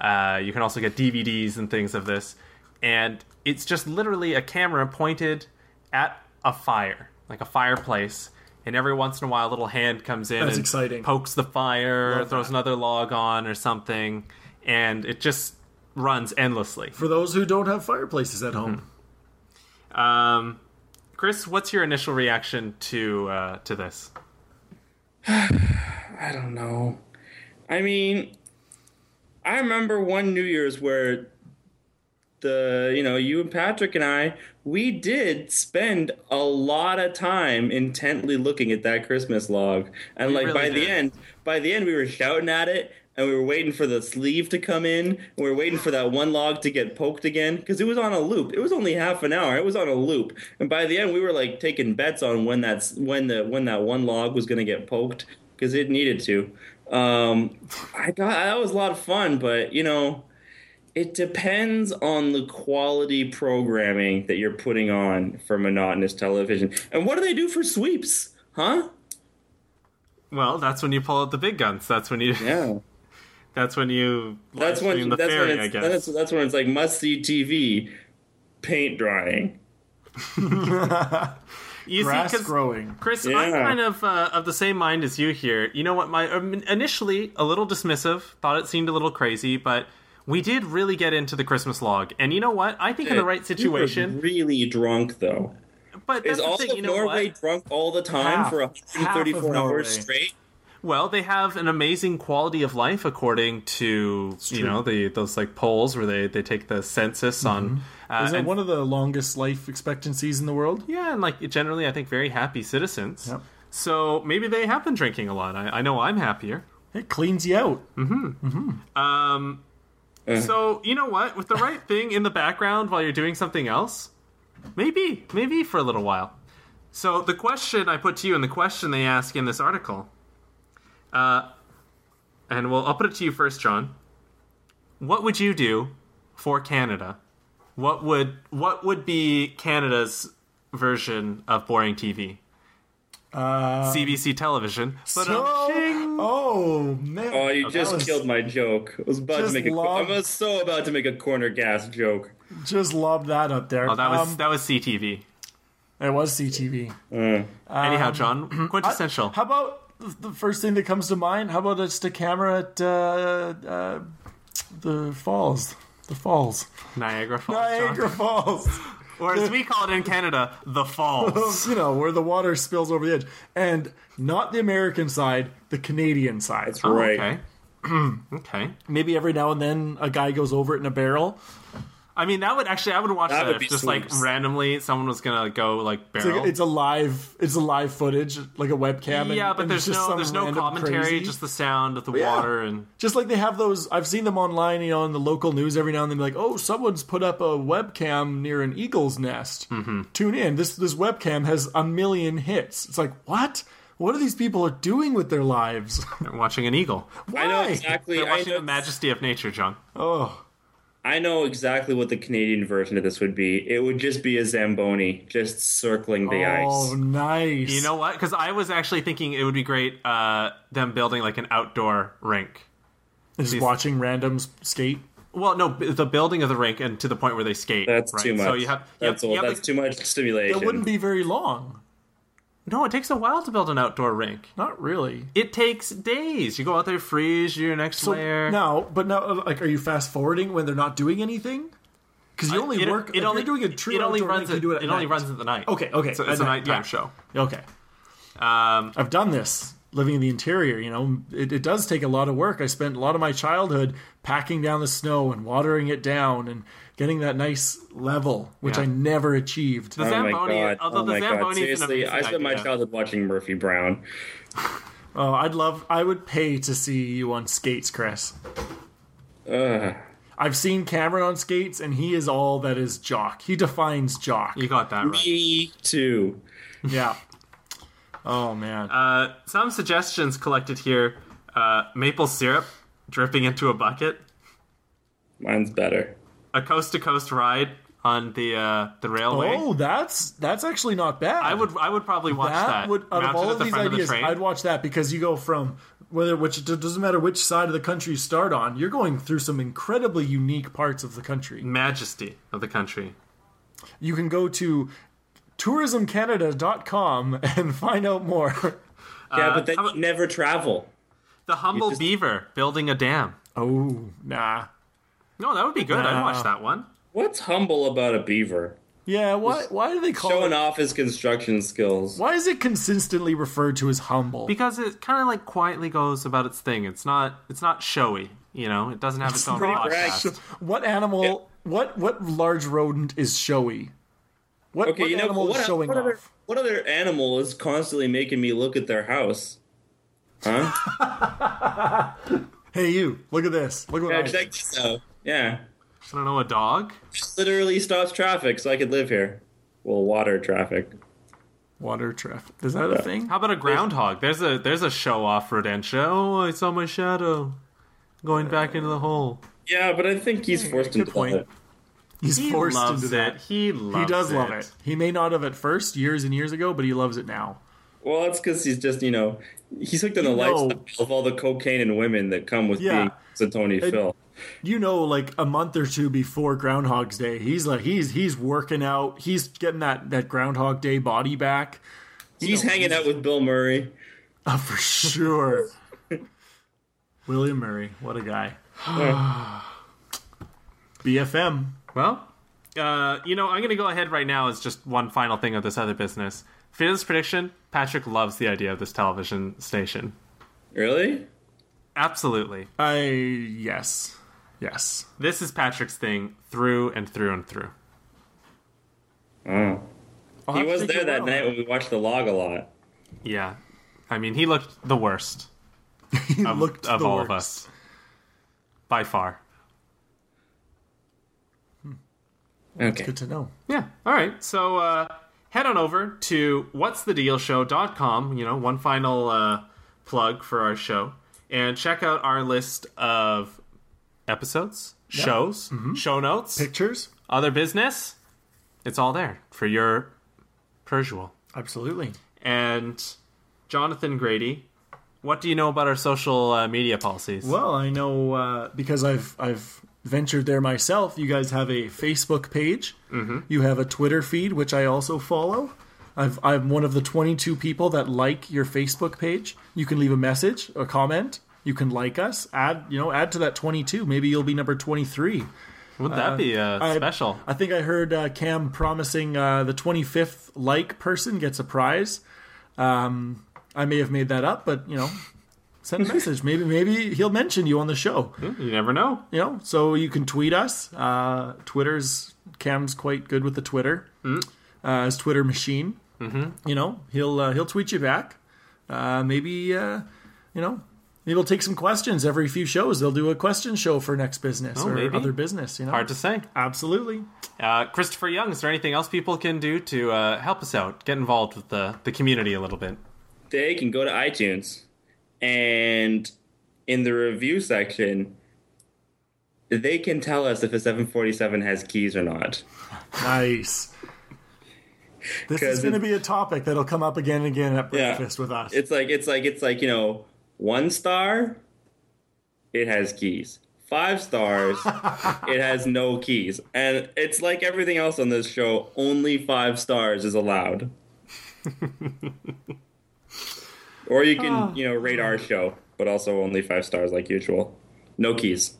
Speaker 1: Uh, you can also get DVDs and things of this, and it's just literally a camera pointed at a fire, like a fireplace. And every once in a while, a little hand comes in
Speaker 2: That's
Speaker 1: and
Speaker 2: exciting.
Speaker 1: pokes the fire,
Speaker 2: Love
Speaker 1: throws
Speaker 2: that.
Speaker 1: another log on or something, and it just runs endlessly.
Speaker 2: For those who don't have fireplaces at home,
Speaker 1: Um, Chris, what's your initial reaction to uh, to this?
Speaker 3: I don't know. I mean, I remember one New Year's where the you know you and Patrick and I we did spend a lot of time intently looking at that Christmas log, and like
Speaker 1: really
Speaker 3: by the
Speaker 1: did.
Speaker 3: end, by the end we were shouting at it. And we were waiting for the sleeve to come in. And we were waiting for that one log to get poked again because it was on a loop. It was only half an hour. It was on a loop. And by the end, we were like taking bets on when that's when the when that one log was going to get poked because it needed to. Um, I got that was a lot of fun, but you know, it depends on the quality programming that you're putting on for monotonous television. And what do they do for sweeps? Huh?
Speaker 1: Well, that's when you pull out the big guns. That's when you.
Speaker 3: Yeah.
Speaker 1: That's when you.
Speaker 3: That's
Speaker 1: live stream
Speaker 3: when
Speaker 1: the
Speaker 3: that's
Speaker 1: fairy,
Speaker 3: when
Speaker 1: I
Speaker 3: it's,
Speaker 1: guess.
Speaker 3: that's, that's when it's like must see TV paint drying.
Speaker 1: you see,
Speaker 2: grass
Speaker 1: 'cause,
Speaker 2: growing.
Speaker 1: Chris, I'm
Speaker 3: Yeah.
Speaker 1: kind of uh, of the same mind as you here. You know what? My um, initially a little dismissive, thought it seemed a little crazy, but we did really get into the Christmas log. And you know what? I think in the right
Speaker 3: You were
Speaker 1: situation,
Speaker 3: really drunk though.
Speaker 1: but that's
Speaker 3: Is
Speaker 1: the
Speaker 3: all
Speaker 1: thing,
Speaker 3: of
Speaker 1: you know
Speaker 3: Norway
Speaker 1: what?
Speaker 3: drunk all the time
Speaker 2: Half-
Speaker 3: for
Speaker 2: half of
Speaker 3: 134
Speaker 2: Norway.
Speaker 3: hours straight?
Speaker 1: Well, they have an amazing quality of life according to you
Speaker 2: true. Mm-hmm.
Speaker 1: know the those like polls where they they take the census on. Uh,
Speaker 2: Is it
Speaker 1: and-
Speaker 2: one of the longest life expectancies in the world?
Speaker 1: yeah, and like generally, I think very happy citizens.
Speaker 2: Yep.
Speaker 1: So maybe they have been drinking a lot. I, I know I'm happier.
Speaker 2: It cleans you out.
Speaker 1: Um, So you know what? With the right thing in the background while you're doing something else, maybe, maybe for a little while. So the question I put to you, and the question they ask in this article, uh, and well, I'll put it to you first, John. What would you do for Canada? What would what would be Canada's version of boring TV? Uh, CBC television. um,
Speaker 2: So- um, oh man!
Speaker 3: Oh, you
Speaker 2: That
Speaker 3: just
Speaker 2: was
Speaker 3: killed my joke. I was about to
Speaker 2: Just
Speaker 3: make a.
Speaker 2: love-
Speaker 3: I was so about to make a corner gas joke.
Speaker 2: Just lobbed that up there.
Speaker 1: oh, that was
Speaker 2: Um,
Speaker 1: that was CTV.
Speaker 2: it was CTV. um,
Speaker 1: Anyhow, John, quintessential.
Speaker 2: How about the- the first thing that comes to mind? How about just a camera at uh, uh, the falls? The falls.
Speaker 1: Niagara Falls.
Speaker 2: Niagara Falls.
Speaker 1: John. Or as we call it in Canada, the Falls.
Speaker 2: you know where the water spills over the edge, and not the American side, the Canadian side.
Speaker 3: right.
Speaker 1: Oh, Okay. okay.
Speaker 2: Maybe every now and then a guy goes over it in a barrel.
Speaker 1: I mean, that would actually, I would watch
Speaker 3: That
Speaker 1: that,
Speaker 3: would be
Speaker 1: if just
Speaker 3: sweet.
Speaker 1: like randomly someone was gonna go like
Speaker 2: It's,
Speaker 1: barrel.
Speaker 2: like, it's a live, it's a live footage, like a webcam.
Speaker 1: yeah,
Speaker 2: and,
Speaker 1: but
Speaker 2: and
Speaker 1: there's
Speaker 2: just
Speaker 1: no
Speaker 2: some
Speaker 1: there's no
Speaker 2: random
Speaker 1: commentary,
Speaker 2: crazy-
Speaker 1: just the sound of the
Speaker 2: yeah.
Speaker 1: water and
Speaker 2: just like they have those i've seen them online you know in the local news every now and then like oh someone's put up a webcam near an eagle's nest
Speaker 1: Mm-hmm.
Speaker 2: tune in this this webcam has a million hits it's like what what are these people doing with their lives
Speaker 1: they're watching an eagle.
Speaker 2: why
Speaker 3: I know exactly.
Speaker 1: They're
Speaker 3: I
Speaker 1: watching
Speaker 3: know,
Speaker 1: the majesty of nature, John.
Speaker 2: oh
Speaker 3: I know exactly what the Canadian version of this would be. It would just be a zamboni, just circling the
Speaker 2: oh
Speaker 3: ice.
Speaker 2: nice
Speaker 1: You know what? Because I was actually thinking it would be great uh, them building like an outdoor rink.
Speaker 2: just watching randoms skate
Speaker 1: Well, no, b- the building of the rink and to the point where they skate.
Speaker 3: That's
Speaker 1: right?
Speaker 3: too much.
Speaker 1: So you have, you
Speaker 3: that's
Speaker 1: have,
Speaker 3: all-
Speaker 1: you have
Speaker 3: that's
Speaker 1: the-
Speaker 3: too much stimulation.
Speaker 2: it wouldn't be very long
Speaker 1: no. It takes a while to build an outdoor rink.
Speaker 2: not really
Speaker 1: It takes days. You go out there, freeze your next
Speaker 2: so
Speaker 1: layer.
Speaker 2: now but now like are you fast forwarding when they're not doing anything because you only
Speaker 1: it,
Speaker 2: work
Speaker 1: It
Speaker 2: if
Speaker 1: only
Speaker 2: you're doing a true
Speaker 1: It only
Speaker 2: outdoor
Speaker 1: runs.
Speaker 2: rink, you
Speaker 1: at-
Speaker 2: do it, at
Speaker 1: only
Speaker 2: night.
Speaker 1: runs at the night.
Speaker 2: Okay, okay,
Speaker 1: So
Speaker 2: at
Speaker 1: it's a
Speaker 2: night,
Speaker 1: nighttime
Speaker 2: yeah.
Speaker 1: show.
Speaker 2: Okay.
Speaker 1: Um,
Speaker 2: I've done this living in the interior. You know, it, it does take a lot of work. I spent a lot of my childhood packing down the snow and watering it down and getting that nice level, which
Speaker 1: Yeah.
Speaker 2: I never achieved.
Speaker 1: The
Speaker 3: Oh my
Speaker 1: Zamboni,
Speaker 3: god!
Speaker 1: although
Speaker 3: oh
Speaker 1: the
Speaker 3: my god!
Speaker 1: Zamboni is an
Speaker 3: Seriously, I
Speaker 1: amazing
Speaker 3: spent my
Speaker 1: idea.
Speaker 3: childhood watching Murphy Brown.
Speaker 2: Oh, I'd love, I would pay to see you on skates, Chris.
Speaker 3: Ugh.
Speaker 2: I've seen Cameron on skates, and he is all that is jock. He defines jock.
Speaker 1: You got that right.
Speaker 3: Me too.
Speaker 2: Yeah. Oh man.
Speaker 1: Uh, some suggestions collected here: uh, maple syrup, dripping into a bucket.
Speaker 3: Mine's better.
Speaker 1: A coast to coast ride on the uh, the railway.
Speaker 2: Oh, that's that's actually not bad.
Speaker 1: I would I would probably watch that.
Speaker 2: would out
Speaker 1: mounted
Speaker 2: of all
Speaker 1: at
Speaker 2: of
Speaker 1: the
Speaker 2: these
Speaker 1: front
Speaker 2: ideas,
Speaker 1: of the train.
Speaker 2: I'd watch that because you go from whether which it doesn't matter which side of the country you start on, you're going through some incredibly unique parts of the country.
Speaker 1: Majesty of the country.
Speaker 2: You can go to tourismcanada.com and find out more.
Speaker 3: Yeah,
Speaker 1: Uh,
Speaker 3: but then
Speaker 1: how
Speaker 3: you
Speaker 1: about-
Speaker 3: never travel.
Speaker 1: The humble
Speaker 3: just-
Speaker 1: beaver building a dam.
Speaker 2: Oh, nah.
Speaker 1: No, that would be good. I'd
Speaker 2: Nah.
Speaker 1: watch that one.
Speaker 3: What's humble about a beaver?
Speaker 2: Yeah, why why do they call
Speaker 3: Showing
Speaker 2: it
Speaker 3: off his construction skills.
Speaker 2: Why is it consistently referred to as humble?
Speaker 1: because it kind of like quietly goes about its thing. It's not it's not showy, you know. It doesn't have its, own
Speaker 2: not
Speaker 1: podcast.
Speaker 3: brag.
Speaker 2: What animal? What what large rodent is showy? What,
Speaker 3: Okay,
Speaker 2: what
Speaker 3: you know
Speaker 2: animal
Speaker 3: what,
Speaker 2: is showing
Speaker 3: what Other,
Speaker 2: off?
Speaker 3: what other animal is constantly making me look at their house? Huh?
Speaker 2: Hey, you! Look at this! Look at what
Speaker 3: yeah,
Speaker 2: I
Speaker 3: check this out. Yeah.
Speaker 1: I don't know a dog.
Speaker 3: Just literally stops traffic so I could live here. Well, water traffic.
Speaker 2: Water traffic. Is that a thing?
Speaker 1: How about a groundhog? There's a there's a show off rodentia. Oh, I saw my shadow going back into the hole.
Speaker 3: Yeah, but I think he's forced
Speaker 2: Hmm, good
Speaker 3: into
Speaker 2: point.
Speaker 3: that.
Speaker 2: He's
Speaker 1: He
Speaker 2: forced
Speaker 1: loves
Speaker 2: into that.
Speaker 1: it. He loves
Speaker 2: He does love it. He may not have at first, years and years ago, but he loves it now.
Speaker 3: Well, that's because he's just, you know, he's hooked on the
Speaker 2: know-
Speaker 3: lifestyle of all the cocaine and women that come with
Speaker 2: Yeah.
Speaker 3: being a Tony Phil.
Speaker 2: You know, like a month or two before Groundhog's Day, he's like he's he's working out. He's getting that that Groundhog Day body back
Speaker 3: He's hanging out with Bill Murray.
Speaker 2: uh, for sure. William Murray, what a guy. BFM.
Speaker 1: Well, uh, you know, I'm going to go ahead right now as just one final thing of this other business. Fearless prediction: Patrick loves the idea of this television station.
Speaker 3: Really?
Speaker 1: Absolutely,
Speaker 2: I yes, yes.
Speaker 1: this is Patrick's thing through and through and through.
Speaker 3: Oh.
Speaker 2: I'll
Speaker 3: He
Speaker 2: have to
Speaker 3: was
Speaker 2: take
Speaker 3: there
Speaker 2: your word
Speaker 3: that
Speaker 2: on
Speaker 3: night when we watched the log a lot.
Speaker 1: Yeah, I mean, he looked the worst.
Speaker 2: He looked
Speaker 1: of
Speaker 2: the
Speaker 1: all of
Speaker 2: worst.
Speaker 1: us by far
Speaker 3: Okay.
Speaker 2: Good to know.
Speaker 1: yeah all right so uh, head on over to what's the deal show.com you know one final uh, plug for our show and check out our list of episodes shows
Speaker 2: Mm-hmm.
Speaker 1: show notes
Speaker 2: Pictures,
Speaker 1: other business it's all there for your persual
Speaker 2: absolutely.
Speaker 1: and jonathan grady what do you know about our social uh, media policies
Speaker 2: Well, I know uh, because I've I've ventured there myself. You guys have a Facebook page. Mm-hmm. You have a Twitter feed, which I also follow. I've, I'm one of the 22 people that like your Facebook page. You can leave a message, a comment. You can like us. Add you know add to that 22. Maybe you'll be number 23.
Speaker 1: would that be uh,
Speaker 2: I-
Speaker 1: special
Speaker 2: I think I heard uh, Cam promising uh, the 25th like person gets a prize. Um, I may have made that up, but you know, send a message. Maybe maybe he'll mention you on the show.
Speaker 1: you never know
Speaker 2: You know, so you can tweet us. Uh, Twitter's Cam's quite good with the Twitter. Uh, his Twitter machine. Mm-hmm. You know, he'll uh, he'll tweet you back. Uh, maybe uh, you know. Maybe we'll take some questions every few shows. They'll do a question show for next business or
Speaker 1: maybe.
Speaker 2: other business. You know,
Speaker 1: hard to say
Speaker 2: absolutely.
Speaker 1: Uh, Christopher Young, is there anything else people can do to uh, help us out, get involved with the, the community a little bit?
Speaker 3: They can go to iTunes and in the review section, they can tell us if a 747 has keys or not.
Speaker 2: Nice. This
Speaker 3: 'Cause
Speaker 2: is going to
Speaker 3: it-
Speaker 2: be a topic that'll come up again and again at
Speaker 3: Yeah.
Speaker 2: breakfast with us.
Speaker 3: It's like it's like it's like you know, one star, it has keys. Five stars, it has no keys. And it's like everything else on this show. Only five stars is allowed. or you can you know rate our show, but also only five stars like usual. No keys.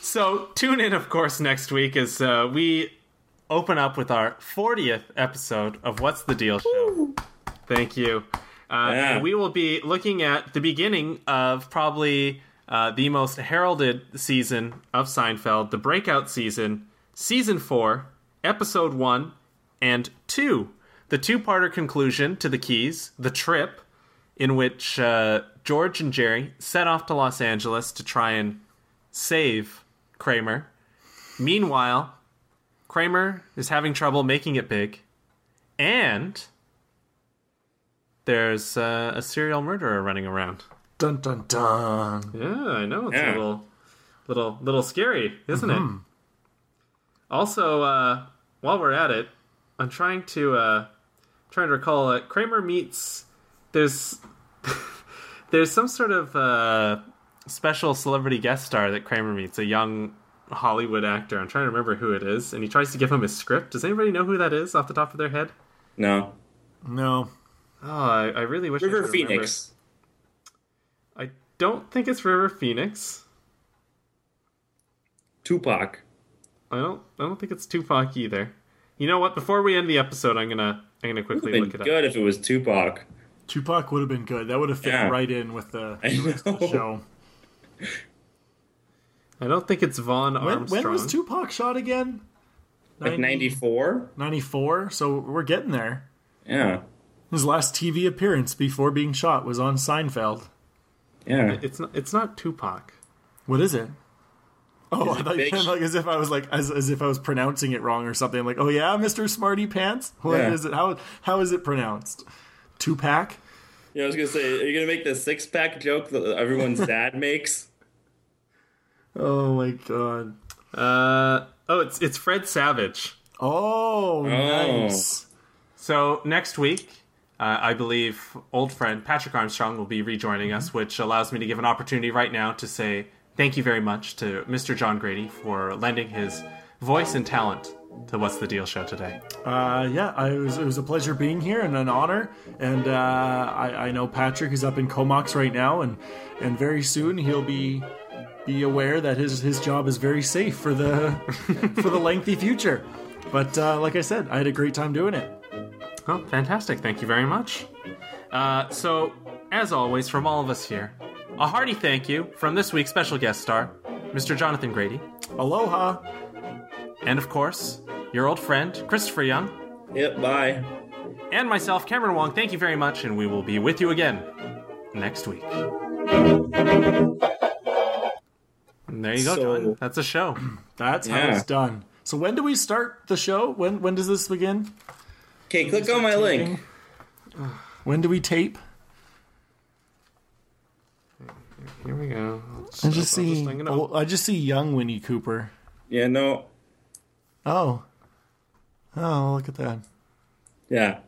Speaker 1: So tune in, of course, next week as uh, we open up with our 40th episode of What's the Deal Show. Thank you. Uh,
Speaker 3: Yeah.
Speaker 1: and we will be looking at the beginning of probably uh, the most heralded season of Seinfeld, the breakout season, season four, episode one and two. The two parter conclusion to the Keys, The Trip, in which uh, George and Jerry set off to Los Angeles to try and save Kramer. Meanwhile, Kramer is having trouble making it big, and there's uh, a serial murderer running around.
Speaker 2: Dun dun dun.
Speaker 1: Yeah, I know it's
Speaker 3: Yeah.
Speaker 1: a little, little, little scary, isn't it? Also, uh, while we're at it, I'm trying to uh, trying to recall. Uh, Kramer meets there's there's some sort of uh, special celebrity guest star that Kramer meets, a young Hollywood actor. I'm trying to remember who it is, and he tries to give him his script. Does anybody know who that is off the top of their head?
Speaker 3: No.
Speaker 2: No.
Speaker 1: Oh, I, I really wish I
Speaker 3: River
Speaker 1: could remember.
Speaker 3: Phoenix.
Speaker 1: I don't think it's River Phoenix.
Speaker 3: Tupac.
Speaker 1: I don't. I don't think it's Tupac either. You know what? Before we end the episode, I'm gonna. I'm gonna quickly
Speaker 3: Been
Speaker 1: look it up.
Speaker 3: good if it was Tupac.
Speaker 2: Tupac would have been good. That would have fit
Speaker 3: Yeah.
Speaker 2: right in with the,
Speaker 3: I
Speaker 2: the rest of the
Speaker 3: know.
Speaker 2: show.
Speaker 1: I don't think it's Vaughn
Speaker 2: When,
Speaker 1: Armstrong.
Speaker 2: when was Tupac shot again?
Speaker 3: Like 94?
Speaker 2: 94? So we're getting there.
Speaker 3: Yeah.
Speaker 2: His last TV appearance before being shot was on Seinfeld.
Speaker 3: Yeah.
Speaker 1: It's not. It's not Tupac.
Speaker 2: What is it? Oh, I thought you
Speaker 3: big?
Speaker 2: meant like as if I was like as, as if I was pronouncing it wrong or something. Like, oh yeah, Mister Smarty Pants. What is
Speaker 3: Yeah.
Speaker 2: it? How how is it pronounced? Tupac.
Speaker 3: Yeah, I was gonna say, are you gonna make the six pack joke that everyone's dad makes?
Speaker 2: Oh my god.
Speaker 1: Uh oh. It's it's Fred Savage.
Speaker 2: Oh, nice.
Speaker 1: So next week, uh, I believe old friend Patrick Armstrong will be rejoining
Speaker 2: Mm-hmm.
Speaker 1: us, which allows me to give an opportunity right now to say thank you very much to Mr. John Grady for lending his voice and talent to What's the Deal show today.
Speaker 2: Uh, yeah, I, it, was, it was a pleasure being here and an honor. And uh, I, I know Patrick is up in Comox right now, and and very soon he'll be be aware that his his job is very safe for the for the lengthy future. But uh, like I said, I had a great time doing it.
Speaker 1: Oh, fantastic. Thank you very much. Uh, so, as always, from all of us here, a hearty thank you from this week's special guest star, Mr. Jonathan Grady,
Speaker 2: Aloha.
Speaker 1: and of course, your old friend, Christopher Young,
Speaker 3: Yep, bye.
Speaker 1: and myself, Cameron Wong. Thank you very much, and we will be with you again next week. And there you go,
Speaker 3: So-
Speaker 1: John. That's a show.
Speaker 2: That's how
Speaker 3: Yeah.
Speaker 2: it's done. So when do we start the show? When when does this begin?
Speaker 3: Okay, click on my link.
Speaker 2: When do we tape?
Speaker 1: Here we go.
Speaker 2: I just
Speaker 1: I'll just
Speaker 2: see.
Speaker 1: hang it up.
Speaker 2: oh, I just see young Winnie Cooper.
Speaker 3: Yeah, no.
Speaker 2: Oh, oh, look at that.
Speaker 3: Yeah.